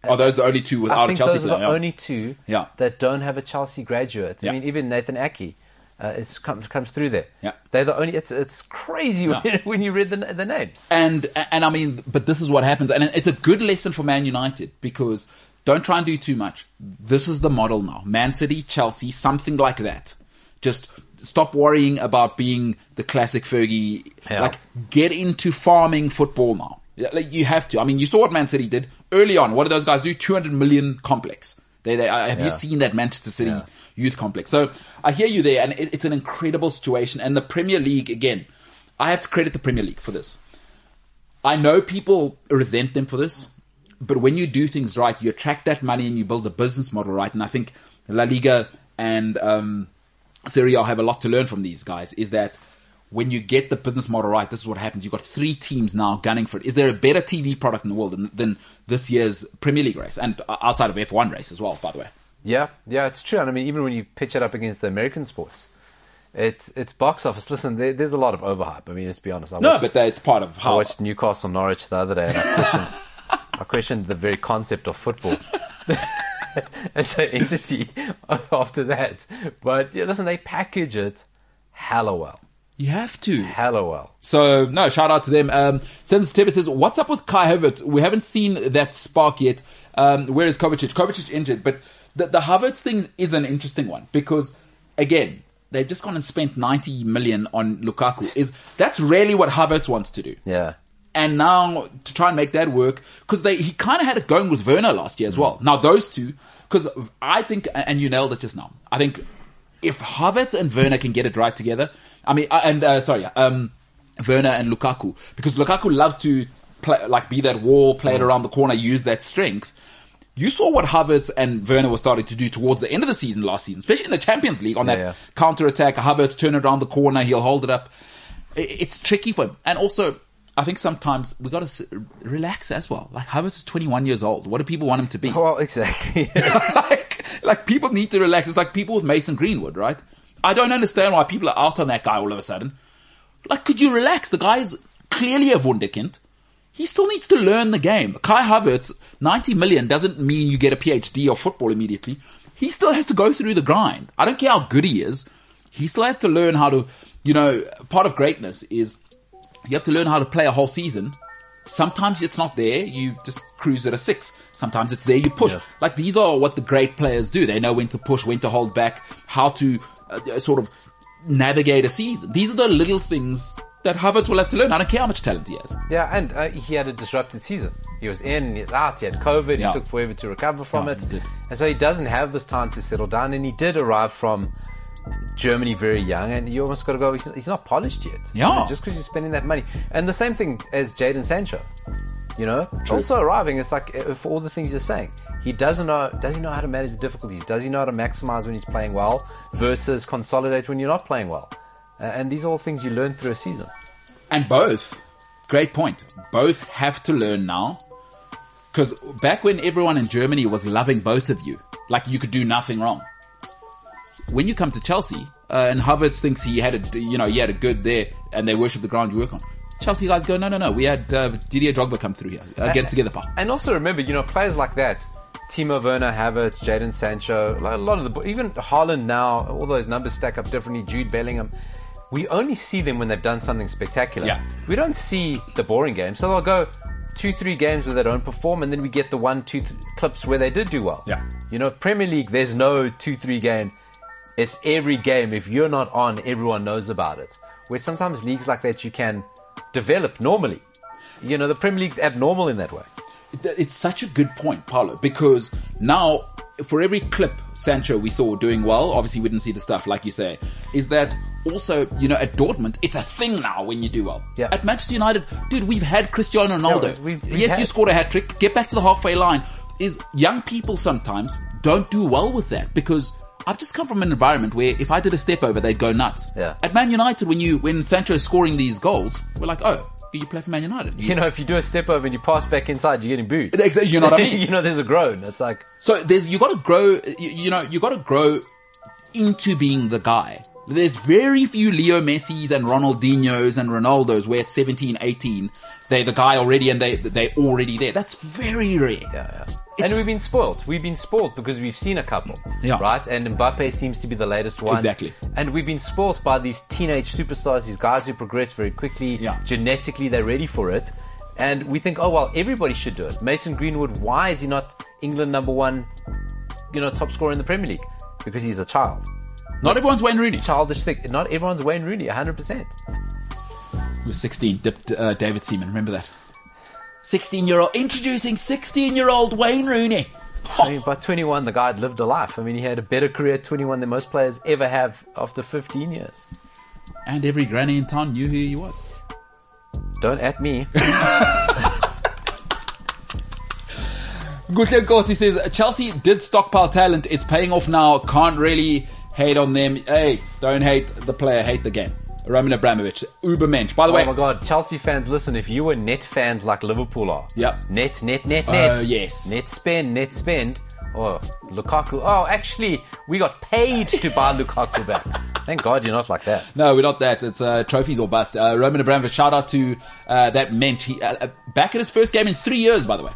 B: are those the only two
C: I
B: without a
C: think
B: chelsea
C: those are
B: player
C: the
B: Yeah.
C: only two
B: Yeah.
C: that don't have a Chelsea graduate.
B: Yeah.
C: I mean, even Nathan Aki uh, is, comes comes through there.
B: Yeah.
C: They're the only. It's it's crazy when, (laughs) when you read the the names.
B: And and I mean, but this is what happens, and it's a good lesson for Man United because don't try and do too much. This is the model now: Man City, Chelsea, something like that. Just stop worrying about being the classic Fergie.
C: Yeah.
B: Like, get into farming football now. Yeah, Like you have to. I mean, you saw what Man City did early on. What did those guys do? Two hundred million complex. They, they, I- have you
C: Yeah.
B: seen that Manchester City
C: Yeah.
B: youth complex? So I hear you there, and it, it's an incredible situation. And the Premier League again, I have to credit the Premier League for this. I know people resent them for this, but when you do things right, you attract that money and you build a business model right. And I think La Liga and um, Serie A have a lot to learn from these guys. Is that when you get the business model right, this is what happens. You've got three teams now gunning for it. Is there a better TV product in the world than, than this year's Premier League race and uh, outside of F1 race as well, by the way?
C: Yeah, yeah, it's true. And I mean, even when you pitch it up against the American sports, it's it's box office. (laughs) Listen, there, there's a lot of overhype. I mean, let's be honest. I
B: No,
C: watched,
B: but that, it's part of
C: I
B: how
C: watched Newcastle Norwich the other day, and I questioned, (laughs) I questioned the very concept of football (laughs) as an entity (laughs) after that. But yeah, listen, they package it hella well,
B: you have to.
C: hella well.
B: So no, shout out to them. Um, Sens Tibber says, "What's up with Kai Havertz? We haven't seen that spark yet. Um, where is Kovacic? Kovacic injured, but the, the Havertz thing is an interesting one because again, they've just gone and spent ninety million on Lukaku. Is that's really what Havertz wants to do?
C: Yeah,
B: And now to try and make that work, because they he kind of had it going with Werner last year as
C: Mm.
B: well. Now those two, because I think, and you nailed it just now. I think if Havertz and Werner can get it right together, I mean, uh, and uh, sorry, um, Werner and Lukaku, because Lukaku loves to play, like be that wall, play it
C: Mm.
B: around the corner, use that strength. You saw what Havertz and Werner were starting to do towards the end of the season last season, especially in the Champions League on that
C: yeah.
B: counter attack. Havertz turn it around the corner, he'll hold it up. I- It's tricky for him, and also I think sometimes we got to relax as well. Like Havertz is 21 years old. What do people want him to be?
C: well, (laughs) exactly.
B: (laughs) like, like people need to relax. It's like people with Mason Greenwood, right? I don't understand why people are out on that guy all of a sudden. Like, could you relax? The guy is clearly a wunderkind. He still needs to learn the game. Kai Havertz, 90 million doesn't mean you get a PhD of football immediately. He still has to go through the grind. I don't care how good he is. He still has to learn how to, you know, part of greatness is you have to learn how to play a whole season. Sometimes it's not there. You just cruise at a six. Sometimes it's there. You push.
C: Yeah.
B: Like these are what the great players do. They know when to push, when to hold back, how to uh, uh, sort of navigate a season. These are the little things that Havertz will have to learn. I don't care how much talent he has.
C: Yeah, and uh, he had a disrupted season. He was in, he was out, he had COVID,
B: Yeah.
C: he took forever to recover from
B: Yeah,
C: it.
B: he did.
C: And so he doesn't have this time to settle down, and he did arrive from Germany very young, and you almost got to go, he's, he's not polished yet.
B: Yeah.
C: You know, just because you're spending that money. And the same thing as Jaden Sancho. You know, also arriving, it's like uh, for all the things you're saying, he doesn't know. Does he know how to manage the difficulties? Does he know how to maximize when he's playing well versus consolidate when you're not playing well? Uh, and these are all things you learn through a season.
B: And both, great point. Both have to learn now. Cause back when everyone in Germany was loving both of you, like you could do nothing wrong. When you come to Chelsea, uh, and Havertz thinks he had a, you know, he had a good there and they worship the ground you work on. Chelsea guys go, no, no, no, we had, uh, Didier Drogba come through here. Uh, get it together, pal.
C: And also remember, you know, players like that, Timo Werner, Havertz, Jaden Sancho, like a lot of the, even Haaland now, all those numbers stack up differently, Jude Bellingham. We only see them when they've done something spectacular.
B: Yeah.
C: We don't see the boring games. So they'll go two, three games where they don't perform, and then we get the one, two th- clips where they did do well.
B: Yeah.
C: You know, Premier League, there's no two, three game. It's every game. If you're not on, everyone knows about it. Where sometimes leagues like that, you can develop normally. You know, the Premier League's abnormal in that way.
B: Th- It's such a good point, Paolo, because now for every clip Sancho we saw doing well, obviously we didn't see the stuff like you say, is that also, you know, at Dortmund, it's a thing now when you do well.
C: Yeah.
B: At Manchester United, dude, we've had Cristiano Ronaldo.
C: it's- we've- we've
B: yes, you
C: had-
B: scored a hat trick. Get back to the halfway line. Is young people sometimes don't do well with that because I've just come from an environment where if I did a step over, they'd go nuts.
C: Yeah.
B: At Man United, when you, when Sancho is scoring these goals, we're like, oh, you play for Man United.
C: (laughs) you know, if you do a step over and you pass back inside, you're getting booed.
B: Exactly, you know what I mean?
C: (laughs) you know, there's a groan. It's like,
B: So there's you got to grow. You, you know, you got to grow into being the guy. There's very few Leo Messis and Ronaldinho's and Ronaldo's where at 17, 18, they're the guy already and they they're already there. That's very rare.
C: yeah, yeah. And we've been spoiled. We've been spoiled because we've seen a couple,
B: Yeah.
C: right? And Mbappe seems to be the latest one,
B: Exactly.
C: And we've been spoiled by these teenage superstars, these guys who progress very quickly.
B: Yeah.
C: Genetically, they're ready for it, and we think, oh well, everybody should do it. Mason Greenwood, why is he not England number one? You know, top scorer in the Premier League because he's a child.
B: Not everyone's Wayne Rooney.
C: Childish thing. Not everyone's Wayne Rooney, 100. percent
B: He was 16, dipped uh, David Seaman. Remember that? 16 year old, introducing 16 year old Wayne Rooney.
C: I mean, by 21, the guy had lived a life. I mean, he had a better career at 21 than most players ever have after 15 years.
B: And every granny in town knew who he was.
C: Don't at me.
B: Gutler Corsi says Chelsea did stockpile talent. It's paying off now. Can't really hate on them. Hey, don't hate the player, hate the game. Roman Abramovich, Ubermensch. By the way,
C: Oh my God, Chelsea fans, listen, if you were net fans like Liverpool are,
B: Yep. Oh,
C: net, net, net, net.
B: yes.
C: Net spend, net spend. Oh, Lukaku. Oh, actually, we got paid to buy Lukaku back. Thank God you're not like that.
B: No, we're not that. It's uh, trophies or bust. Uh, Roman Abramovich, shout out to uh, that mensch. He, uh, uh, back at his first game in three years, by the way.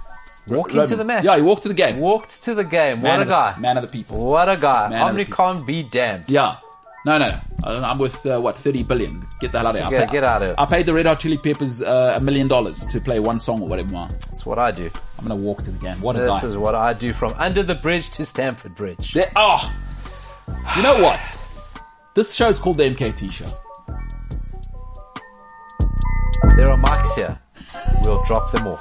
C: Walk
B: Roman.
C: into the match.
B: Yeah, he walked to the game.
C: Walked to the game.
B: man
C: What a
B: of the-
C: guy.
B: man of the people.
C: What a guy.
B: Man of the
C: Omni can't be damned.
B: Yeah. No, no, no. I- I'm with, uh, what, 30 billion. Get the hell out of here. I
C: Yeah, get out of here.
B: I paid the Red Hot Chili Peppers uh, a million dollars to play one song or whatever. I'm
C: That's what I do.
B: going to walk to the game. What a
C: This
B: guy.
C: is what I do from under the bridge to Stamford Bridge.
B: There- oh. You know what? This show's called the MKT show.
C: There are mics here. We'll drop them all.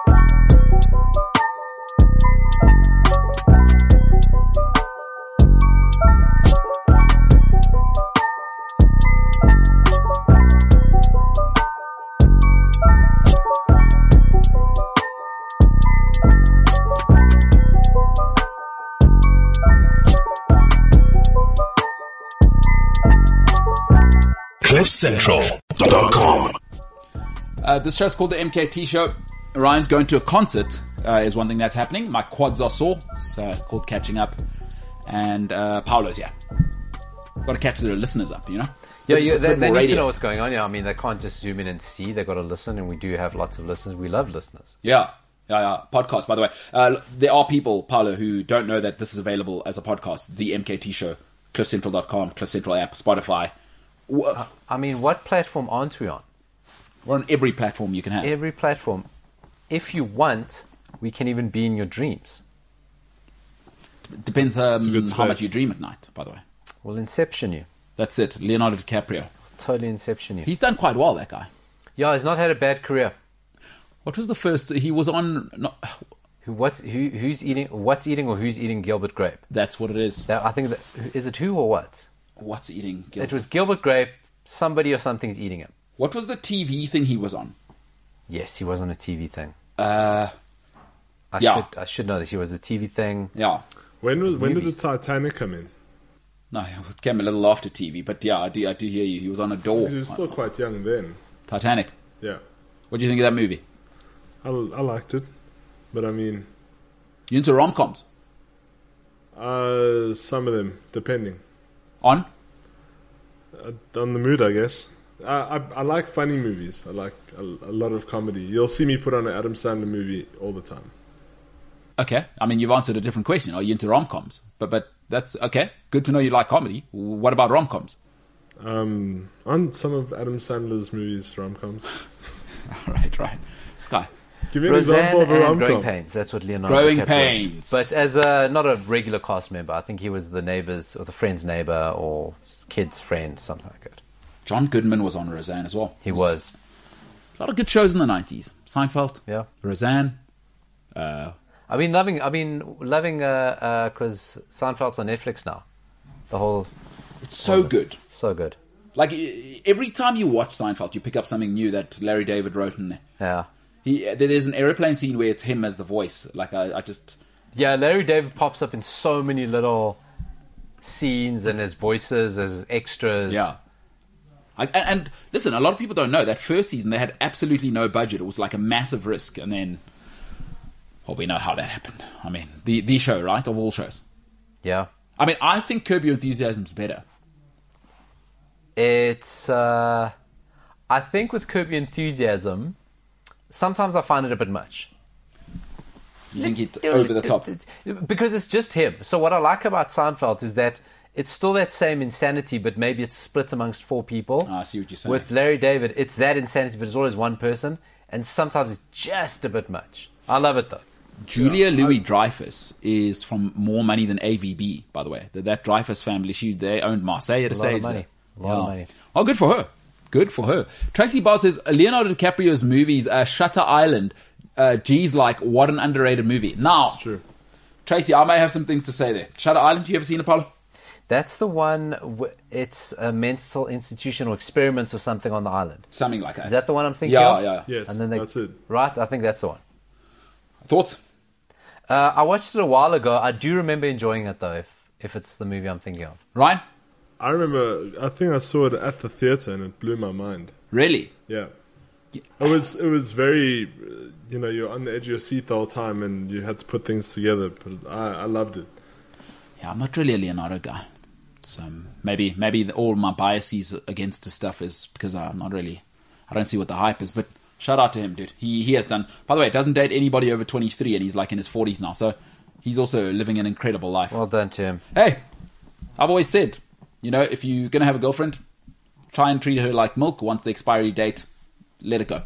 D: CliffCentral.com.
B: Uh, this show's called the MKT Show. Ryan's going to a concert uh, is one thing that's happening. My quads are sore. It's uh, called catching up, and uh, Paolo's here. Got to catch the listeners up, you know.
C: Yeah,
B: Bit-
C: yeah
B: bit
C: they, they
B: more
C: need to
B: radio.
C: know what's going on. Yeah, I mean, they can't just zoom in and see. They've got to listen, and we do have lots of listeners. We love listeners.
B: Yeah. Yeah, yeah. Podcast, by the way. Uh, there are people, Paolo, who don't know that this is available as a podcast. The MKT Show, cliffcentral.com, Cliff Central app, Spotify. We're
C: I mean, what platform aren't we on?
B: we're on every platform you can have.
C: Every platform. If you want, we can even be in your dreams.
B: Depends um,
E: good
B: how much
E: space.
B: you dream at night, by the way.
C: We'll inception you.
B: That's it. Leonardo DiCaprio.
C: Totally inception you.
B: He's done quite well, that guy.
C: yeah, he's not had a bad career.
B: What was the first? He was on. Not, (sighs)
C: Who, what's, who, who's eating? What's eating, or who's eating Gilbert Grape?
B: that's what it is.
C: That, I think that is it. Who or what?
B: What's eating? Gil?
C: It was Gilbert Grape. Somebody or something's eating him.
B: what was the TV thing he was on?
C: Yes, he was on a TV thing.
B: Uh,
C: I
B: Yeah.
C: should I should know that he was a TV thing.
B: yeah.
E: When was, when did the
C: Movies.
E: Titanic come in?
B: No, it came a little after TV, but yeah, I do. I do hear you. He was on a door.
E: He was still quite young then.
B: Titanic.
E: Yeah,
B: What do you think of that movie?
E: I, I liked it, but I mean,
B: You into rom coms?
E: uh, some of them depending
B: On?
E: uh, on the mood, I guess. I, I I like funny movies. I like a, a lot of comedy. You'll see me put on an Adam Sandler movie all the time.
B: Okay. I mean, you've answered a different question. Are you into rom coms? But but that's okay. Good to know you like comedy. What about rom (laughs) coms?
E: Um, on some of Adam Sandler's movies, rom coms.
B: right, right. Sky.
E: Give me an
C: Roseanne
E: example of a
C: and
E: rom
C: Growing
E: com.
C: Pains. That's what Leonardo.
B: Growing
C: DiCaprio was.
B: Pains.
C: But as a not a regular cast member, I think he was the neighbor's or the friend's neighbor or kid's friend, something like that.
B: John Goodman was on Roseanne as well.
C: He was.
B: A lot of good shows in the nineties. Seinfeld.
C: Yeah.
B: Roseanne.
C: I've been loving. I've been loving because uh, 'cause Seinfeld's on Netflix now. The whole
B: It's so good.
C: so good.
B: Like e- every time you watch Seinfeld, you pick up something new that Larry David wrote in there.
C: Yeah,
B: He, uh, there's an aeroplane scene where it's him as the voice. Like I, I just
C: yeah. Larry David pops up in so many little scenes and his voices as extras.
B: I, and, and listen, a lot of people don't know that first season they had absolutely no budget. It was like a massive risk, and then, well, we know how that happened. I mean, the the show, right, of all shows.
C: yeah.
B: I mean, I think Curb Your Enthusiasm's better.
C: It's. Uh, I think with Curb Your Enthusiasm, sometimes I find it a bit much.
B: You think it's over the top?
C: Because it's just him. So what I like about Seinfeld is that it's still that same insanity, but maybe it's split amongst four people.
B: Ah, I see what you're saying.
C: With Larry David, it's that insanity, but it's always one person, and sometimes it's just a bit much. I love it though.
B: Julia Louis Dreyfus is from more money than AVB, by the way. That, that Dreyfus family, she they owned Marseille at a,
C: lot of
B: stage.
C: money.
B: there.
C: A lot of money.
B: Oh, good for her. Good for her. Tracy Bard says Leonardo DiCaprio's movies, uh, Shutter Island, uh, geez, like what an underrated movie. Now,
E: true.
B: Tracy, I may have some things to say there. Shutter Island, you ever seen Apollo?
C: That's the one. W- it's a mental institution or experiments or something on the island.
B: Something like that.
C: Is that the one I'm thinking
B: Yeah,
C: of?
B: yeah.
E: Yes,
C: And then they,
E: that's it.
C: Right, I think that's the one.
B: Thoughts?
C: Uh, I watched it a while ago. I do remember enjoying it though. If if it's the movie I'm thinking of.
B: Ryan?
E: I remember. I think I saw it at the theater, and it blew my mind.
B: Really?
E: Yeah. It was it was very, uh, you know, you're on the edge of your seat the whole time, and you had to put things together. But I, I loved it.
B: Yeah, I'm not really a Leonardo guy. So um, maybe maybe the, all my biases against his stuff is because I'm not really I don't see what the hype is. But shout out to him, dude. He he has done. By the way, doesn't date anybody over 23, and he's like in his 40s now. So he's also living an incredible life.
C: Well done to him.
B: hey, I've always said, you know, if you're gonna have a girlfriend, try and treat her like milk. Once the expiry date, let it go.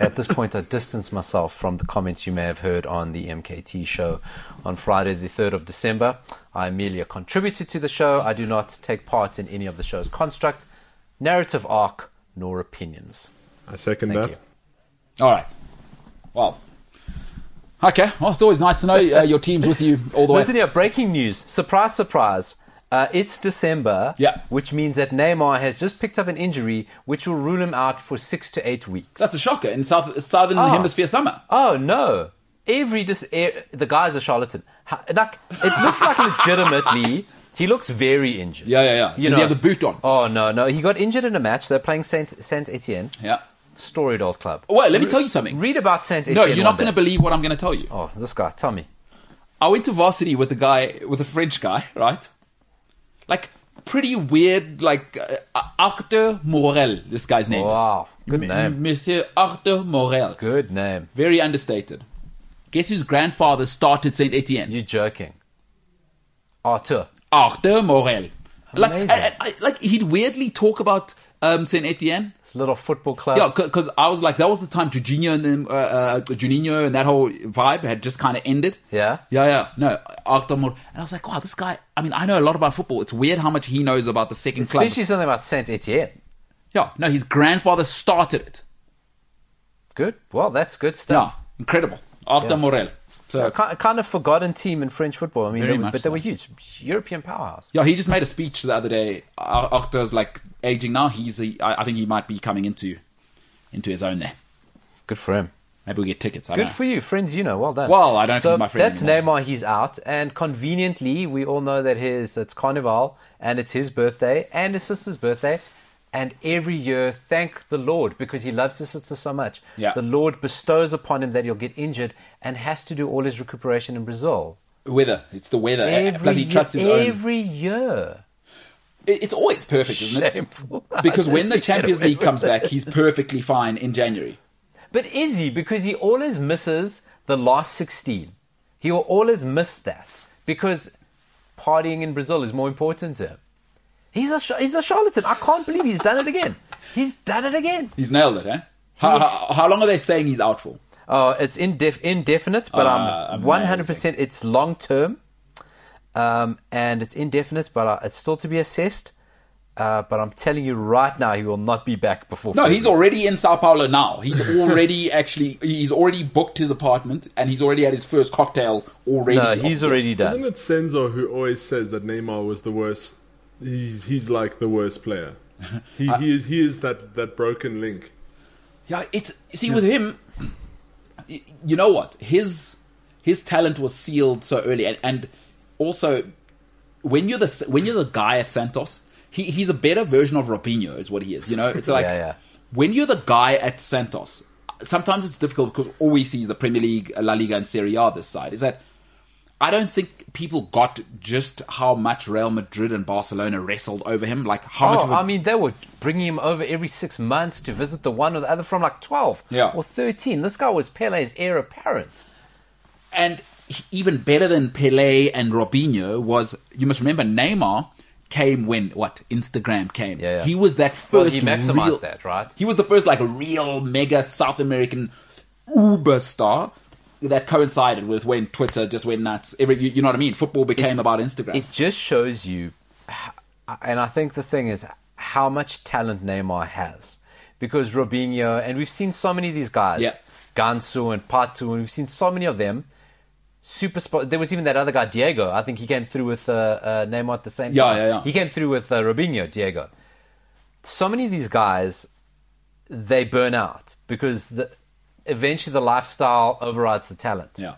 C: At this point, I distance myself from the comments you may have heard on the MKT show on Friday, the 3rd of December. I am merely a contributor to the show. I do not take part in any of the show's construct, narrative arc, nor opinions.
E: I second
C: Thank
E: that.
C: you.
B: All right. Well. Okay. Well, it's always nice to know uh, your team's with you all the
C: (laughs)
B: way.
C: Listen here, breaking news. Surprise, surprise. Uh, it's December,
B: Yeah.
C: which means that Neymar has just picked up an injury which will rule him out for six to eight weeks.
B: That's a shocker in South Southern
C: Ah.
B: Hemisphere summer.
C: Oh no! Every dis- e- the guy's a charlatan. Ha- Like it looks like legitimately, he looks very injured.
B: Yeah, yeah, yeah. Does he have the boot on?
C: Oh no, no, he got injured in a match. They're playing Saint Saint Etienne.
B: Yeah.
C: Storied old club.
B: Wait, let me tell you something.
C: Read about Saint Etienne.
B: Oh, no, you're not
C: one
B: going to
C: day.
B: believe what I'm going to tell you.
C: Oh, this guy. Tell me.
B: I went to varsity with a guy, with a French guy, right? Like, pretty weird, like, uh, Arthur Morel, this guy's name
C: Wow,
B: is.
C: good name.
B: Monsieur Arthur Morel.
C: Good name.
B: Very understated. Guess whose grandfather started St. Etienne?
C: You're joking. Arthur.
B: Arthur Morel. Like,
C: Amazing.
B: I, I, like, he'd weirdly talk about um, St. Etienne.
C: This little football club.
B: Yeah, because I was like, that was the time Jorginho and them, uh, uh, Juninho and that whole vibe had just kind of ended.
C: Yeah.
B: Yeah, yeah. No, Arthur Mor- And I was like, wow, this guy, I mean, I know a lot about football. It's weird how much he knows about the second club.
C: Especially something about Saint Etienne.
B: Yeah, no, his grandfather started it.
C: Good. Well, that's good
B: Yeah,
C: stuff.
B: incredible. Arthur
C: Yeah.
B: Morel. So,
C: Ki- Kind of forgotten team in French football. I mean,
B: Very
C: they were-
B: much
C: but
B: so.
C: they were huge, European powerhouse.
B: yeah, he just made a speech the other day. Ar- Arthur's like aging now. He's, a, I, I think he might be coming into into his own there.
C: Good for him.
B: Maybe we get tickets. I
C: Good
B: don't know.
C: for you, friends. You know, well done.
B: Well, I don't know if
C: So
B: he's my friend
C: That's
B: anymore.
C: Neymar. He's out, and conveniently, we all know that his it's Carnival, and it's his birthday and his sister's birthday, and every year, thank the Lord because he loves his sister so much.
B: Yeah.
C: The Lord bestows upon him that he'll get injured and has to do all his recuperation in Brazil.
B: Weather. It's the weather.
C: Every
B: Plus, Eh, he
C: year-
B: trusts his own.
C: every year.
B: It- It's always perfect, isn't it?
C: Shameful.
B: (laughs) Because when the
C: He (laughs) get
B: Champions
C: away
B: League
C: with
B: comes
C: it.
B: back, he's perfectly fine in January.
C: But is he? Because he always misses the last 16. He will always miss that because partying in Brazil is more important to him. He's a, sh- he's a charlatan. I can't believe he's done it again. He's done it again.
B: He's nailed it, eh?
C: Hmm.
B: How, how, how long are they saying he's out for?
C: Oh, it's indef- indefinite, but
B: Ah,
C: I'm
B: amazing.
C: 100% it's long term. Um, and it's indefinite, but uh, it's still to be assessed. Uh, but I'm telling you right now, he will not be back before.
B: No, he's
C: February.
B: already in Sao Paulo now.
C: (laughs)
B: He's already actually, he's already booked his apartment and he's already had his first cocktail already.
C: No, he's already done.
E: Isn't it Senzo who always says that Neymar was the worst? He's he's like the worst player. He he is he is that that broken link.
B: Yeah, it's, see, with him, y- you know what? His, his talent was sealed so early and, and also when you're the, when you're the guy at Santos, he, he's a better version of Robinho is what he is. You know, it's like,
C: Yeah, yeah.
B: when you're the guy at Santos, sometimes it's difficult because all we see is the Premier League, La Liga, and Serie A this side. Is that I don't think people got just how much Real Madrid and Barcelona wrestled over him. Like how much?
C: Oh,
B: Of a,
C: I mean, they were bringing him over every six months to visit the one or the other from like 12
B: Yeah.
C: or 13. This guy was Pele's heir apparent.
B: and he- even better than Pele and Robinho was. You must remember Neymar came when what Instagram came.
C: Yeah, yeah.
B: He was that first.
C: Well, he maximized
B: real-
C: that, right?
B: He was the first like real mega South American uber star. That coincided with when Twitter just went nuts. Every, you, you know what I mean? Football became about Instagram.
C: It just shows you, h- and I think the thing is how much talent Neymar has. Because Robinho, and we've seen so many of these guys,
B: Yeah.
C: Gansu and Patu, and we've seen so many of them super spot. There was even that other guy, Diego. I think he came through with uh, uh, Neymar at the same
B: Yeah,
C: time.
B: yeah, yeah.
C: He came through with uh, Robinho, Diego. So many of these guys, they burn out because the, eventually the lifestyle overrides the talent.
B: Yeah.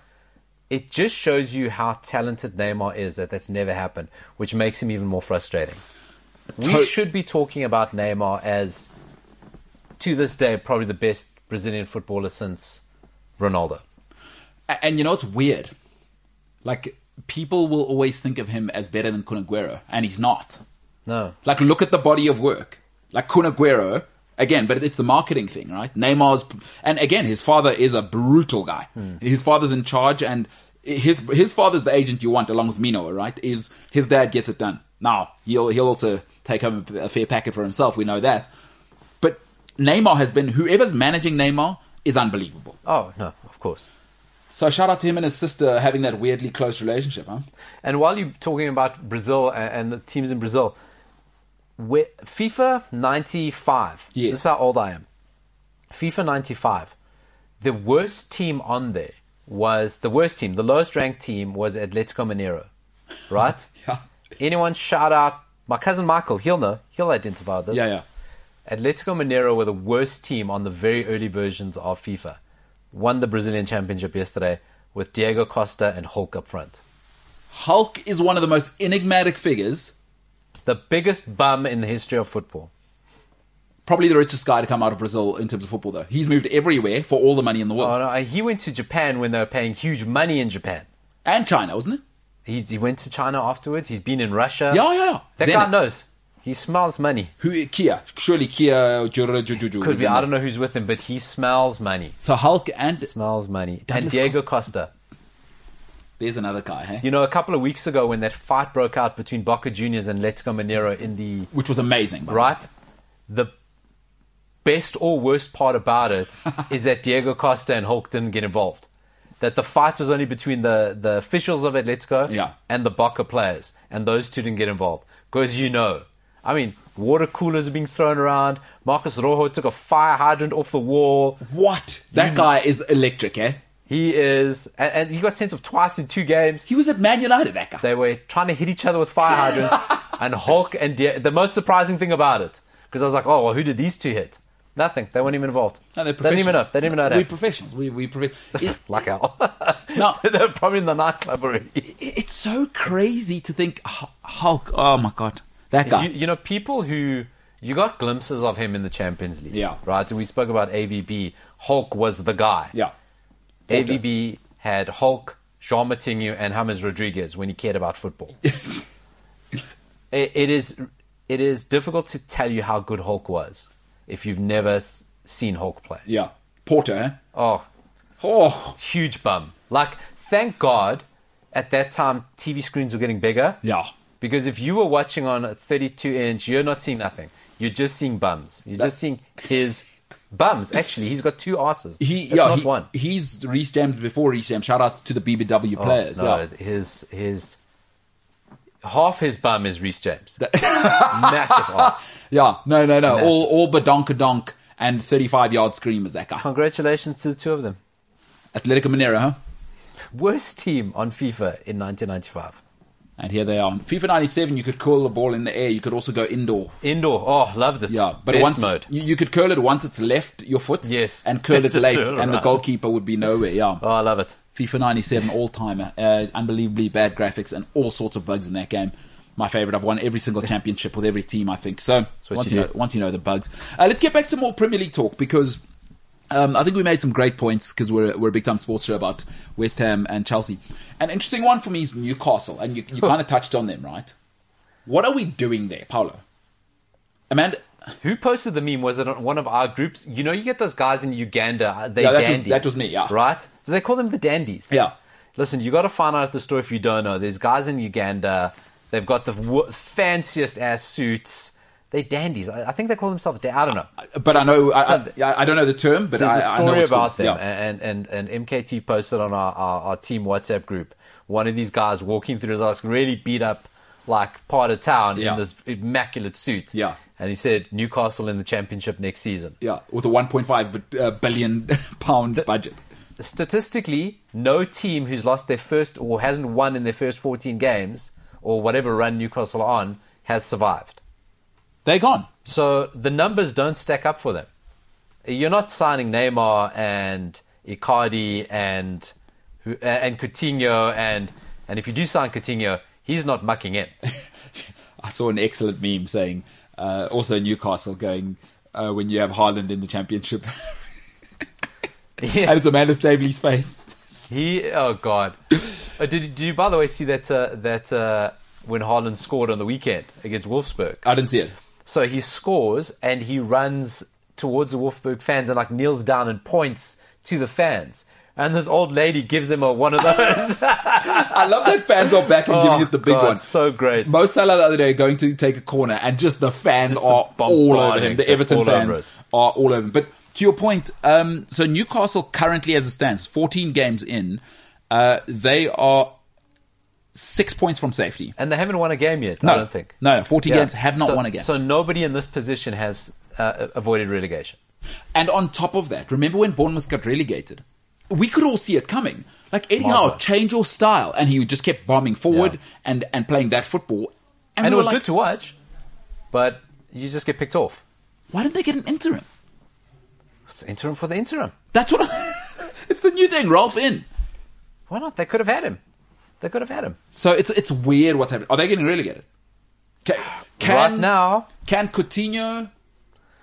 C: It just shows you how talented Neymar is that that's never happened, which makes him even more frustrating.
B: To-
C: we should be talking about Neymar as, to this day, probably the best Brazilian footballer since Ronaldo.
B: A- And you know what's weird? Like people will always think of him as better than Kun Aguero, and he's not.
C: No.
B: Like look at the body of work. Like Kun Aguero again, but it's the marketing thing, right? Neymar's and again his father is a brutal guy. His father's in charge, and his his father's the agent you want, along with Mino, right? Is his dad gets it done. Now he'll he'll also take home a a fair packet for himself. We know that, but Neymar has been whoever's managing Neymar is unbelievable.
C: Oh, no, of course.
B: So shout out to him and his sister having that weirdly close relationship, huh? (laughs)
C: And while you're talking about Brazil and, and the teams in Brazil, where, FIFA 95.
B: Yes.
C: This is how old I am. FIFA 95. The worst team on there was the worst team, the lowest ranked team was
B: (laughs)
C: Atletico Mineiro. Right?
B: Yeah.
C: Anyone shout out my cousin Michael, he'll know. He'll identify this.
B: Yeah, yeah.
C: Atletico Mineiro were the worst team on the very early versions of FIFA. Won the Brazilian Championship yesterday with Diego Costa and Hulk up front.
B: Hulk is one of the most enigmatic figures,
C: the biggest bum in the history of football.
B: probably the richest guy to come out of Brazil in terms of football, though. He's moved everywhere for all the money in the world.
C: Oh, no, he went to Japan when they were paying huge money in Japan.
B: and China, wasn't it?
C: He, he went to China afterwards. He's been in Russia.
B: Yeah, yeah, yeah.
C: That
B: Zenit.
C: guy knows. He smells money.
B: Who, Kia. Surely Kia. Jura, ju, ju, ju,
C: Could
B: is
C: be.
B: in
C: I
B: there.
C: don't know who's with him, but he smells money.
B: So Hulk and.
C: Smells money.
B: Douglas
C: and Diego Costa.
B: There's another guy, eh? hey?
C: You know, a couple of weeks ago when that fight broke out between Boca Juniors and Letico Mineiro in the
B: Which was amazing. by the way.
C: right, the best or worst part about it is that Diego Costa and Hulk didn't get involved. That the fight was only between the, the officials of Atletico
B: Yeah.
C: and the Boca players, and those two didn't get involved. Because you know, I mean, water coolers are being thrown around. Marcus Rojo took a fire hydrant off the wall.
B: What? That guy is electric, eh?
C: He is, and, and he got sent off twice in two games.
B: He was at Man United, that guy.
C: They were trying to hit each other with fire hydrants,
B: (laughs)
C: and Hulk and Di- the most surprising thing about it, because I was like, oh, well, who did these two hit? Nothing. They weren't even involved.
B: No, they're
C: they didn't
B: professionals.
C: even know. They didn't even know
B: We're
C: that.
B: professionals. We, we
C: (laughs)
B: profe-
C: like hell.
B: No.
C: (laughs) they're probably in the nightclub already.
B: (laughs) It- It's so crazy to think Hu- Hulk. Oh my god, that guy.
C: You, you know, people who you got glimpses of him in the Champions League.
B: Yeah.
C: Right. So we spoke about AVB. Hulk was the guy.
B: yeah,
C: AVB had Hulk, Jean Matinho, and James Rodriguez when he cared about football.
B: (laughs)
C: it, it is it is difficult to tell you how good Hulk was if you've never s- seen Hulk play.
B: yeah. Porter. Eh?
C: Oh,
B: Oh,
C: huge bum! Like, thank God, at that time TV screens were getting bigger.
B: yeah.
C: Because if you were watching on a 32 inch, you're not seeing nothing. You're just seeing bums. You're just seeing his bums. Actually, he's got two asses.
B: He,
C: It's
B: yeah,
C: not
B: he,
C: one. Oh,
B: he's re-stamped before re-stamped. Shout out to the BBW players.
C: No,
B: yeah.
C: his his half his bum is Reese James. (laughs) Massive ass.
B: yeah, no, no, no. All, all badonkadonk and thirty-five yard screamers. That guy.
C: Congratulations to the two of them.
B: Atletico Mineiro, huh?
C: Worst team on FIFA in 1995.
B: And here they are. FIFA '97. You could curl the ball in the air. You could also go indoor.
C: Indoor. Oh, loved it.
B: Yeah, but
C: Best
B: once
C: mode.
B: You, you could curl it once it's left your foot.
C: Yes.
B: and
C: (laughs)
B: curl it late,
C: Right.
B: and the goalkeeper would be nowhere. Yeah.
C: Oh, I love it.
B: FIFA 97 all timer. Uh, unbelievably bad graphics and all sorts of bugs in that game. My favorite. I've won every single championship with every team, I think. So
C: what
B: once you,
C: you
B: know,
C: do.
B: once you know the bugs, uh, let's get back to more Premier League talk because um, I think we made some great points because we're we're a big time sports show about West Ham and Chelsea. An interesting one for me is Newcastle, and you you kind of touched on them, right? What are we doing there, Paolo? Amanda,
C: Who posted the meme? Was it on one of our groups? You know, you get those guys in Uganda. uh, They
B: Yeah, that was-
C: dandies.
B: that was me, yeah.
C: Right? Do they call them the dandies?
B: Yeah.
C: Listen, you got to find out the story if you don't know. There's guys in Uganda. They've got the w- fanciest ass suits. They dandies. I, I think they call themselves. da- I don't know.
B: but I know I,
C: So-
B: I, I don't know the term, but
C: There's
B: I, I
C: a
B: know
C: story
B: what you're-
C: about them,
B: yeah.
C: and, and and MKT posted on our, our, our team WhatsApp group. One of these guys walking through this really beat up like part of town
B: Yeah.
C: in this immaculate suit.
B: Yeah.
C: and he said Newcastle in the championship next season.
B: Yeah, with a 1.5 uh, billion (laughs) pound budget.
C: statistically, no team who's lost their first or hasn't won in their first 14 games or whatever run Newcastle are on has survived.
B: They're gone.
C: So the numbers don't stack up for them. You're not signing Neymar and Icardi and who- and Coutinho and and if you do sign Coutinho, he's not
B: (laughs)
C: mucking in. (laughs)
B: I saw an excellent meme saying, uh, also Newcastle going, uh, when you have Haaland in the championship. and it's Amanda Stabley's face.
C: He oh god. Uh, did, did you by the way see that uh, that uh, when Haaland scored on the weekend against Wolfsburg?
B: I didn't see it.
C: So he scores and he runs towards the Wolfsburg fans and like kneels down and points to the fans. And this old lady gives him a
B: (laughs)
C: one of those. Oh
B: I love that fans are back and giving it the big
C: God,
B: one.
C: So great.
B: Mo Salah the other day going to take a corner and just the fans
C: Just the
B: are all over
C: bombarding,
B: him. The
C: they're
B: Everton
C: all over
B: fans
C: it.
B: are all over him. But to your point, um, so Newcastle currently as it stands, 14 games in, uh, they are six points from safety.
C: and they haven't won a game yet.
B: No,
C: I don't think.
B: no, 40
C: Yeah.
B: games have not
C: so,
B: won a game.
C: So nobody in this position has uh, avoided relegation.
B: And on top of that, remember when Bournemouth got relegated? We could all see it coming. Like Eddie Howe,
C: Marvel.
B: change your style, and he just kept bombing forward
C: Yeah.
B: and and playing that football.
C: And,
B: we
C: it
B: were
C: was
B: like,
C: good to watch, but you just get picked off.
B: Why didn't they get an interim?
C: It's interim for the interim.
B: That's what. I, (laughs) it's the new thing. Ralph in.
C: Why not? They could have had him. They could have had him.
B: So it's it's weird what's happening. Are they getting relegated? Can, can
C: right now,
B: can Coutinho?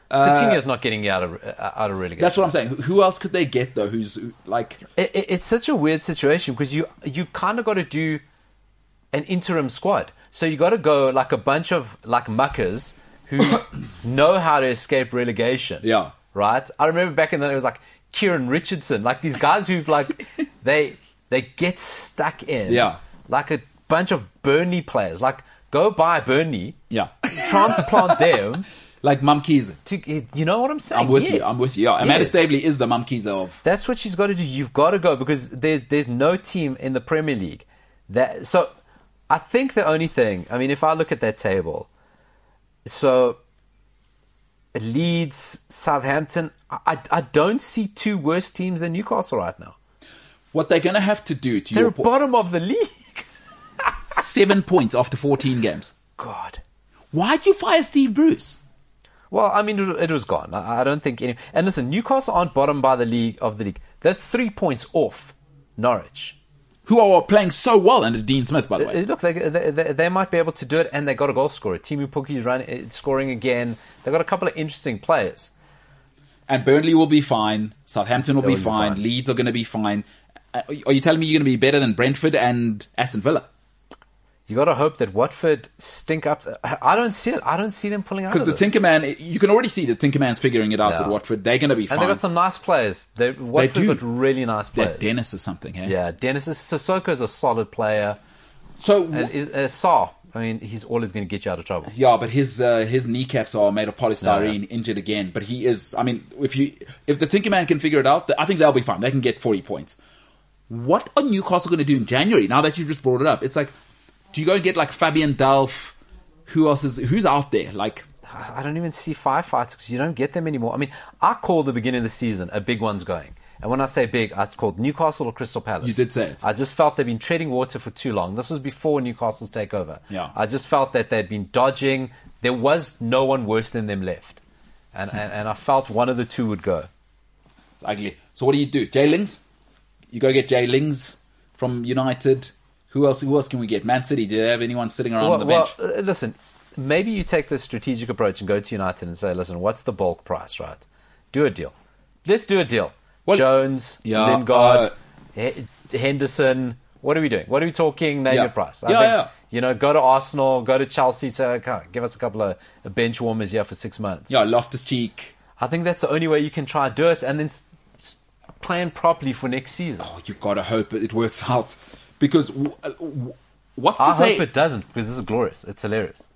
B: uh,
C: Coutinho's not getting out of uh, out of relegation.
B: That's what I'm saying. Who- Who else could they get though? Who's who- like?
C: it, it- it's such a weird situation because you you kind of got to do an interim squad. So you got to go like a bunch of like muckers
B: (coughs)
C: who know how to escape relegation.
B: Yeah.
C: Right. I remember back in the day it was like Kieran Richardson, like these guys who've
B: (laughs)
C: like they they get stuck in.
B: Yeah.
C: Like a bunch of Burnley players. Like go buy Burnley,
B: Yeah, (laughs)
C: transplant them.
B: like Mumkeys.
C: To you know what I'm saying?
B: I'm with
C: Uh, Yes.
B: you. I'm with you. Yeah. Amanda
C: Yes.
B: Stabley is the Mumkeys of.
C: That's what she's got to do. You've got to go because there's there's no team in the Premier League that. So I think the only thing. I mean, if I look at that table, so Leeds, Southampton. I I, I don't see two worse teams than Newcastle right now.
B: What they're going to have to do to
C: They're
B: your point,
C: bottom of the league.
B: seven points after 14 games.
C: God.
B: Why'd you fire Steve Bruce?
C: Well, I mean, it was- it was gone. I I don't think any. And listen, Newcastle aren't bottom by the league of the league. They're three points off Norwich.
B: Who are playing so well under Dean Smith, by the
C: Uh,
B: way.
C: Look, they, they, they- they might be able to do it, and they got a goal scorer. Timu Puki's run uh, scoring again. They got a couple of interesting players.
B: And Burnley will be fine. Southampton will be
C: will be
B: fine.
C: fine.
B: Leeds are going to be fine. Uh, Are you telling me you're going to be better than Brentford and Aston Villa?
C: You got to hope that Watford stink up. I I don't see it. I don't see them pulling out of
B: Because the
C: this.
B: Tinkerman, you can already see the Tinkerman's figuring it out
C: Yeah.
B: at Watford. They're going to be
C: and
B: fine.
C: they got some nice players. They, Watford
B: do.
C: got really nice
B: that
C: players.
B: Dennis or something, eh? hey?
C: yeah, Dennis is, Sissoko's a solid player.
B: So,
C: And is, uh, Saar, I mean, he's always going to get you out of trouble.
B: yeah, but his uh, his kneecaps are made of polystyrene, injured again. But he is. I mean, if you if the Tinkerman can figure it out, th- I think they'll be fine. They can get forty points. What are Newcastle going to do in January? Now that you have just brought it up, it's like, do you go and get like Fabian Delph? Who else is who's out there? Like,
C: I I don't even see firefighters because you don't get them anymore. I mean, I called the beginning of the season a big one's going. And when I say big, I called Newcastle or Crystal Palace.
B: You did say it.
C: I just felt they'd been treading water for too long. This was before Newcastle's takeover.
B: Yeah.
C: I just felt that they'd been dodging. There was no one worse than them left. And, and, and I felt one of the two would go.
B: it's ugly. So what do you do? Jay Lings? You go get Jay Lings from United. Who else? Who else can we get? Man City. Do they have anyone sitting around on the bench?
C: uh, listen, maybe you take this strategic approach and go to United and say, listen, what's the bulk price, right? Do a deal. Let's do a deal.
B: Well-
C: Jones,
B: Yeah, uh,
C: Lingard, H- Henderson. What are we doing? What are we talking? Name
B: Yeah.
C: your price.
B: Yeah, yeah.
C: You know, go to Arsenal, go to Chelsea, say, okay, give us a couple of bench warmers here for six months.
B: yeah, Loftus Cheek.
C: I think that's the only way you can try to do it and then s- s- plan properly for next season.
B: Oh, you gotta hope it works (laughs) out because w- uh, w- what's to
C: I
B: say?
C: hope it doesn't because this is glorious. It's hilarious.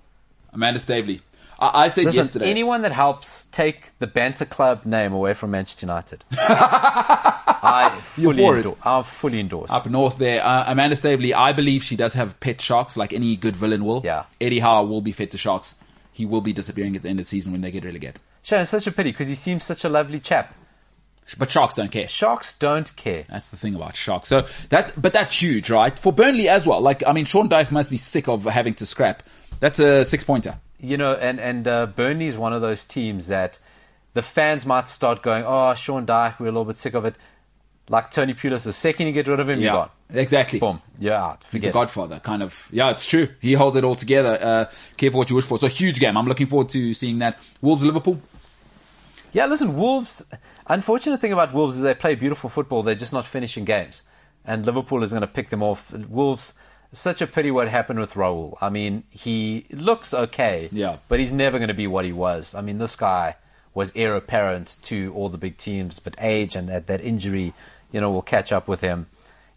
B: Amanda Staveley. I, I said
C: Listen,
B: yesterday.
C: anyone that helps take the Banter Club name away from
B: (laughs)
C: Manchester United, I
B: You're
C: fully
B: for it.
C: endorse. I'm fully endorsed.
B: up north there, uh, Amanda Staveley. I believe she does have pet sharks, like any good villain will.
C: Yeah.
B: Eddie Howe will be fed to sharks. He will be disappearing at the end of the season when they get relegated.
C: Shane, it's such a pity because he seems such a lovely chap.
B: But sharks don't care.
C: Sharks don't care.
B: That's the thing about sharks. So that, but that's huge, right? For Burnley as well. Like, I mean, Sean Dyche must be sick of having to scrap. That's a six pointer.
C: You know, and and uh, Burnley is one of those teams that the fans might start going, "Oh, Sean Dyche, we're a little bit sick of it." Like Tony Pulis, the second you get rid of him, you're gone.
B: exactly.
C: Boom, you're out.
B: He's the
C: Forget. it.
B: godfather, kind of. Yeah, it's true. He holds it all together. Uh, care for what you wish for. So huge game. I'm looking forward to seeing that. Wolves, Liverpool.
C: Yeah, listen, Wolves. Unfortunate thing about Wolves is they play beautiful football. They're just not finishing games, and Liverpool is going to pick them off. Wolves. Such a pity what happened with Raul. I mean, he looks okay,
B: Yeah.
C: but he's never going to be what he was. I mean, this guy was heir apparent to all the big teams, but age and that, that injury, you know, will catch up with him.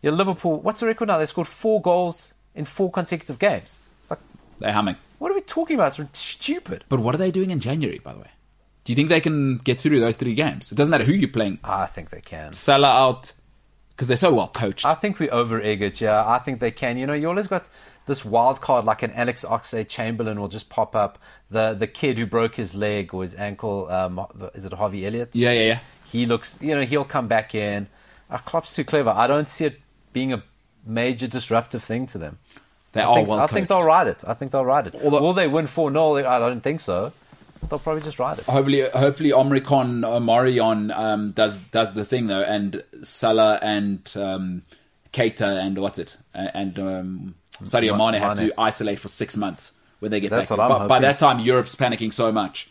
C: Yeah, Liverpool. What's the record now? They scored four goals in four consecutive games. It's like,
B: They're humming.
C: what are we talking about? It's stupid.
B: But what are they doing in January, by the way? Do you think they can get through those three games? It doesn't matter who you're playing.
C: I think they can.
B: Salah out because they're so well coached.
C: I think we over egg it, yeah. I think they can. You know, you always got this wild card like an Alex Oxlade Chamberlain will just pop up. The the kid who broke his leg or his ankle, um, is it Harvey Elliott?
B: yeah, yeah, yeah.
C: He looks, you know, he'll come back in. Uh, Klopp's too clever. I don't see it being a major disruptive thing to them.
B: They
C: I
B: are
C: think,
B: Oh, well
C: I
B: coached.
C: think they'll ride it. I think they'll ride it.
B: Although-
C: Will they win 4 0? I don't think so. They'll probably just ride it.
B: Hopefully, hopefully, Omricon Omarion um, does does the thing though, and Salah and um, Keita and what's it A- and um, Sadio
C: Ma-
B: Mane have
C: Mane.
B: to isolate for six months when they get
C: That's
B: back.
C: what I'm
B: but by
C: hoping.
B: that time, Europe's panicking so much.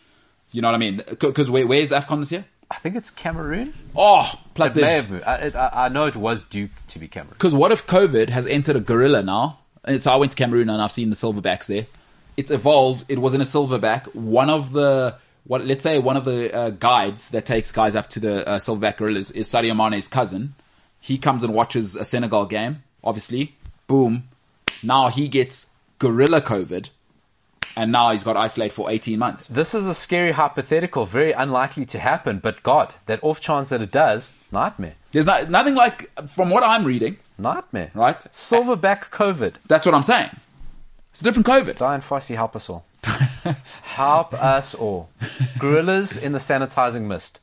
B: You know what I mean? Because where, where's Afcon this year?
C: I think it's Cameroon.
B: Oh, plus
C: It may
B: there's
C: have moved. I, it, I, I know it was Duke to be Cameroon.
B: because what if COVID has entered a gorilla now? And so I went to Cameroon and I've seen the silverbacks there. It's evolved. It wasn't a silverback. One of the what, let's say one of the uh, guides that takes guys up to the uh, silverback gorillas is Sadio Mane's cousin. He comes and watches a Senegal game. Obviously, boom. Now he gets gorilla COVID, and now he's got isolated for eighteen months.
C: This is a scary hypothetical, very unlikely to happen, but God, that off chance that it does, nightmare.
B: There's no, nothing like from what I'm reading.
C: Nightmare.
B: Right.
C: Silverback COVID.
B: That's what I'm saying. It's a different COVID.
C: Diane Fossey, help
B: (laughs)
C: us all. help us all. Gorillas in the sanitizing mist.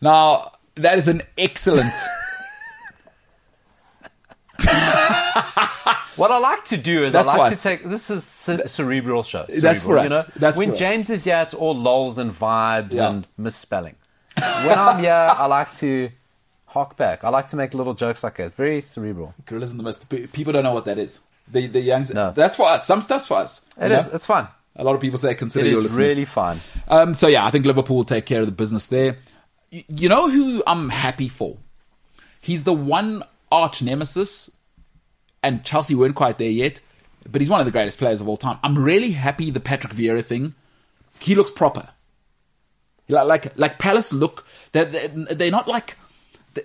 B: Now, that is an excellent.
C: What I like to do is
B: That's
C: I
B: for
C: like
B: us.
C: to take this is ce- cerebral show. Cerebral,
B: That's for us.
C: You know?
B: That's
C: when
B: for us.
C: James is here, it's all lols and vibes
B: Yeah.
C: and misspelling. When I'm here, I like to hark back. I like to make little jokes like that. Very cerebral.
B: Gorillas in the Mist. Pe- People don't know what that is. The the youngs.
C: No.
B: That's for us. Some stuff's for us.
C: It is.
B: you know?
C: It's fun.
B: A lot of people say consider
C: It
B: your
C: is
B: listeners.
C: really fun.
B: Um, so yeah, I think Liverpool will take care of the business there. Y- You know who I'm happy for? He's the one arch nemesis, and Chelsea weren't quite there yet, but he's one of the greatest players of all time. I'm really happy the Patrick Vieira thing. He looks proper. Like like, like Palace look. They're, they're, they're not like. They,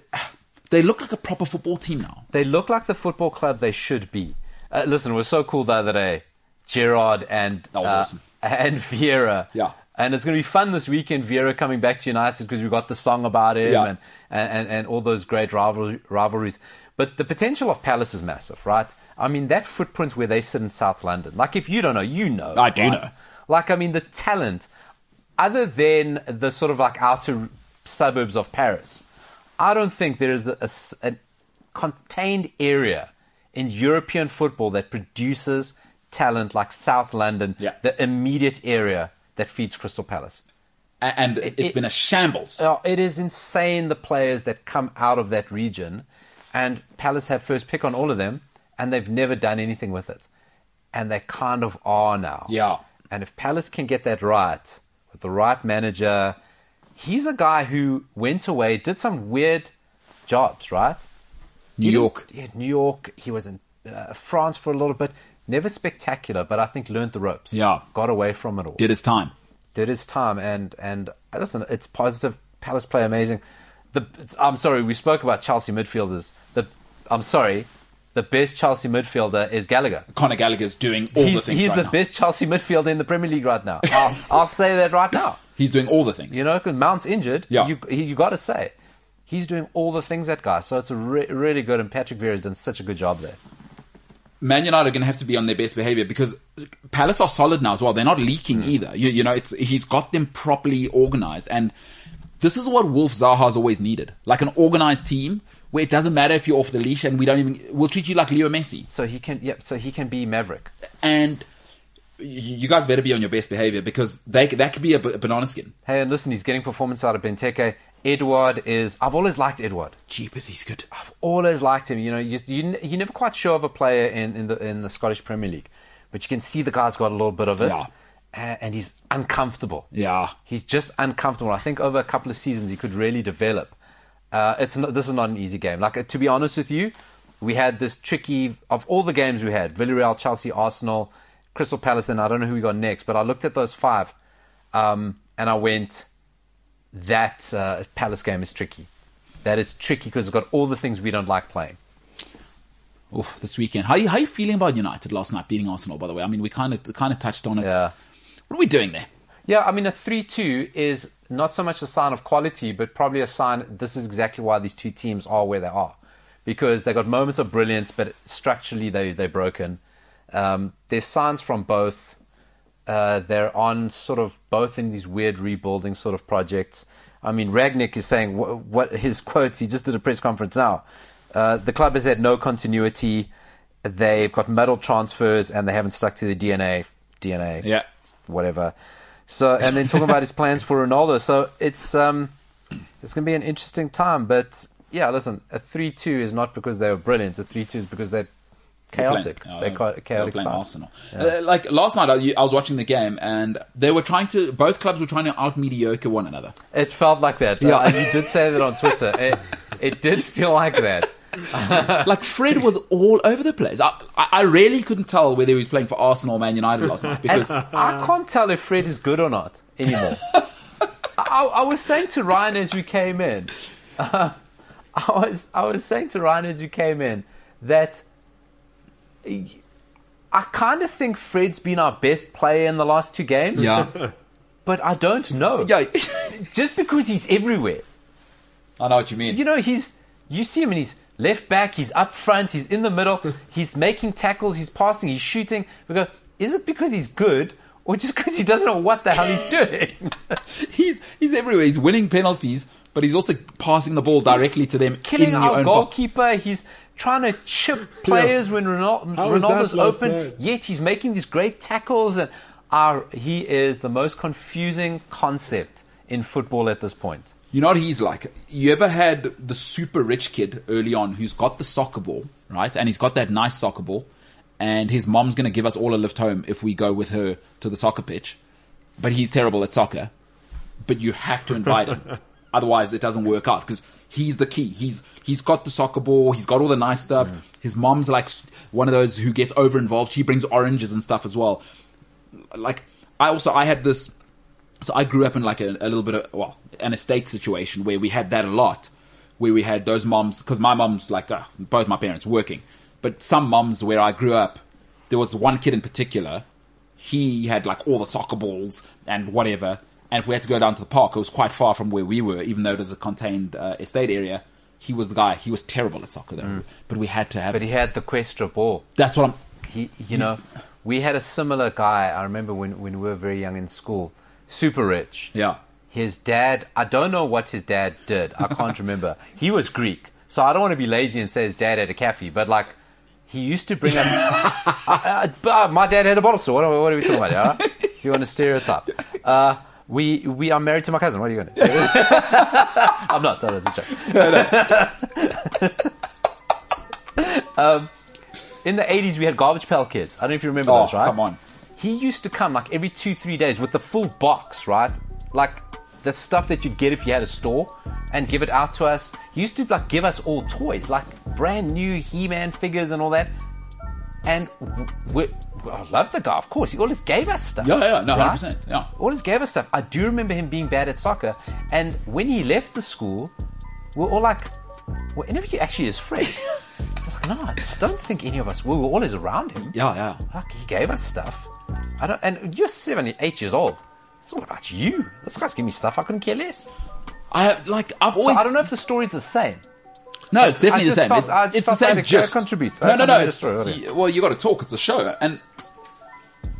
B: they look like a proper football team now.
C: They look like the football club they should be. Uh, listen, it was so cool the other day. Gerard and
B: That was
C: uh,
B: awesome.
C: (laughs) and Vieira.
B: Yeah.
C: And it's going to be fun this weekend, Vieira coming back to United because we've got the song about him
B: Yeah.
C: and, and, and, and all those great rival, rivalries. But the potential of Palace is massive, right? I mean, that footprint where they sit in South London. Like, if you don't know, you know.
B: I do
C: right?
B: know.
C: Like, I mean, the talent, other than the sort of like outer suburbs of Paris, I don't think there is a, a s- a contained area in European football that produces talent like South London,
B: Yeah.
C: the immediate area that feeds Crystal Palace.
B: A- and it, has
C: it-
B: been a shambles.
C: Oh, it is insane the players that come out of that region, and Palace have first pick on all of them, and they've never done anything with it, and they kind of are now.
B: Yeah.
C: And if Palace can get that right with the right manager, he's a guy who went away, did some weird jobs, right?
B: New York.
C: Yeah, New York. He was in uh, France for a little bit. Never spectacular, but I think learned the ropes.
B: Yeah.
C: Got away from it all
B: did his time.
C: did his time and and uh, listen, it's positive. Palace play amazing. The it's, I'm sorry, we spoke about Chelsea midfielders. The I'm sorry, the best Chelsea midfielder is Gallagher.
B: Conor Gallagher's doing all the
C: he's
B: things
C: he's
B: right
C: the
B: now. (laughs)
C: best Chelsea midfielder in the Premier League right now. I'll, I'll say that right now.
B: He's doing all the things.
C: You know, because Mount's injured.
B: Yeah.
C: You, he- you got to say, he's doing all the things that guy. So it's a re- really good, and Patrick Vieira's done such a good job there.
B: Man United are going to have to be on their best behavior because Palace
C: Mm.
B: are solid now as well. They're not leaking either. You, you know, it's he's got them properly organized, and This is what Wolf Zaha's always needed. Like an organized team where it doesn't matter if you're off the leash and we don't even, we'll treat you like Leo Messi.
C: So he can, yep. So he can be Maverick.
B: And y- you guys better be on your best behavior because they, that could be a b- banana skin.
C: Hey, and listen, he's getting performance out of Benteke. Edward is. I've always liked Edward.
B: Jeepers, he's good.
C: I've always liked him. You know, you you n- you're never quite sure of a player in, in the in the Scottish Premier League, but you can see the guy's got a little bit of it,
B: Yeah.
C: A- and he's uncomfortable.
B: Yeah.
C: he's just uncomfortable. I think over a couple of seasons he could really develop. Uh, it's not, this is not an easy game. Like uh, to be honest with you, we had this tricky of all the games we had: Villarreal, Chelsea, Arsenal, Crystal Palace, and I don't know who we got next. But I looked at those five, um, and I went, that uh, Palace game is tricky. That is tricky because it's got all the things we don't like playing.
B: Oof, this weekend. How you, how you feeling about United last night beating Arsenal? By the way, I mean we kind of kind of touched on it.
C: Yeah.
B: What are we doing there?
C: Yeah, I mean, a 3 2 is not so much a sign of quality, but probably a sign this is exactly why these two teams are where they are. Because they got moments of brilliance, but structurally they, they're broken. Um, there's signs from both. Uh, they're on sort of both in these weird rebuilding sort of projects. I mean, Ragnick is saying what, what (laughs) his quotes, he just did a press conference now. Uh, the club has had no continuity. They've got metal transfers and they haven't stuck to the DNA. DNA
B: Yeah.
C: whatever. So and then talking about his plans for Ronaldo. So it's um it's gonna be an interesting time. But yeah, listen, a three two is not because they were brilliant. A three two is because they're chaotic.
B: Playing-
C: They're
B: uh,
C: quite
B: they were
C: chaotic
B: playing
C: time.
B: Arsenal. Uh, like last night, I, I was watching the game and they were trying to. Both clubs were trying to out mediocre one
C: (laughs)
B: another.
C: It felt like that.
B: Yeah.
C: Yeah, and you did say that on Twitter. It, it did feel like that.
B: Like Fred was all over the place. I, I I really couldn't tell whether he was playing for Arsenal or Man United last night
C: And
B: because (laughs)
C: (laughs) I can't tell if Fred is good or not anymore. I, I was saying to Ryan as we came in, (laughs) uh, I was I was saying to Ryan as we came in that I kind of think Fred's been our best player in the last two games,
B: yeah,
C: but I don't know.
B: yeah,
C: Just because he's everywhere,
B: (laughs) I know what you mean.
C: you know, he's you see him and he's left back, he's up front, he's in the middle,
B: (laughs)
C: he's making tackles, he's passing, he's shooting. We go, is it because he's good? Or just because he doesn't know what the hell he's doing.
B: he's he's everywhere. He's winning penalties, but he's also passing the ball (laughs) directly to them in
C: killing
B: your
C: our
B: own box.
C: goalkeeper. He's trying to
B: (laughs)
C: chip players when Ronal-
E: How was
C: Ronaldo's
E: that last
C: open.
E: night?
C: Yet he's making these great tackles, and our, he is the most confusing concept in football at this point.
B: You know what he's like? You ever had the super rich kid early on who's got the soccer ball, right? And he's got that nice soccer ball, and his mom's going to give us all a lift home if we go with her to the soccer pitch. But he's terrible at soccer, but you have to invite him. Otherwise, it doesn't work out because he's the key. He's he's got the soccer ball. He's got all the nice stuff. His mom's like s- one of those who gets over involved. She brings oranges and stuff as well like I also I had this so I grew up in like a, a little bit of well an estate situation where we had that a lot where we had those moms because my mom's like uh, both my parents working but some moms where I grew up there was one kid in particular he had like all the soccer balls and whatever and if we had to go down to the park it was quite far from where we were even though it was a contained uh, estate area he was the guy he was terrible at soccer though but we had to have
C: Mm. But he had the Questra ball.
B: that's what I'm
C: He, you know, we had a similar guy. I remember when, when we were very young in school, super rich.
B: yeah
C: His dad, I don't know what his dad did. I
B: (laughs)
C: can't remember. He was Greek. So I don't want to be lazy and say his dad had a cafe, but like, he used to
B: (laughs)
C: bring up. Uh, uh, my dad had a bottle store. What are, what are we talking about? here, All right? If you want to stereotype. Uh, we, we are married to my cousin. What are you going to do? (laughs) I'm not. That was a joke. (laughs) Um, in the 80s we had garbage pail kids i don't know if you remember
B: Oh,
C: those right
B: come on.
C: he used to come like every two three days with the full box right like the stuff that you'd get if you had a store and give it out to us he used to like give us all toys like brand new he-man figures and all that and w- we, I love the guy, of course. He always gave us stuff.
B: Yeah, yeah, no,
C: right?
B: 100%, yeah.
C: Always gave us stuff. I do remember him being bad at soccer. And when he left the school, we're all like, were any of you actually
B: (laughs)
C: his friends? I was like, no, I don't think any of us were. We were always around him.
B: yeah yeah
C: Fuck, he gave us stuff. I don't, and you're seven, eight years old. It's all about you. This guy's giving me stuff I couldn't care less.
B: I have like I've
C: So
B: always
C: I don't know if the story's the same.
B: No, it's definitely
C: I
B: the
C: just
B: same.
C: felt-
B: It-
C: I just
B: it's the
C: felt I
B: same
C: had to co-
B: gist.
C: contribute. I
B: No, no,
C: can't
B: no.
C: remember
B: It's,
C: the story,
B: well, you got to talk. It's a show, and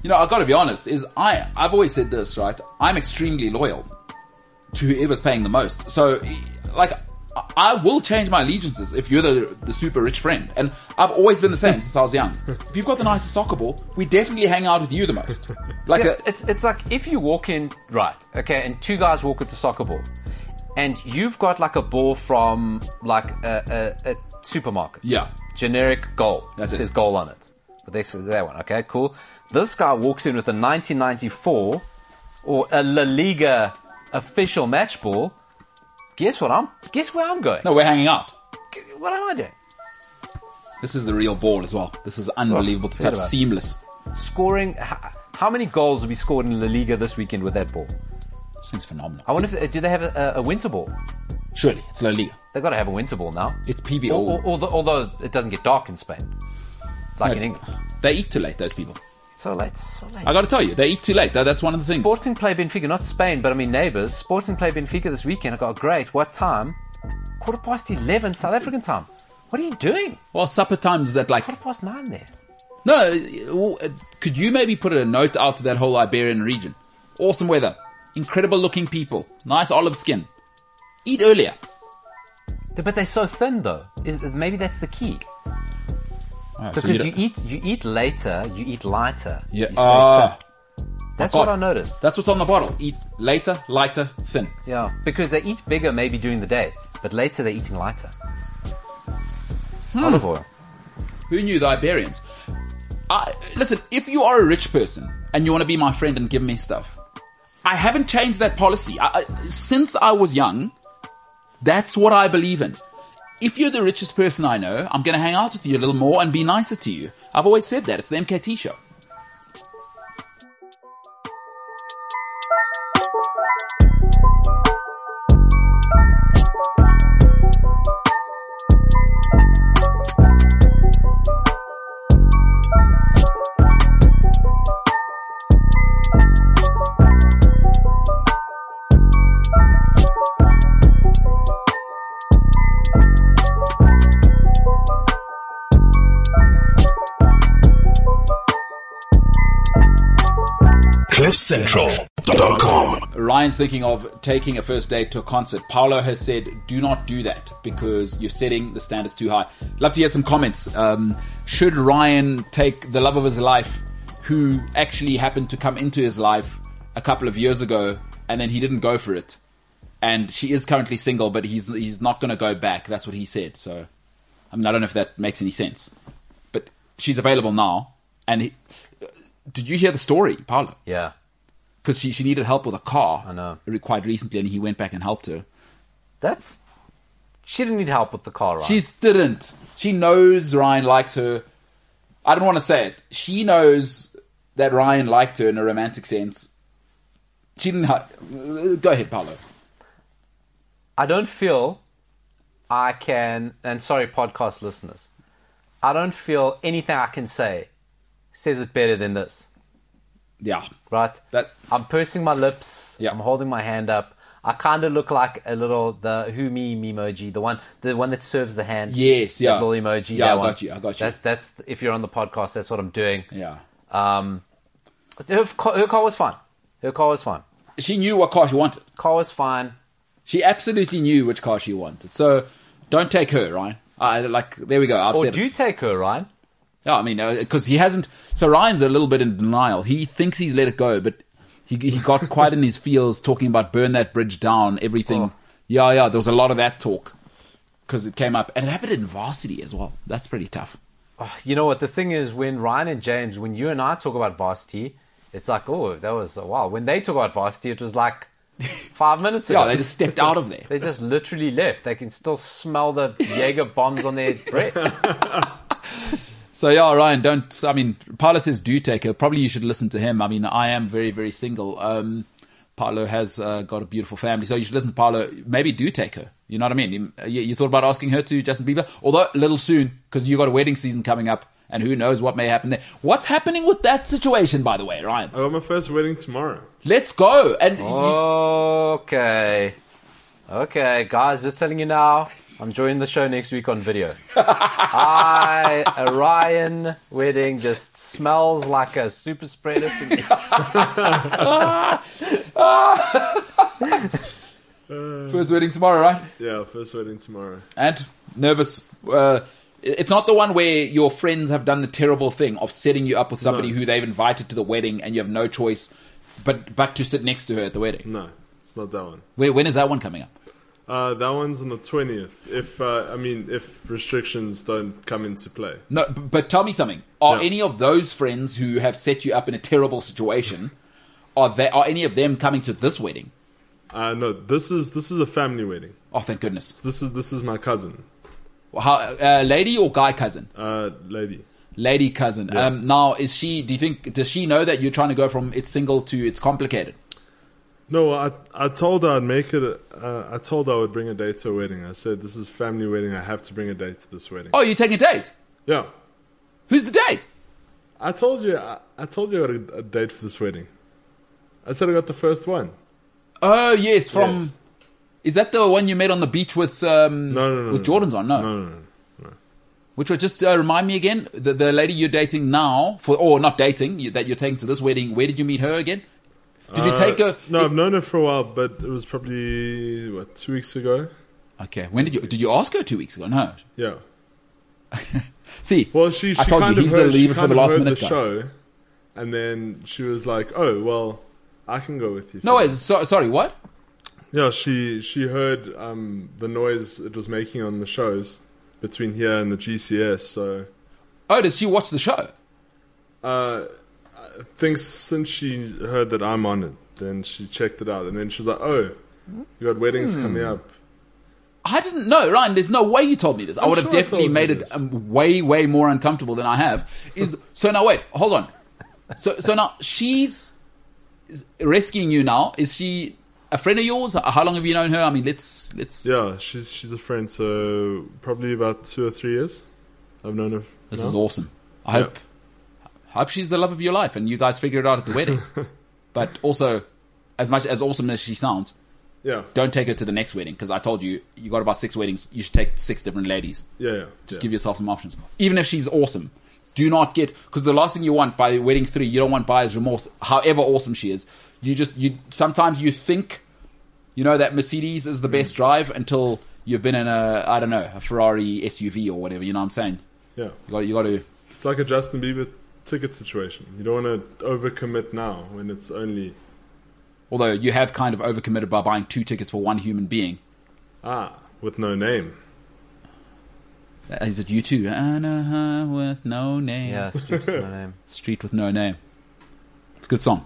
B: you know, I got to be honest. Is I I've always said this, right? I'm extremely loyal, to whoever's paying the most. So, like, I- I will change my allegiances if you're the, the super rich friend. And I've always been the same since I was young. If you've got the nicest soccer ball, we definitely hang out with you the most. Like, uh,
C: Yeah,
B: a-
C: it's it's like if you walk in right, okay, and two guys walk with the soccer ball, and you've got like a ball from like a, a, a supermarket.
B: Yeah.
C: Generic goal.
B: That's it.
C: Says goal on it. But that's that one. Okay, cool. This guy walks in with a 1994 or a La Liga official match ball. Guess what I'm? Guess where I'm going?
B: no, we're hanging out.
C: What am I doing?
B: This is the real ball as well. This is unbelievable to
C: forget
B: touch.
C: about it.
B: Seamless.
C: Scoring. How, how many goals will be scored in La Liga this weekend with that ball?
B: This thing's phenomenal.
C: I wonder if uh, do they have a, a a winter ball?
B: Surely, it's La Liga.
C: They've got to have a winter ball now.
B: It's PBO.
C: Al- al- although, although it doesn't get dark in Spain, like in England.
B: They eat too late, those people.
C: It's so late, so late.
B: I gotta tell you, they eat too late. That, that's one of the things.
C: Sporting play Benfica, not Spain, but I mean neighbours. Sporting play Benfica this weekend. I got great. What time? Quarter past eleven South African time. What are you doing?
B: Well, supper times is at like
C: Quarter past nine there.
B: No, uh, well, uh, could you maybe put a note out to that whole Iberian region? Awesome weather, incredible looking people, nice olive skin. Eat earlier.
C: But they're so thin though. Is maybe that's the key?
B: Alright, so
C: Because
B: don't-
C: you, eat, you eat later, you eat lighter.
B: Yeah,
C: You stay
B: ah,
C: fit. That's
B: God.
C: what I noticed.
B: that's what's on the bottle. Eat later, lighter, thin.
C: Yeah, because they eat bigger maybe during the day, but later they're eating lighter.
B: Hmm.
C: Olive oil.
B: Who knew the Iberians? I, listen, if you are a rich person and you want to be my friend and give me stuff, I haven't changed that policy. I, I, since I was young, that's what I believe in. If you're the richest person I know, I'm going to hang out with you a little more and be nicer to you. I've always said that. It's the MKT show.
D: CliffCentral.com.
B: Ryan's thinking of taking a first date to a concert. Paolo has said, do not do that because you're setting the standards too high. Love to hear some comments. Um, should Ryan take the love of his life who actually happened to come into his life a couple of years ago and then he didn't go for it? And she is currently single, but he's, he's not going to go back. That's what he said. So, I mean, I don't know if that makes any sense, but she's available now. And he, did you hear the story, Paolo?
C: Yeah.
B: because she, she needed help with a car. I
C: know.
B: Quite recently, and he went back and helped her.
C: That's. She didn't need help with the car, right?
B: She didn't. She knows Ryan likes her. I don't want to say it. She knows that Ryan liked her in a romantic sense. She didn't. ha- Go ahead, Paolo.
C: I don't feel I can. And sorry, podcast listeners. I don't feel anything I can say says it better than this,
B: Yeah.
C: right?
B: That-
C: I'm pursing my lips.
B: Yeah.
C: I'm holding my hand up. I kind of look like a little the who me emoji, the one the one that serves the hand.
B: Yes,
C: That
B: yeah.
C: little emoji.
B: Yeah,
C: that
B: I
C: one.
B: got you, I got you.
C: That's that's if you're on the podcast, that's what I'm doing.
B: Yeah.
C: Um, her, ca- her car was fine. Her car was fine.
B: She knew what car she wanted.
C: Car was fine.
B: She absolutely knew which car she wanted. So don't take her, Ryan. I like. There we go. I've
C: Or
B: said it.
C: do you take her, Ryan?
B: Yeah, I mean, because he hasn't. So Ryan's a little bit in denial. He thinks he's let it go, but he he got quite in his feels talking about burn that bridge down, everything.
C: Oh.
B: Yeah, yeah. There was a lot of that talk because it came up, and it happened in varsity as well. That's pretty tough.
C: Oh, You know what? The thing is, when Ryan and James, when you and I talk about varsity, it's like, oh, that was a while. When they talk about varsity, it was
B: (laughs)
C: like five minutes ago.
B: Yeah, they just stepped out of there.
C: They just literally left. They can still smell the Jaeger bombs on their breath.
B: So yeah, Ryan, don't. I mean, Paolo says do take her. Probably you should listen to him. I mean, I am very very single. Um, Paolo has uh, got a beautiful family, so you should listen to Paolo. Maybe do take her. You know what I mean? You, you you thought about asking her to Justin Bieber, although a little soon because you got a wedding season coming up, and who knows what may happen there. What's happening with that situation, by the way, Ryan?
E: I got my first wedding tomorrow.
B: Let's go. And you-
C: Oh. Okay. Okay, guys, just telling you now, I'm joining the show next week on video. I, a Ryan wedding just smells like a super spreader to me.
B: First wedding tomorrow, right?
E: Yeah, first wedding tomorrow.
B: And nervous. Uh, it's not the one where your friends have done the terrible thing of setting you up with somebody
E: No.
B: who they've invited to the wedding, and you have no choice but but to sit next to her at the wedding.
E: No, it's not that one.
B: Where, when is that one coming up?
E: Uh, that one's on the twentieth. If uh, I mean, if restrictions don't come into play,
B: No, b- but tell me something. Are
E: No.
B: any of those friends who have set you up in a terrible situation? Are they? Are any of them coming to this wedding?
E: uh, no. This is this is a family wedding.
B: Oh, thank goodness.
E: This is this is my cousin,
B: How, uh, lady or guy cousin?
E: uh, lady.
B: Lady cousin. Um, now, is she? Do you think? Does she know that you're trying to go from it's single to it's complicated?
E: No, I I told her I'd make it. a- Uh, I told her I would bring a date to a wedding. I said this is family wedding. I have to bring a date to this wedding.
B: Oh, you're taking a date.
E: Yeah,
B: Who's the date?
E: I told you. I, I told you I got a, a date for this wedding. I said I got the first one.
B: Oh, yes, from.
E: Yes.
B: Is that the one you met on the beach with um
E: No, no, no,
B: with
E: no,
B: Jordan's on? No.
E: No, no, no.
B: Which was just uh, remind me again the the lady you're dating now for or not dating you, that you're taking to this wedding. Where did you meet her again? Did you
E: Uh,
B: take her?
E: No, I've known her for a while, but it was probably what two weeks ago.
B: Okay. When did you did you ask her two weeks ago? No.
E: Yeah.
B: See.
E: Well, she. she
B: I told
E: kind
B: you
E: of
B: he's
E: heard,
B: the leave
E: she
B: it for
E: kind
B: the
E: of
B: last
E: heard
B: minute
E: the
B: guy.
E: show, and then she was like, "Oh well, I can go with you."
B: No,
E: for
B: wait, so, sorry. What?
E: Yeah, she she heard um, the noise it was making on the shows between here and the GCS. So
B: Oh, does she watch the show?
E: uh, I think since she heard that I'm on it, then she checked it out, and then she was like, "Oh, you got weddings
B: Hmm.
E: coming up."
B: I didn't know, Ryan. There's no way you told me this. i
E: I'm
B: would have
E: sure I
B: definitely
E: told you
B: made it
E: this.
B: um, way, way more uncomfortable than I have.
E: (laughs)
B: Is so now? Wait, hold on. So, so now she's is rescuing you. Now, is she a friend of yours? How long have you known her? I mean, let's let's.
E: Yeah, she's she's a friend, so probably about two or three years. I've known her.
B: This
E: now.
B: is awesome. I
E: Yeah.
B: hope hope she's the love of your life, and you guys figure it out at the
E: (laughs)
B: wedding. but also, as much as awesome as she sounds,
E: Yeah,
B: don't take her to the next wedding because I told you you got about six weddings. You should take six different ladies.
E: yeah, yeah.
B: Just
E: yeah.
B: give yourself some options. Even if she's awesome, do not get because the last thing you want by wedding three, you don't want buyer's remorse. However awesome she is, you just you sometimes you think, you know, that Mercedes is the best drive until you've been in a I don't know a Ferrari SUV or whatever. You know what I'm saying?
E: yeah.
B: You got you got to
E: It's like a Justin Bieber ticket situation. You don't want to overcommit now when it's only
B: Although you have kind of overcommitted by buying two tickets for one human being.
E: ah with no name.
B: Uh, Is it you too? Anna with no name.
C: Yeah, Street's my name.
B: Street with no name. It's a good song.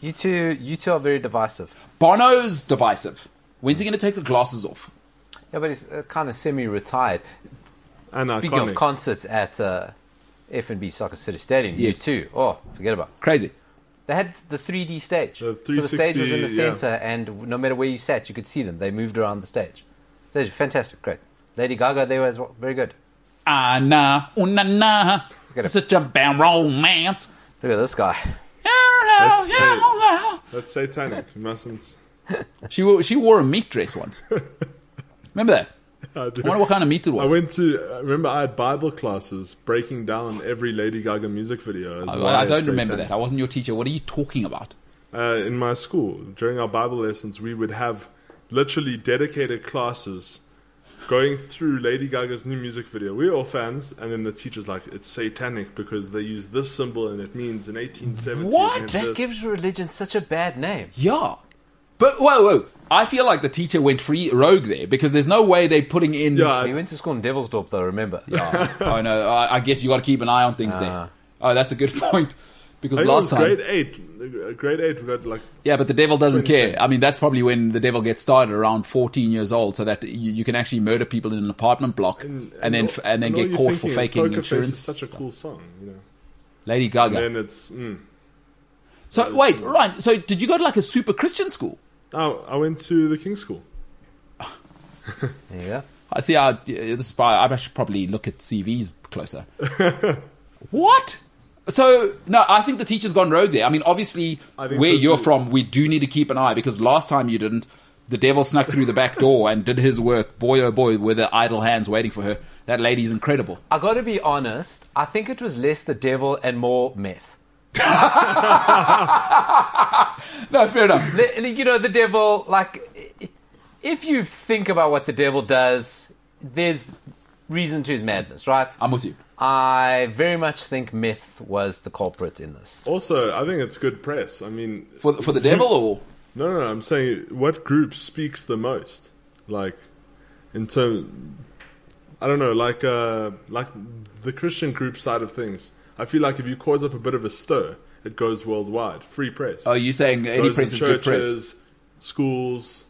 C: You two, you two are very divisive.
B: Bono's divisive. When's he going to take the glasses off?
C: Yeah, but he's uh, kind of semi-retired.
E: And
C: Speaking
E: iconic.
C: of concerts at uh, F&B Soccer City Stadium,
B: Yes.
C: you two, oh, forget about. it.
B: Crazy.
C: They had the 3D stage.
E: The
C: so the stage was in the
E: 360, yeah.
C: center, and no matter where you sat, you could see them. They moved around the stage. Stage, fantastic, great. Lady Gaga there as well, very good.
B: Anna, ooh, na, na.
C: Get it.
B: Such a bad romance.
C: Look at this guy.
E: (laughs) That's it. That's satanic. You mustn't.
B: She wore, she wore a meat dress
E: (laughs)
B: once. Remember that?
E: I, do.
B: I wonder what kind of meat it
E: I
B: was.
E: went to. I Remember, I had Bible classes breaking down every Lady Gaga music video. as
B: I,
E: why
B: I don't
E: it's
B: remember that.
E: satanic.
B: I wasn't your teacher. What are you talking about?
E: Uh, in my school, during our Bible lessons, we would have literally dedicated classes going through Lady Gaga's new music video. We're all fans, and then the teacher's like, "It's satanic because they use this symbol and it means in 1870."
B: What?
E: it
C: That
E: meant this."
C: gives religion such a bad name.
B: Yeah. But whoa, whoa. I feel like the teacher went free rogue there because there's no way they're putting in.
E: Yeah,
C: He went to school in Devilsdorp, though, remember? (laughs)
B: Oh, oh, no, (laughs) I, I guess you got to keep an eye on things there. Oh, that's a good (laughs) point because
E: Uh. I think it
B: last
E: was
B: time,
E: grade eight. Grade eight, we got like
B: yeah, but the devil doesn't care.
E: 2010.
B: I mean, that's probably when the devil gets started around 14 years old, so that you, you can actually murder people in an apartment block and, then
E: all-
B: f- and then
E: all
B: get
E: you're
B: caught for
E: thinking is
B: faking
E: Poker Face
B: insurance.
E: Is such a
B: stuff.
E: cool song, you know.
B: Lady Gaga.
E: And it's mm.
B: so wait, Ryan. So did you go to like a super Christian school?
E: oh, I went to the King's School.
C: There you go.
B: I see. I, this is probably, I should probably look at CVs
E: (laughs)
B: closer. what? So no, I think the teacher's gone rogue there. I mean, obviously,
E: I
B: where
E: think so
B: you're
E: too.
B: from, we do need to keep an eye because last time you didn't, the devil snuck through the back door and did his work. Boy, oh boy, were there idle hands waiting for her. That lady's incredible.
C: I gotta be honest, I think it was less the devil and more myth.
B: No, fair enough.
E: (laughs)
C: The- You know, the devil, like, if you think about what the devil does, there's reason to his madness, right?
B: I'm with you.
C: I very much think myth was the culprit in this.
E: Also, I think it's good press. I mean,
B: For the, for the devil or
E: no, no, no. I'm saying what group speaks the most, like in terms. I don't know, like uh, like the Christian group side of things. I feel like if you cause up a bit of a stir, it goes worldwide. Free press.
B: are you saying Oh, any
E: Goes
B: press
E: to
B: is good press?
E: churches, schools.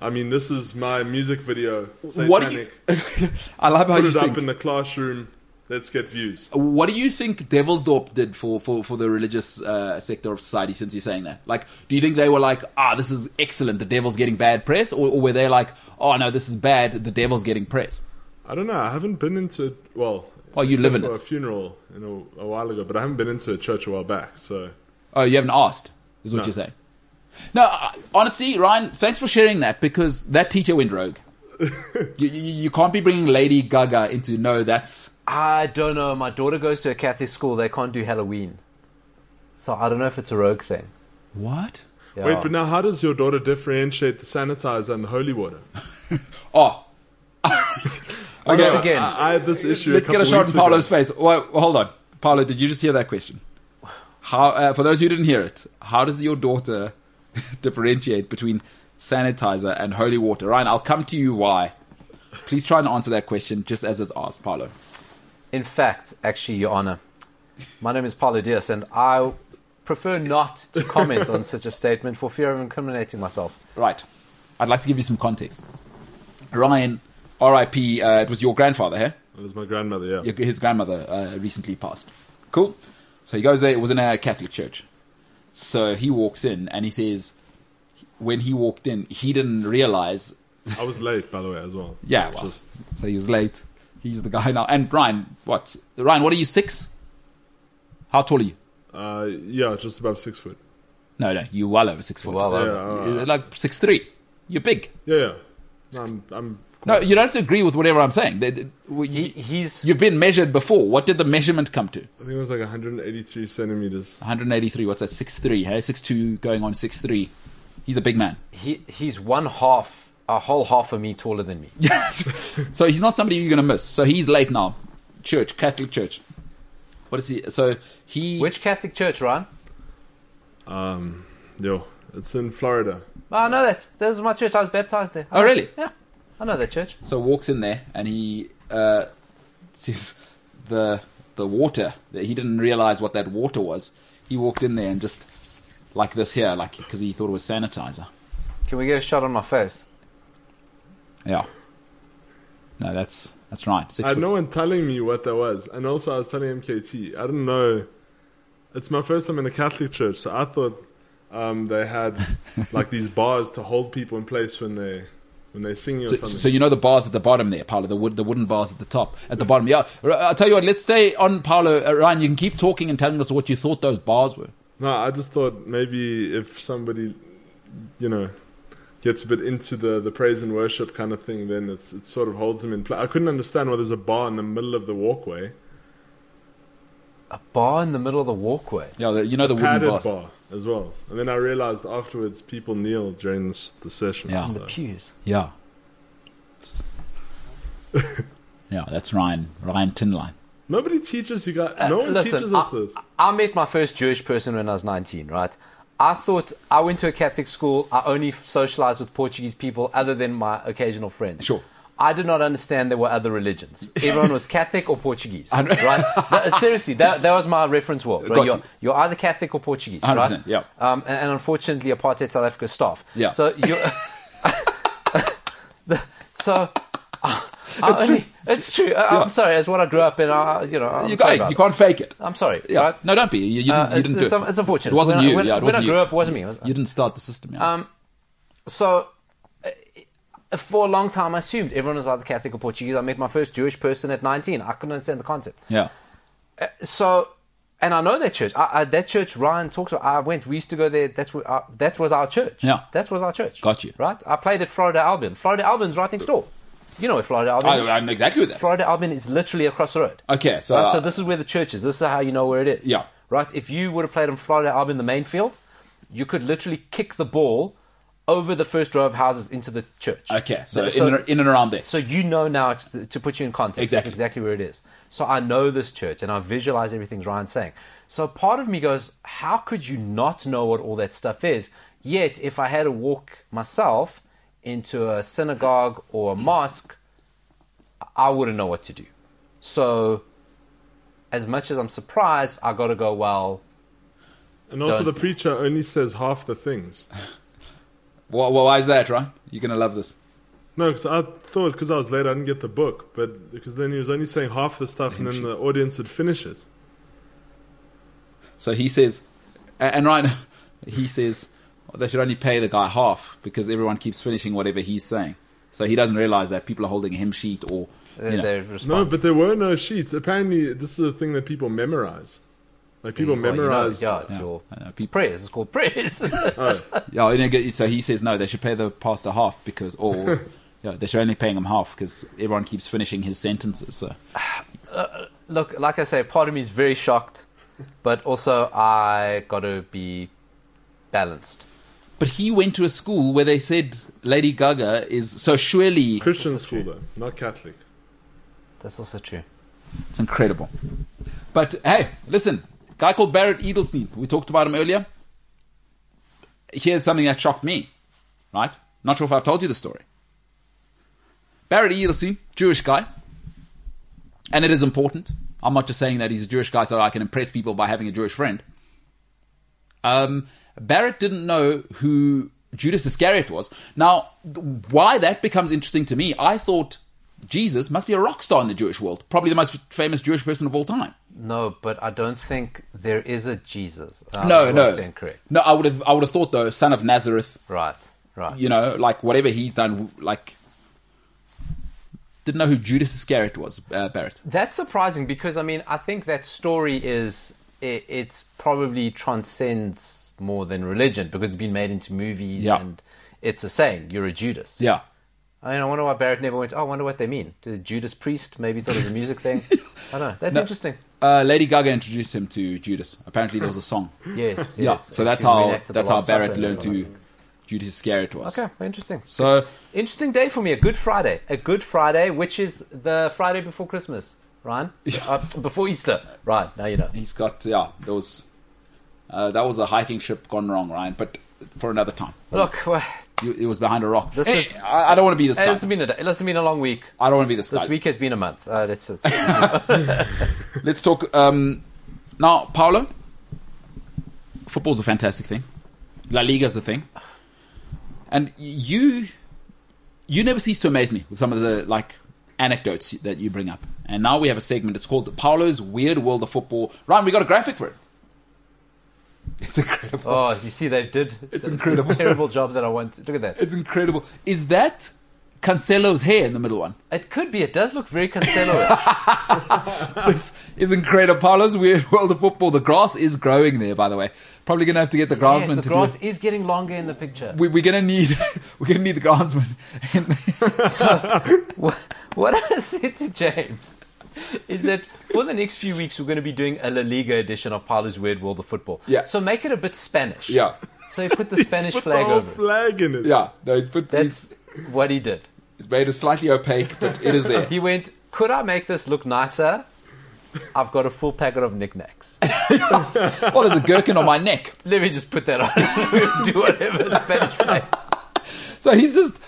E: I mean, this is my music video. Satanic.
B: What do you? (laughs) I love how
E: Put
B: you
E: it
B: think.
E: up in the classroom. Let's get views.
B: What do you think Devilsdorp did for, for, for the religious uh, sector of society since you're saying that? Like, do you think they were like, ah, this is excellent, the devil's getting bad press? Or, or were they like, oh, no, this is bad, the devil's getting press?
E: I don't know. I haven't been into it. Well,
B: Oh, you
E: except
B: live in
E: for
B: it.
E: a funeral in a, a while ago, but I haven't been into a church a while back. So
B: Oh, you haven't asked, is what
E: No.
B: you're saying. No, uh, honestly, Ryan, thanks for sharing that because that teacher went (laughs) rogue. you, you, you can't be bringing Lady Gaga into, no, that's,
C: I don't know. My daughter goes to a Catholic school. They can't do Halloween. So I don't know if it's a rogue thing.
B: what?
C: Yeah.
E: wait, but now how does your daughter differentiate the sanitizer and the holy water?
B: Oh. (laughs) okay,
C: Once again,
E: I, I had this issue.
B: Let's get a
E: couple
B: shot in
E: weeks
B: Paolo's
E: ago.
B: face. Well, hold on, Paolo. Did you just hear that question? How, uh, for those who didn't hear it, how does your daughter (laughs) differentiate between sanitizer and holy water? Ryan, I'll come to you. Why? Please try and answer that question just as it's asked, Paolo.
C: In fact, actually, Your Honor, my name is Paulo Diaz, and I prefer not to comment on such a statement for fear of incriminating myself.
B: Right. I'd like to give you some context. Ryan, R.I.P. Uh, it was your grandfather, huh?
E: It was my grandmother. Yeah.
B: your- his grandmother uh, recently passed. Cool. So he goes there. It was in a Catholic church. So he walks in and he says, when he walked in, he didn't realize.
E: I was late, by the way, as well.
B: Yeah,
E: It's
B: well,
E: just-
B: so he was late. He's the guy now. And Ryan, what? Ryan, what are you six? How tall are you?
E: uh, yeah, just above six foot.
B: No, no, you're well over six foot.
C: Well, um,
E: Yeah,
C: well,
E: uh,
B: You're like six three. You're big.
E: yeah, yeah. No, I'm, I'm
B: No, you don't have to agree with whatever I'm saying. They- they- we-
C: he, he's
B: You've been measured before. What did the measurement come to?
E: I think it was like 183 centimeters.
B: 183. What's that? 6'3. Hey, 6'2 going on 6'3. He's a big
E: (laughs)
B: man.
C: he, he's one half, a whole half of me taller than me.
B: Yes. so he's not somebody you're going to miss. So he's late now. Church, Catholic Church. What is he? So he.
C: Which Catholic church, Ryan?
E: Um, yo, it's in Florida.
C: Oh, I know that. This is my church. I was baptized there.
B: Oh, really?
C: Yeah, I know that church.
B: So walks in there and he uh, sees the the water. That He didn't realize what that water was. He walked in there and just like this here, like because he thought it was sanitizer.
C: Can we get a shot on my face?
B: Yeah. No, that's that's right. Six
E: I had
B: foot-
E: no one telling me what that was, and also I was telling MKT. I didn't know. It's my first time in a Catholic church, so I thought um, they had like these bars to hold people in place when they when they sing or
B: So,
E: something.
B: so you know the bars at the bottom there, Paolo. The wood, the wooden bars at the top, at the bottom. Yeah, R- I'll tell you what. Let's stay on, Paolo. Uh, Ryan, you can keep talking and telling us what you thought those bars were.
E: no, I just thought maybe if somebody, you know, gets a bit into the the praise and worship kind of thing, then it's it sort of holds them in place. I couldn't understand why there's a bar in the middle of the walkway,
C: A bar in the middle of the walkway.
B: Yeah, the, you know the wooden
E: padded
B: bars.
E: bar as well. And then I realized afterwards people kneel during this, the session.
B: Yeah.
C: In the
E: so.
C: pews.
B: Yeah. (laughs) yeah, that's Ryan. Ryan Tinline.
E: Nobody teaches you guys.
C: Uh,
E: no one
C: listen,
E: teaches us
C: I,
E: this.
C: I met my first Jewish person when I was 19, right? I thought I went to a Catholic school. I only socialized with Portuguese people other than my occasional friends.
B: Sure.
C: I did not understand there were
B: (laughs)
C: other religions. Everyone was Catholic or Portuguese,
B: I know.
C: right? That- seriously, that, that was my reference world.
B: Got
C: Right? You're,
B: you.
C: you're either Catholic or Portuguese,
B: 100%,
C: right?
B: yeah.
C: Um, and, and unfortunately, apartheid South Africa staff.
B: Yeah.
C: So
B: (laughs)
C: (laughs) you. so. I- I
B: It's
C: only-
B: true.
C: It's true. I- I'm sorry. It's what I grew up in. I, you know, I'm
B: You, guys,
C: sorry about
B: you
C: that.
B: can't fake it.
C: I'm sorry.
B: Yeah.
C: Right?
B: No, don't be. You, you
C: Uh,
B: didn't, you
C: it's,
B: didn't
C: it's,
B: do
C: um,
B: it.
C: it's unfortunate.
B: It wasn't
C: when
B: you.
C: I, when,
B: yeah, it
C: when I
B: wasn't
C: grew
B: you.
C: up, it wasn't me. It was-
B: You didn't start the system. Yeah.
C: um, so, uh, for a long time, I assumed everyone was either Catholic or Portuguese. I met my first Jewish person at 19. I couldn't understand the concept.
B: yeah.
C: So, and I know that church. I, I, that church Ryan talks about. I went. We used to go there. That's where, uh, that was our church.
B: Yeah.
C: that was our church.
B: Got you.
C: Right. I played at Florida Albion. Florida Albion's right next door. You know where Florida Albion
B: I,
C: is.
B: I know exactly what that. is.
C: Florida Albion is literally across the road.
B: Okay, so,
C: Right,
B: uh,
C: so this is where the church is. This is how you know where it is.
B: Yeah.
C: Right? If you would have played in Florida Albion, the main field, you could literally kick the ball over the first row of houses into the church.
B: Okay, so,
C: So-
B: in, and, in and around there.
C: So you know now it's- to put you in context
B: Exactly.
C: exactly where it is. So I know this church and I visualize everything Ryan's saying. So part of me goes, how could you not know what all that stuff is? Yet if I had to walk myself into a synagogue or a mosque, I wouldn't know what to do. So as much as I'm surprised, I got to go, well,
E: And also,
C: Done.
E: the preacher only says half the things.
B: Why, why is that, right? You're going to love this.
E: No, because I thought because I was late, I didn't get the book. But because then he was only saying half the stuff, and then the audience would finish it.
B: So he says, a- and Ryan, (laughs) he says they should only pay the guy half because everyone keeps finishing whatever he's saying. So he doesn't realize that people are holding a hymn sheet or, you know,
C: they
E: No,
C: respond.
E: but there were no sheets. Apparently, this is a thing that people memorize. Like people
C: Mm, Well, you know,
E: memorize.
C: yeah, it's
B: Yeah.
C: your
B: I know,
C: it's
B: people-
C: prayers. It's
B: (laughs)
C: called prayers.
B: Yeah, oh, and again, so he says no, they should pay the pastor half because, or yeah, they should only pay him half because everyone keeps finishing his sentences. So
C: Look, like I say, part of me is very shocked, but also I got to be balanced.
B: But he went to a school where they said Lady Gaga is so surely
E: Christian school though, not Catholic.
C: That's also true.
B: it's incredible. But hey, listen, guy called Barrett Edelstein. We talked about him earlier. Here's something that shocked me. Right? Not sure if I've told you the story. Barrett Edelstein, Jewish guy, and it is important. I'm not just saying that he's a Jewish guy so I can impress people by having a Jewish friend. Um, Barrett didn't know who Judas Iscariot was. Now, th- why that becomes interesting to me, I thought Jesus must be a rock star in the Jewish world, probably the most famous Jewish person of all time.
C: No, but I don't think there is a Jesus. Um,
B: no,
C: if I
B: no,
C: stand correct.
B: no. I would have, I would have thought though, son of Nazareth,
C: Right, right.
B: you know, like whatever he's done, like didn't know who Judas Iscariot was, uh, Barrett.
C: That's surprising because I mean I think that story is it, it's probably transcends more than religion because it's been made into movies
B: Yeah.
C: and it's a saying. You're a Judas.
B: Yeah,
C: I mean, I wonder why Barrett never went. Oh, I wonder what they mean. The Judas priest? Maybe thought it was a music thing.
B: (laughs)
C: I don't know. That's interesting.
B: uh, Lady Gaga introduced him to Judas. Apparently, there was a song.
C: Yes.
B: Yeah,
C: yes.
B: so that's
C: Actually
B: how
C: reenacted the
B: that's how
C: Last Supper
B: Barrett
C: and
B: learned
C: everything.
B: who Judas Iscariot was.
C: Okay, interesting.
B: So
C: Interesting day for me. A Good Friday. A Good Friday, which is the Friday before Christmas, Ryan. Uh, before Easter, right? Now you know.
B: he's got yeah. There was uh, that was a hiking trip gone wrong, Ryan. But for another time,
C: Look, well,
B: You- it was behind a rock.
C: This
B: Hey,
C: is-
B: I, I don't want to be this
C: hey,
B: guy.
C: it's been a day. It's been a long week.
B: I don't want to be this guy.
C: This week has been a month. Uh, that's, that's,
B: Let's talk um, now, Paolo. Football's a fantastic thing. La Liga's a thing, and you you never cease to amaze me with some of the like anecdotes that you bring up. And now we have a segment. It's called Paolo's Weird World of Football. Ryan, we got a graphic for it. It's incredible.
C: oh, you see, they did.
B: (laughs) It's incredible.
C: Terrible job that I want. Look at that.
B: It's incredible. Is that Cancelo's hair in the middle
C: (laughs)
B: one?
C: It could be. It does look very
B: (laughs)
C: Cancelo.
B: this is incredible. Paolo's Weird World of Football. The grass is growing there, by the way. Probably going to have to get the
C: yes,
B: groundsman
C: the
B: to do
C: grass
B: it.
C: is getting longer in the picture.
B: We, we're going to need (laughs) we're going to need the groundsman. (laughs)
C: What, what I said to James is that for the next few weeks we're going to be doing a La Liga edition of Paolo's Weird World of Football.
B: Yeah.
C: So make it a bit Spanish.
B: yeah,
C: So you
B: (laughs)
C: put the Spanish
E: Put
C: flag
E: the whole
C: over. it.
E: Oh, flag in it.
B: yeah. No, he's put
C: That's
B: he's,
C: what he did.
B: he's made it slightly opaque, but it is there.
C: He went, could I make this look nicer? I've got a full packet of knickknacks.
B: Well, there's a gherkin on my neck.
C: Let me just put that on. (laughs) Do whatever Spanish flag.
B: So he's just.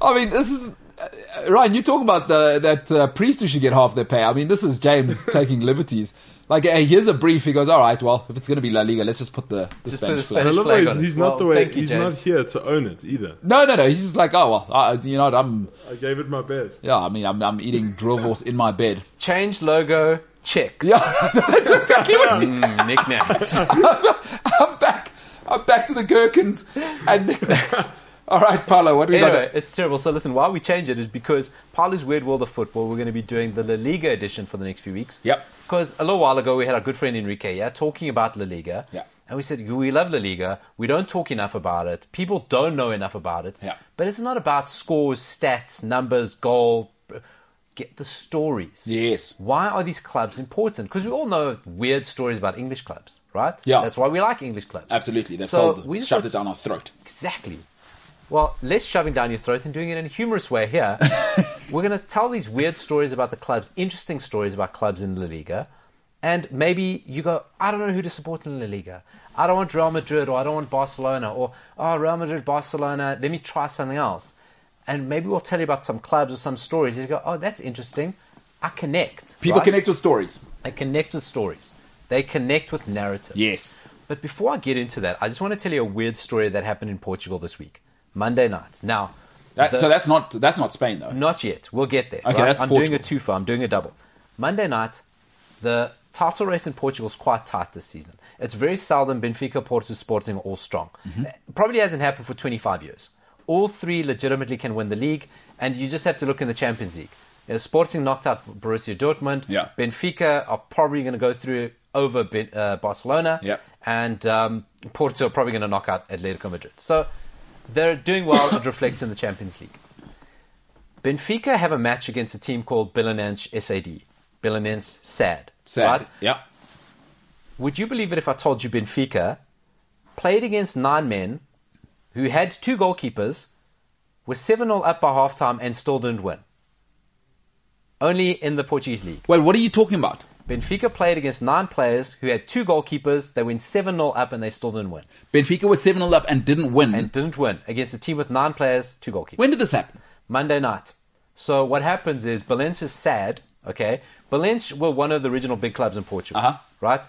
B: I mean, this is. Uh, Ryan, you talk about the that uh, priest who should get half their pay. I mean, this is James
C: (laughs)
B: taking liberties. Like, hey, here's a brief. He goes, "All right, well, if it's going to be La Liga, let's just put the, the
C: Just put
B: Spanish
C: the
B: flag."
E: I love how
C: Flag
E: he's,
C: on it.
E: he's not the
C: Well,
E: way
C: thank you,
E: he's
C: James.
E: not here to own it either.
B: No, no, no. He's just like, "Oh well, I, you know, what, I'm
E: I gave it my best.
B: yeah. I mean, I'm, I'm eating
C: (laughs)
B: Drovos in my bed.
C: Change logo, check.
B: Yeah, that's exactly what he-
C: Mm, knickknacks.
B: (laughs) I'm back. I'm back to the gherkins and knickknacks.
C: (laughs)
B: All right, Paolo, what do we
C: Anyway,
B: got?
C: it's terrible. So listen, why we change it is because Paolo's Weird World of Football, we're going to be doing the La Liga edition for the next few weeks.
B: Yep.
C: Because a little while ago, we had our good friend Enrique, yeah, talking about La Liga.
B: Yeah.
C: And we said, we love La Liga. We don't talk enough about it. People don't know enough about it.
B: Yeah.
C: But it's not about scores, stats, numbers, goal. Get the stories.
B: Yes.
C: Why are these clubs important? Because we all know weird stories about English clubs, right?
B: Yeah.
C: That's why we like English clubs.
B: Absolutely, they've
C: So
B: sold,
C: we
B: it,
C: just
B: shoved
C: want-
B: it down our throat.
C: Exactly. Well, less shoving down your throat and doing it in a humorous
B: (laughs)
C: way here. We're going to tell these weird stories about the clubs, interesting stories about clubs in La Liga. And maybe you go, I don't know who to support in La Liga. I don't want Real Madrid or I don't want Barcelona or, oh, Real Madrid, Barcelona, let me try something else. And maybe we'll tell you about some clubs or some stories. You go, oh, that's interesting. I connect.
B: People
C: right?
B: connect with stories.
C: They connect with stories. They connect with narrative.
B: Yes.
C: But before I get into that, I just want to tell you a weird story that happened in Portugal this week, Monday night. Now,
B: That,
C: the-
B: so that's not that's not Spain though.
C: not yet. We'll get there.
B: Okay,
C: right?
B: that's
C: I'm doing a
B: Portugal.
C: twofer. I'm doing a double. Monday night, the title race in Portugal is quite tight this season. It's very seldom Benfica, Porto, Sporting are all strong.
B: Mm-hmm.
C: Eh, Probably hasn't happened for 25 years. All three legitimately can win the league, and you just have to look in the Champions League. You know, Sporting knocked out Borussia Dortmund.
B: Yeah.
C: Benfica are probably going to go through over Ben- uh, Barcelona.
B: Yep.
C: And um, Porto are probably going to knock out Atletico Madrid. So they're doing well. it (coughs) reflects in the Champions League. Benfica have a match against a team called Belenenses SAD. Belenenses SAD.
B: Sad.
C: right?
B: Yeah.
C: Would you believe it if I told you Benfica played against nine men who had two goalkeepers, were 7 0 up by halftime, and still didn't win? Only in the Portuguese league.
B: Wait, what are you talking about?
C: Benfica played against nine players who had two goalkeepers. They went 7 0 up and they still didn't win.
B: Benfica was seven 0 up and didn't win.
C: And didn't win against a team with nine players, two goalkeepers.
B: when did this happen?
C: Monday night. So what happens is Belenenses is sad, okay? Belenenses were one of the original big clubs in Portugal,
B: Uh-huh.
C: right?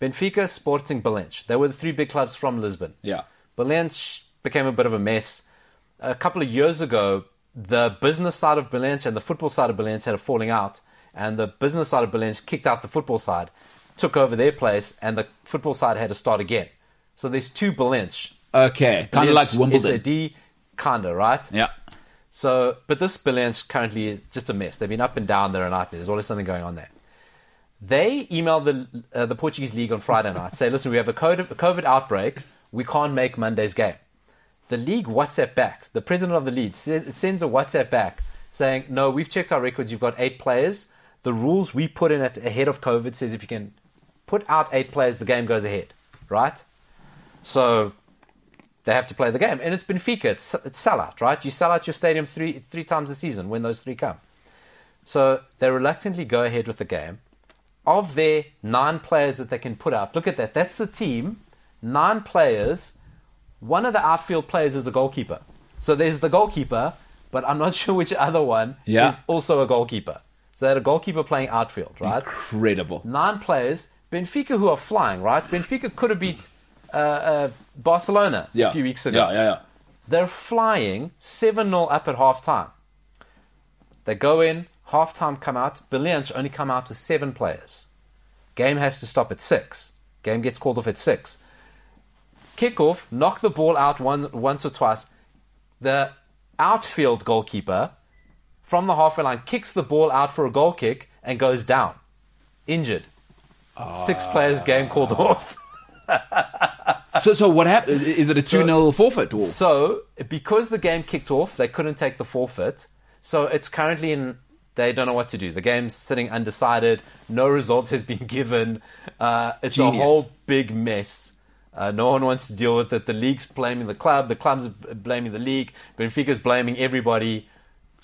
C: Benfica, Sporting, Belenenses. They were the three big clubs from Lisbon.
B: Yeah.
C: Belenenses became a bit of a mess. A couple of years ago, the business side of Belenenses and the football side of Belenenses had a falling out, and the business side of Belenenses kicked out the football side, took over their place, and the football side had to start again. So there's two Belenenses.
B: Okay, kind of like Wimbledon.
C: SAD, kinda, right?
B: Yeah.
C: So, but this balance currently is just a mess. They've been up and down. They're a nightmare. There's always something going on there. They emailed the uh, the Portuguese league on Friday night, say, "Listen, we have a COVID, a COVID outbreak. We can't make Monday's game." The league WhatsApp back. The president of the league se- sends a WhatsApp back saying, "No, we've checked our records. You've got eight players. The rules we put in at ahead of COVID says if you can put out eight players, the game goes ahead, right?" So they have to play the game. And it's Benfica, it's, it's sell out, right? You sell out your stadium three, three times a season when those three come. So they reluctantly go ahead with the game. Of their nine players that they can put out, look at that. That's the team. Nine players. One of the outfield players is a goalkeeper. So there's the goalkeeper, but I'm not (laughs) sure which other one
B: Yeah.
C: is also a goalkeeper. So they had a goalkeeper playing outfield, right?
B: Incredible.
C: nine players. Benfica, who are flying, right? Benfica could have beat uh, uh, Barcelona
B: Yeah.
C: a few weeks ago.
B: Yeah, yeah, yeah.
C: They're flying 7 0 up at half time. They go in, half time come out. Billions only come out with seven players. Game has to stop at six. Game gets called off at six. Kickoff, knock the ball out one, once or twice. The outfield goalkeeper from the halfway line kicks the ball out for a goal kick and goes down. Injured. Six players, game called off.
B: So, so what happened? Is it a 2 0 forfeit? Or?
C: So, because the game kicked off, they couldn't take the forfeit. So it's currently in. They don't know what to do. The game's sitting undecided. No results has been (laughs) given. Uh, it's a
B: Genius.
C: whole big mess. Uh, no one wants to deal with it. The league's blaming the club. The club's b- blaming the league. Benfica's blaming everybody.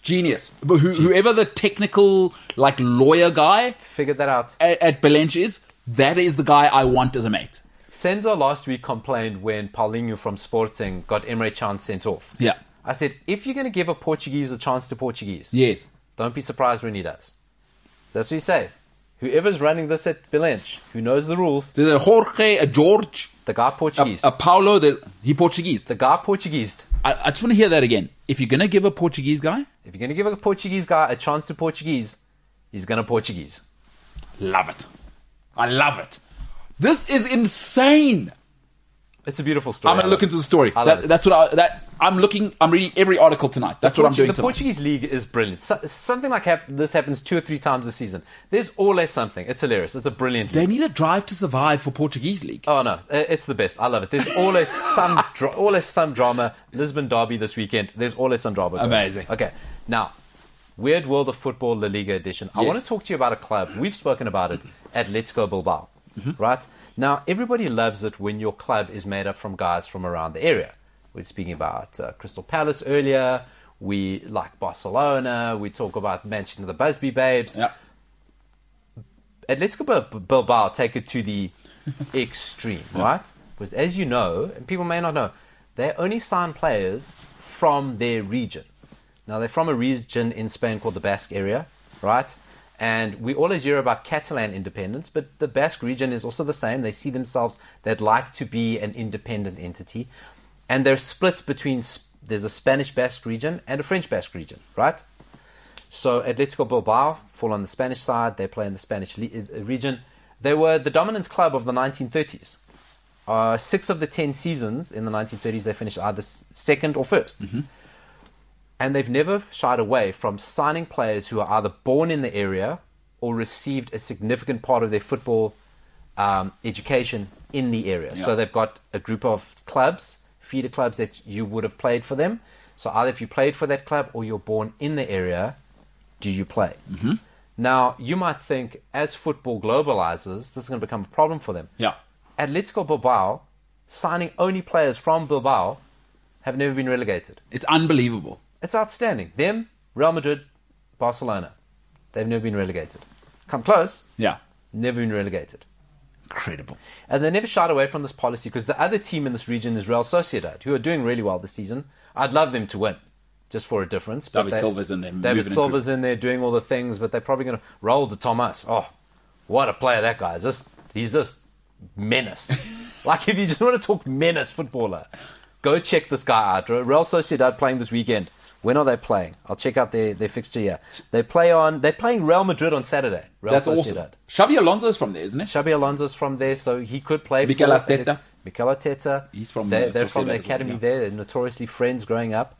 B: Genius. But who, whoever the technical, like, lawyer guy
C: Figured that out.
B: at, at Belench is, that is the guy I want as a mate.
C: Senzo last week complained when Paulinho from Sporting got Emre Can sent off.
B: Yeah.
C: I said, if you're going to give a Portuguese a chance to Portuguese,
B: Yes.
C: Don't be surprised when he does. That's what you say. Whoever's running this at Belench, who knows the rules,
B: There's a Jorge, a George,
C: the guy
B: a,
C: Portuguese.
B: a Paulo. there's- He Portuguese.
C: the guy Portuguese.
B: I, I just want to hear that again. If you're going to give a Portuguese guy,
C: If you're going to give a Portuguese guy a chance to Portuguese, he's going to Portuguese.
B: love it. I love it. This is insane.
C: It's a beautiful story.
B: I'm going to look into the story.
C: I love
B: That,
C: it.
B: that's what I, that, I'm looking, I'm reading every article tonight. That's what I'm
C: Portu-
B: doing
C: The
B: tonight.
C: Portuguese league is brilliant. So, something like hap- this happens two or three times a season. There's always something. It's hilarious. It's a brilliant league.
B: They need a drive to survive for Portuguese league.
C: Oh no, i- it's the best. I love it. There's always some, dra- always some drama. Lisbon derby this weekend. There's always some drama. going on.
B: Amazing.
C: Okay, now, weird world of football, La Liga edition. I
B: Yes.
C: want to talk to you about a club we've spoken about it at Let's Go Bilbao,
B: Mm-hmm.
C: right? Now, everybody loves it when your club is made up from guys from around the area. We were speaking about uh, Crystal Palace earlier. We like Barcelona. We talk about Manchester the Busby Babes.
B: Yeah.
C: Atletico Bil- Bilbao take it to the extreme, right? Because as you know, and people may not know, they only sign players from their region. Now they're from a region in Spain called the Basque area, right? And we always hear about Catalan independence, but the Basque region is also the same. They see themselves, they'd like to be an independent entity. And they're split between, Sp- there's a Spanish Basque region and a French Basque region, right? So Atletico Bilbao fall on the Spanish side. They play in the Spanish le- uh, region. They were the dominant club of the 1930s. Uh, six of the ten seasons in the 1930s, they finished either s- second or 1st And they've never shied away from signing players who are either born in the area or received a significant part of their football um, education in the area.
B: Yeah.
C: So they've got a group of clubs, feeder clubs that you would have played for them. So either if you played for that club or you're born in the area, do you play? Mm-hmm. Now, you might think as football globalizes, this is going to become a problem for them.
B: Yeah.
C: Atletico Bilbao, signing only players from Bilbao, have never been relegated.
B: It's unbelievable.
C: It's outstanding. Them, Real Madrid, Barcelona, they've never been relegated. Come close,
B: Yeah.
C: never been relegated.
B: Incredible.
C: And they never shied away from this policy because the other team in this region is Real Sociedad, who are doing really well this season. I'd love them to win, just for a difference. but
B: David Silva's in there, moving
C: David
B: and
C: Silva's in there doing all the things, but they're probably going to roll to Thomas. Oh, what a player that guy is! Just he's just
B: (laughs)
C: menace. like if you just want to talk menace footballer, go check this guy out. Real Sociedad playing this weekend. When are they playing? I'll check out their, their fixture here. They play on. They're playing Real Madrid on Saturday. Real
B: That's
C: Sociedad.
B: awesome. Xabi Alonso's from there, isn't it?
C: Xabi Alonso's from there, so he could play.
B: Mikel
C: for-
B: Arteta.
C: Mikel Arteta.
B: He's from,
C: They're,
B: uh,
C: they're from the
B: Sociedad as well,
C: academy
B: yeah.
C: there. They're notoriously friends growing up.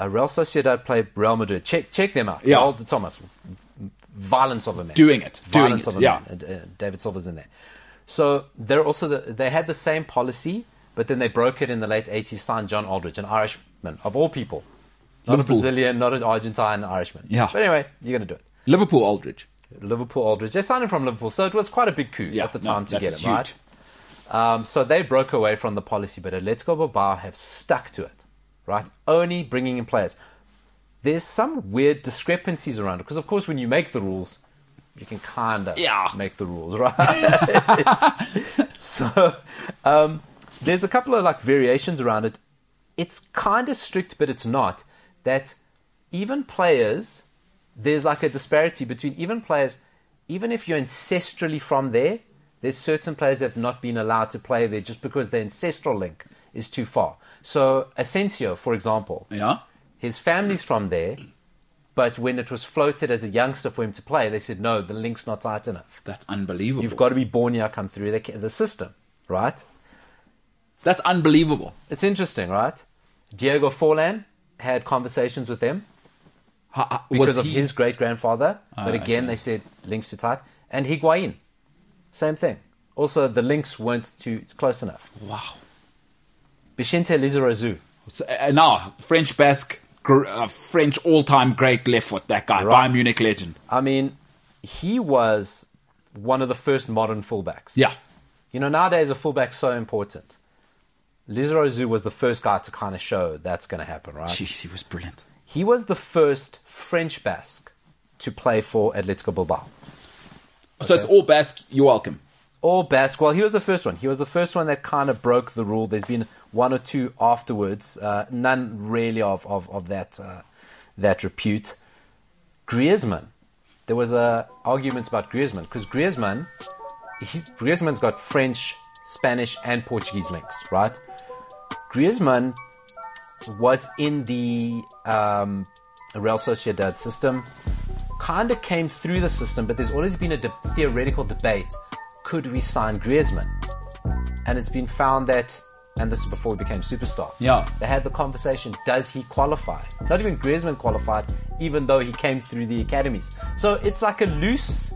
C: Uh, Real Sociedad play Real Madrid. Check check them out.
B: Yeah.
C: Raul de Thomas. Violence of a man.
B: Doing it. Doing
C: Violence
B: it,
C: of a
B: yeah.
C: man. And, uh, David Silva's in there. So they're also the, they had the same policy, but then they broke it in the late 80s. Signed John Aldridge, an Irishman of all people, not
B: Liverpool.
C: a Brazilian, not an Argentine, an Irishman.
B: Yeah.
C: But anyway, you're gonna do it.
B: Liverpool Aldridge.
C: Liverpool Aldridge. They signed him from Liverpool, so it was quite a big coup
B: Yeah,
C: at the
B: no,
C: time to
B: that
C: get him,
B: was
C: right? Um, so they broke away from the policy, but Atletico Bilbao have stuck to it, right? Only bringing in players. There's some weird discrepancies around it because, of course, when you make the rules, you can kind of
B: Yeah.
C: make the rules, (laughs) right? so um, there's a couple of like variations around it. It's kind of strict, but it's not. That even players, there's like a disparity between even players, even if you're ancestrally from there, there's certain players that have not been allowed to play there just because their ancestral link is too far. So Asensio, for example,
B: Yeah.
C: his family's from there, but when it was floated as a youngster for him to play, they said, no, the link's not tight enough.
B: That's unbelievable.
C: You've got to be born here, come through the, the system, right?
B: That's unbelievable.
C: It's interesting, right? Diego Forlan had conversations with them
B: Ha- ha- was
C: because of
B: he- Ah,
C: his great grandfather, but again,
B: okay.
C: they said links too tight. And Higuain, same thing. Also, the links weren't too close enough.
B: Wow.
C: Vicente Lizarazu,
B: So, uh, now, French Basque, gr- uh, French all time great left foot, that guy,
C: Right.
B: Bayern Munich legend.
C: I mean, he was one of the first modern fullbacks.
B: Yeah.
C: You know, nowadays a fullback's so important. Lizarazu was the first guy to kind of show that's going to happen, right?
B: Jeez, he was brilliant.
C: He was the first French Basque to play for Atletico Bilbao.
B: So it's all Basque, you're welcome.
C: All Basque. Well, he was the first one. He was the first one that kind of broke the rule. There's been one or two afterwards, uh, none really of of, of that uh, that repute. Griezmann. There was a argument about Griezmann because Griezmann, he's, Griezmann's got French, Spanish, and Portuguese links, right? Griezmann was in the um, Real Sociedad system, kind of came through the system, but there's always been a de- theoretical debate. Could we sign Griezmann? And it's been found that, and this is before he became superstar.
B: Yeah.
C: They had the conversation, does he qualify? Not even Griezmann qualified, even though he came through the academies. So it's like a loose,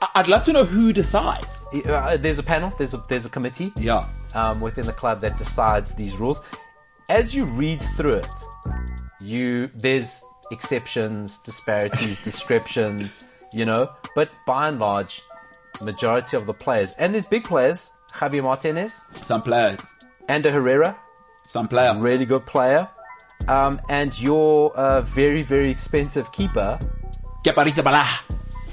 B: I- I'd love to know who decides.
C: uh, there's a panel, there's a, there's a committee
B: Yeah.
C: um, within the club that decides these rules. As you read through it, you there's exceptions, disparities, description, you know, but by and large, majority of the players and there's big players, Javier Martinez,
B: Some player.
C: Ander Herrera,
B: Some player.
C: really good player. Um, and your uh, very, very expensive keeper,
B: Que parece bala.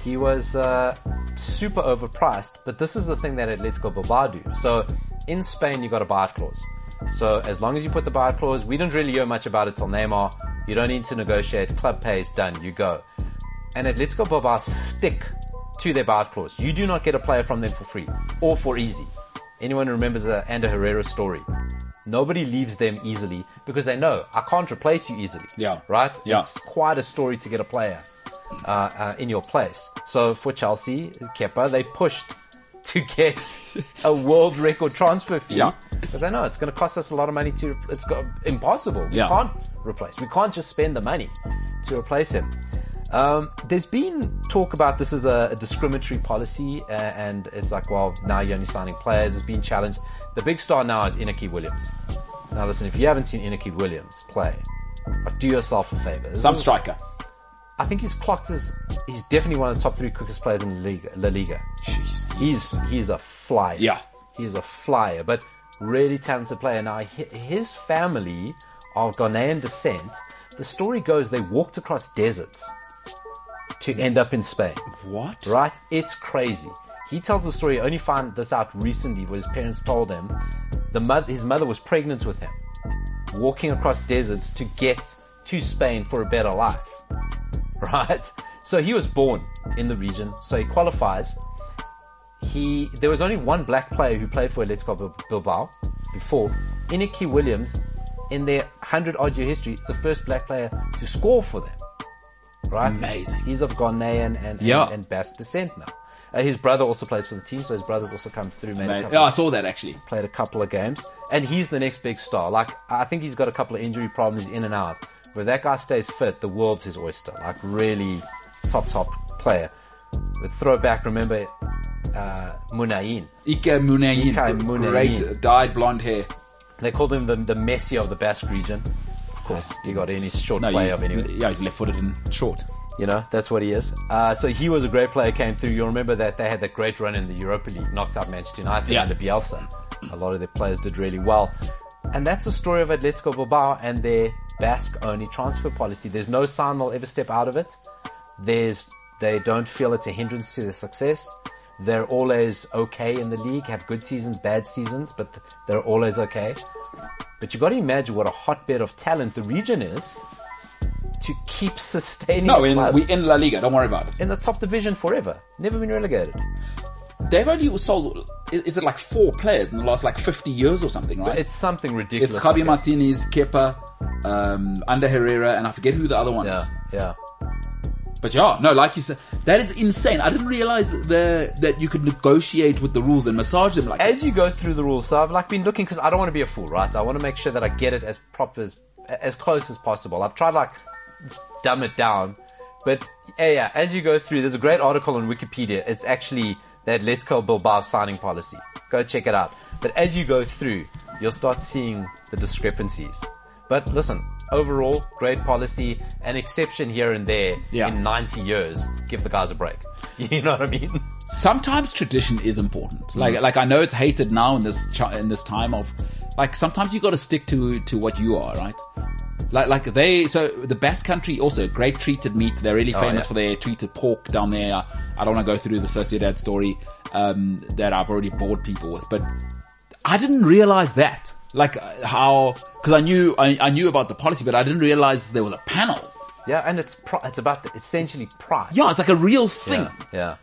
C: he was uh, super overpriced, but this is the thing that Atletico Bilbao do. So in Spain, you got a buy out clause. So as long as you put the buy out clause, we didn't really hear much about it till Neymar. You don't need to negotiate. Club pays, done, you go. And Atletico Bilbao stick to their buy out clause. You do not get a player from them for free or for easy. Anyone remembers the Ander Herrera story? Nobody leaves them easily because they know I can't replace you easily.
B: Yeah.
C: Right?
B: Yeah.
C: It's quite a story to get a player uh, uh, in your place. So for Chelsea, Kepa, they pushed (laughs) to get a world record transfer fee.
B: Yeah.
C: Because I know it's going to cost us a lot of money to, it's go, impossible. We
B: Yeah.
C: can't replace. We can't just spend the money to replace him. Um, there's been talk about this is a, a discriminatory policy uh, and it's like, well, now you're only signing players. It's been challenged. The big star now is Inaki Williams. Now listen, if you haven't seen Inaki Williams play, do yourself a favor. This
B: Some
C: is-
B: striker.
C: I think he's clocked as he's definitely one of the top three quickest players in La Liga. La Liga.
B: Jeez.
C: He's he's a flyer.
B: Yeah.
C: he's a flyer, but really talented player. Now hi- his family are Ghanaian descent. The story goes they walked across deserts to end up in Spain.
B: What?
C: Right? It's crazy. He tells the story. Only found this out recently, what his parents told him. The mother, his mother was pregnant with him, walking across deserts to get to Spain for a better life. (laughs) Right? So he was born in the region, so he qualifies. He there was only one black player who played for Atletico Bil- Bilbao before Inaki Williams. In their hundred odd year history, it's the first black player to score for them. Right?
B: Amazing.
C: He's of Ghanaian and,
B: Yeah.
C: and, and Basque descent now. Uh, his brother also plays for the team, so his brother's also come through, made a
B: Mate.
C: couple,
B: Yeah, I saw that actually.
C: played a couple of games, and he's the next big star. Like I think he's got a couple of injury problems he's in and out. But if that guy stays fit, the world's his oyster. Like really top top player. The throwback, remember uh, Munayin.
B: Ike Munayin.
C: Ike Munayin.
B: Great dyed blonde hair.
C: They called him the, the Messi of the Basque region. Of course, he got any short
B: No,
C: play
B: you-
C: of anyway.
B: yeah, he's left-footed and short.
C: You know, that's what he is. Uh, so he was a great player, came through. You'll remember that they had that great run in the Europa League, knocked out Manchester United
B: Yeah.
C: under Bielsa. A lot of their players did really well. And that's the story of Atletico Bilbao and their Basque only transfer policy. There's no sign they'll ever step out of it. There's, they don't feel it's a hindrance to their success. They're always okay in the league, have good seasons, bad seasons, but th- they're always okay. But you got to imagine what a hotbed of talent the region is to keep (laughs) sustaining.
B: No,
C: a
B: in,
C: club
B: we in La Liga. Don't worry about it.
C: in the top division forever. Never been relegated.
B: They've only sold. Is is it like four players in the last like 50 years or something? Right.
C: It's something ridiculous.
B: It's Javi Martinez, Kepa, um, Under Herrera, and I forget who the other one
C: Yeah,
B: is.
C: yeah.
B: But yeah, no, like you said, that is insane. I didn't realize the, that you could negotiate with the rules and massage them like that.
C: As you go through the rules, so I've like been looking because I don't want to be a fool, right? I want to make sure that I get it as proper as as close as possible. I've tried like dumb it down, but yeah, yeah. As you go through, there's a great article on Wikipedia. It's actually that Let's Go Bilbao signing policy. Go check it out. But as you go through, you'll start seeing the discrepancies. But listen, overall, great policy. An exception here and there
B: Yeah.
C: in 90 years. Give the guys a break. (laughs) You know what I mean?
B: Sometimes tradition is important.
C: Mm.
B: Like, like I know it's hated now in this, chi- in this time of, like sometimes you got to stick to, to what you are, right? Like, like they, so the Basque country also great treated meat. They're really famous
C: Oh, yeah.
B: for their treated pork down there. I, I don't want to go through the Sociedad story, um, that I've already bored people with, but I didn't realize that. Like uh, how, cause I knew, I, I knew about the policy, but I didn't realize there was a panel.
C: Yeah, and it's pri- it's about the, essentially pride.
B: Yeah, it's like a real thing.
C: yeah, yeah.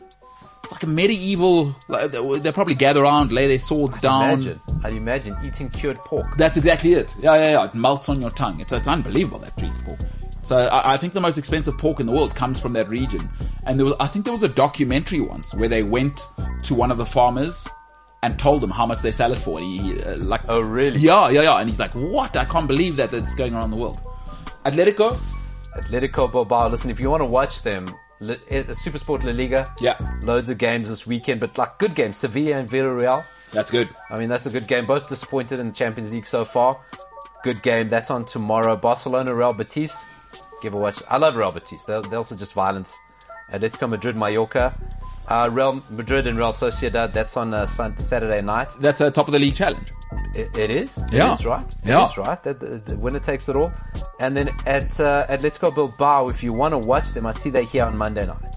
B: It's like a medieval, like, they- they probably gather around, lay their swords down.
C: Imagine, I imagine eating cured pork.
B: That's exactly it. Yeah, yeah, yeah. It melts on your tongue. It's, it's unbelievable, that treat pork. So I, I think the most expensive pork in the world comes from that region. And there was, I think there was a documentary once where they went to one of the farmers and told him how much they sell it for. And he, he, uh, like,
C: Oh, really?
B: Yeah, yeah, yeah. And he's like, what? I can't believe that that's going around the world. Atletico?
C: Atletico Bilbao. Listen, if you want to watch them, li- eh, Super Sport La Liga.
B: Yeah.
C: loads of games this weekend, but like good games. Sevilla and Villarreal.
B: That's good.
C: I mean, that's a good game. Both disappointed in the Champions League so far. Good game. That's on tomorrow. Barcelona, Real Betis. Give a watch. I love Real Betis. They're, they're also just violence. Atletico Madrid, Mallorca. Uh, Real Madrid and Real Sociedad. That's on uh, Sun- Saturday night.
B: That's a top of the league challenge.
C: It, it is.
B: Yeah.
C: It is right. It
B: Yeah.
C: is right. That, the, the winner takes it all. And then at uh, at Let's Go Bilbao, if you want to watch them, I see they here on Monday night.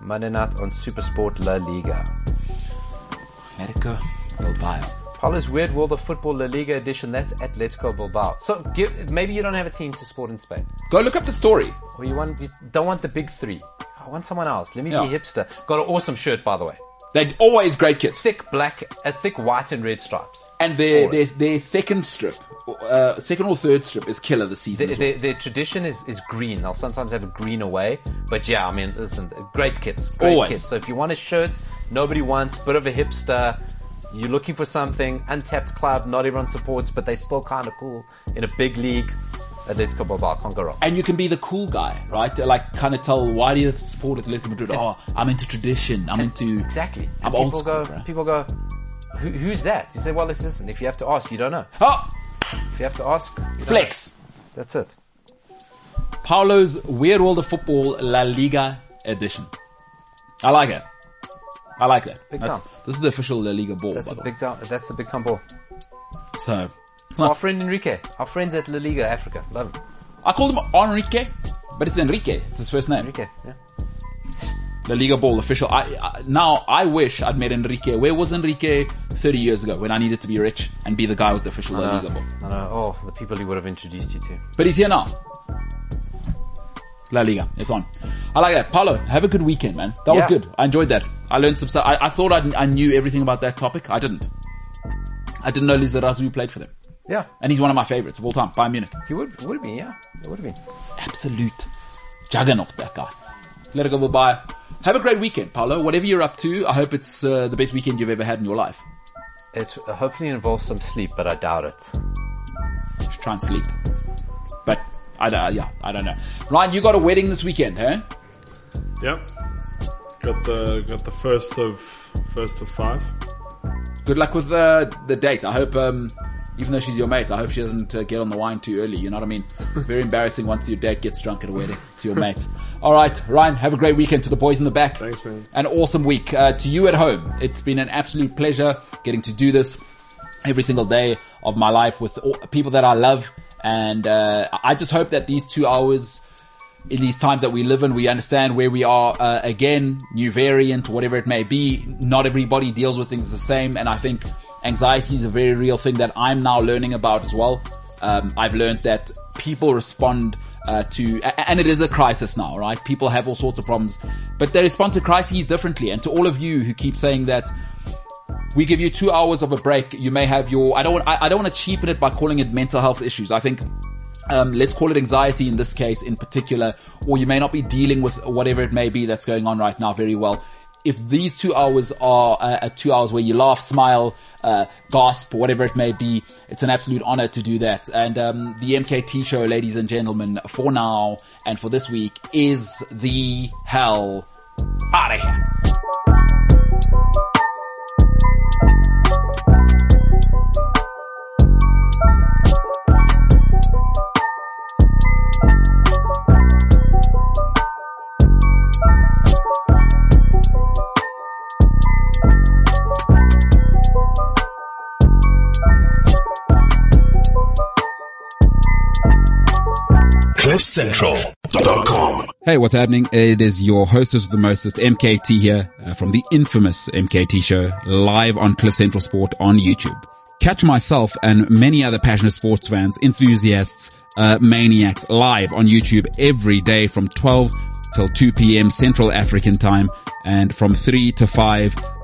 C: Monday night on Supersport La Liga.
B: Let it go. Bilbao.
C: Paula's Weird World of Football La Liga edition. That's at Let's Go Bilbao. So give, maybe you don't have a team to sport in Spain,
B: Go look up the story.
C: or you want you don't want the big three. I want someone else. Let me
B: Yeah.
C: be hipster. Got an awesome shirt, by the way.
B: They're always great kids.
C: Thick black, uh, thick white and red stripes.
B: And their, their,
C: Always.
B: their second strip, uh, second or third strip is killer this season.
C: Their,
B: as well.
C: their, their tradition is, is green. They'll sometimes have a green away. But yeah, I mean, listen, great kits. Great
B: Always.
C: kits. So if you want a shirt, nobody wants, bit of a hipster, you're looking for something, untapped club, not everyone supports, but they still kind of cool in a big league. Atletico Bilbao, can't go wrong.
B: and you can be the cool guy, right? Like, kind of tell why do you support Atletico Madrid? Oh, I'm into tradition. I'm into
C: Exactly.
B: I'm
C: And
B: old
C: people
B: school,
C: go,
B: bro.
C: people go, Who, who's that? You say, well, it's listen, if you have to ask, you don't know.
B: Oh,
C: If you have to ask, you don't know.
B: flex.
C: That's it.
B: Paolo's Weird World of Football La Liga edition. I like it. I like that.
C: Big
B: That's-
C: time.
B: This is the official La Liga ball,
C: That's
B: by the
C: the
B: way.
C: big time. That's the big time ball.
B: So it's
C: Our
B: not.
C: friend Enrique, our friends at La Liga Africa, love him.
B: I called him Enrique, but it's Enrique. It's his first name.
C: Enrique, yeah.
B: La Liga ball official. I, I now I wish I'd met Enrique. Where was Enrique 30 years ago when I needed to be rich and be the guy with the official La Liga ball?
C: I know. Oh, the people he would have introduced you to.
B: But he's here now. La Liga, it's on. I like that. Paolo, have a good weekend, man. That was
C: Yeah.
B: good. I enjoyed that. I learned some stuff. I, I thought I, I knew everything about that topic. I didn't. I didn't know Lizarazu played for them.
C: Yeah,
B: And he's one of my favorites of all time. Bayern Munich.
C: he would would have been. Yeah, it would have been.
B: Absolute juggernaut, that guy. Let it go goodbye. Have a great weekend, Paolo. Whatever you're up to, I hope it's uh, the best weekend you've ever had in your life.
C: It uh, hopefully involves some sleep, but I doubt it.
B: Just try and sleep. But, I don't, uh, yeah, I don't know. Ryan, you got a wedding this weekend, huh?
E: Yep. Got the got the first of first of five.
B: Good luck with uh, the date. I hope, um, even though she's your mate, I hope she doesn't uh, get on the wine too early. You know what I
E: (laughs)
B: mean? Very embarrassing once your date gets drunk at a wedding to your mate. All right, Ryan, have a great weekend to the boys in the back.
E: Thanks, man.
B: An awesome week. Uh, to you at home, it's been an absolute pleasure getting to do this every single day of my life with all, people that I love. And uh, I just hope that these two hours in these times that we live in, we understand where we are uh, again, new variant, whatever it may be. Not everybody deals with things the same. And I think anxiety is a very real thing that I'm now learning about as well. Um, I've learned that people respond uh, to, a- and it is a crisis now, right? People have all sorts of problems, but they respond to crises differently. And to all of you who keep saying that we give you two hours of a break. You may have your. I don't. want- I, I don't want to cheapen it by calling it mental health issues. I think. Um, let's call it anxiety in this case in particular, or you may not be dealing with whatever it may be that's going on right now very well. If these two hours are uh, uh, two hours where you laugh, smile, uh, gasp, whatever it may be, it's an absolute honor to do that. And um, the MKT show, ladies and gentlemen, for now and for this week is the hell out of here.
D: CliffCentral.com.
B: Hey, what's happening? It is your hostess of the mostest, MKT here uh, from the infamous MKT show live on Cliff Central Sport on YouTube. Catch myself and many other passionate sports fans, enthusiasts, uh, maniacs live on YouTube every day from 12 till 2 p.m. Central African time and from 3 to 5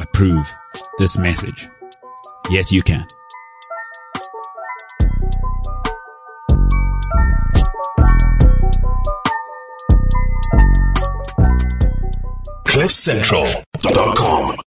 B: approve this message. Yes, you can.
D: CliffCentral.com.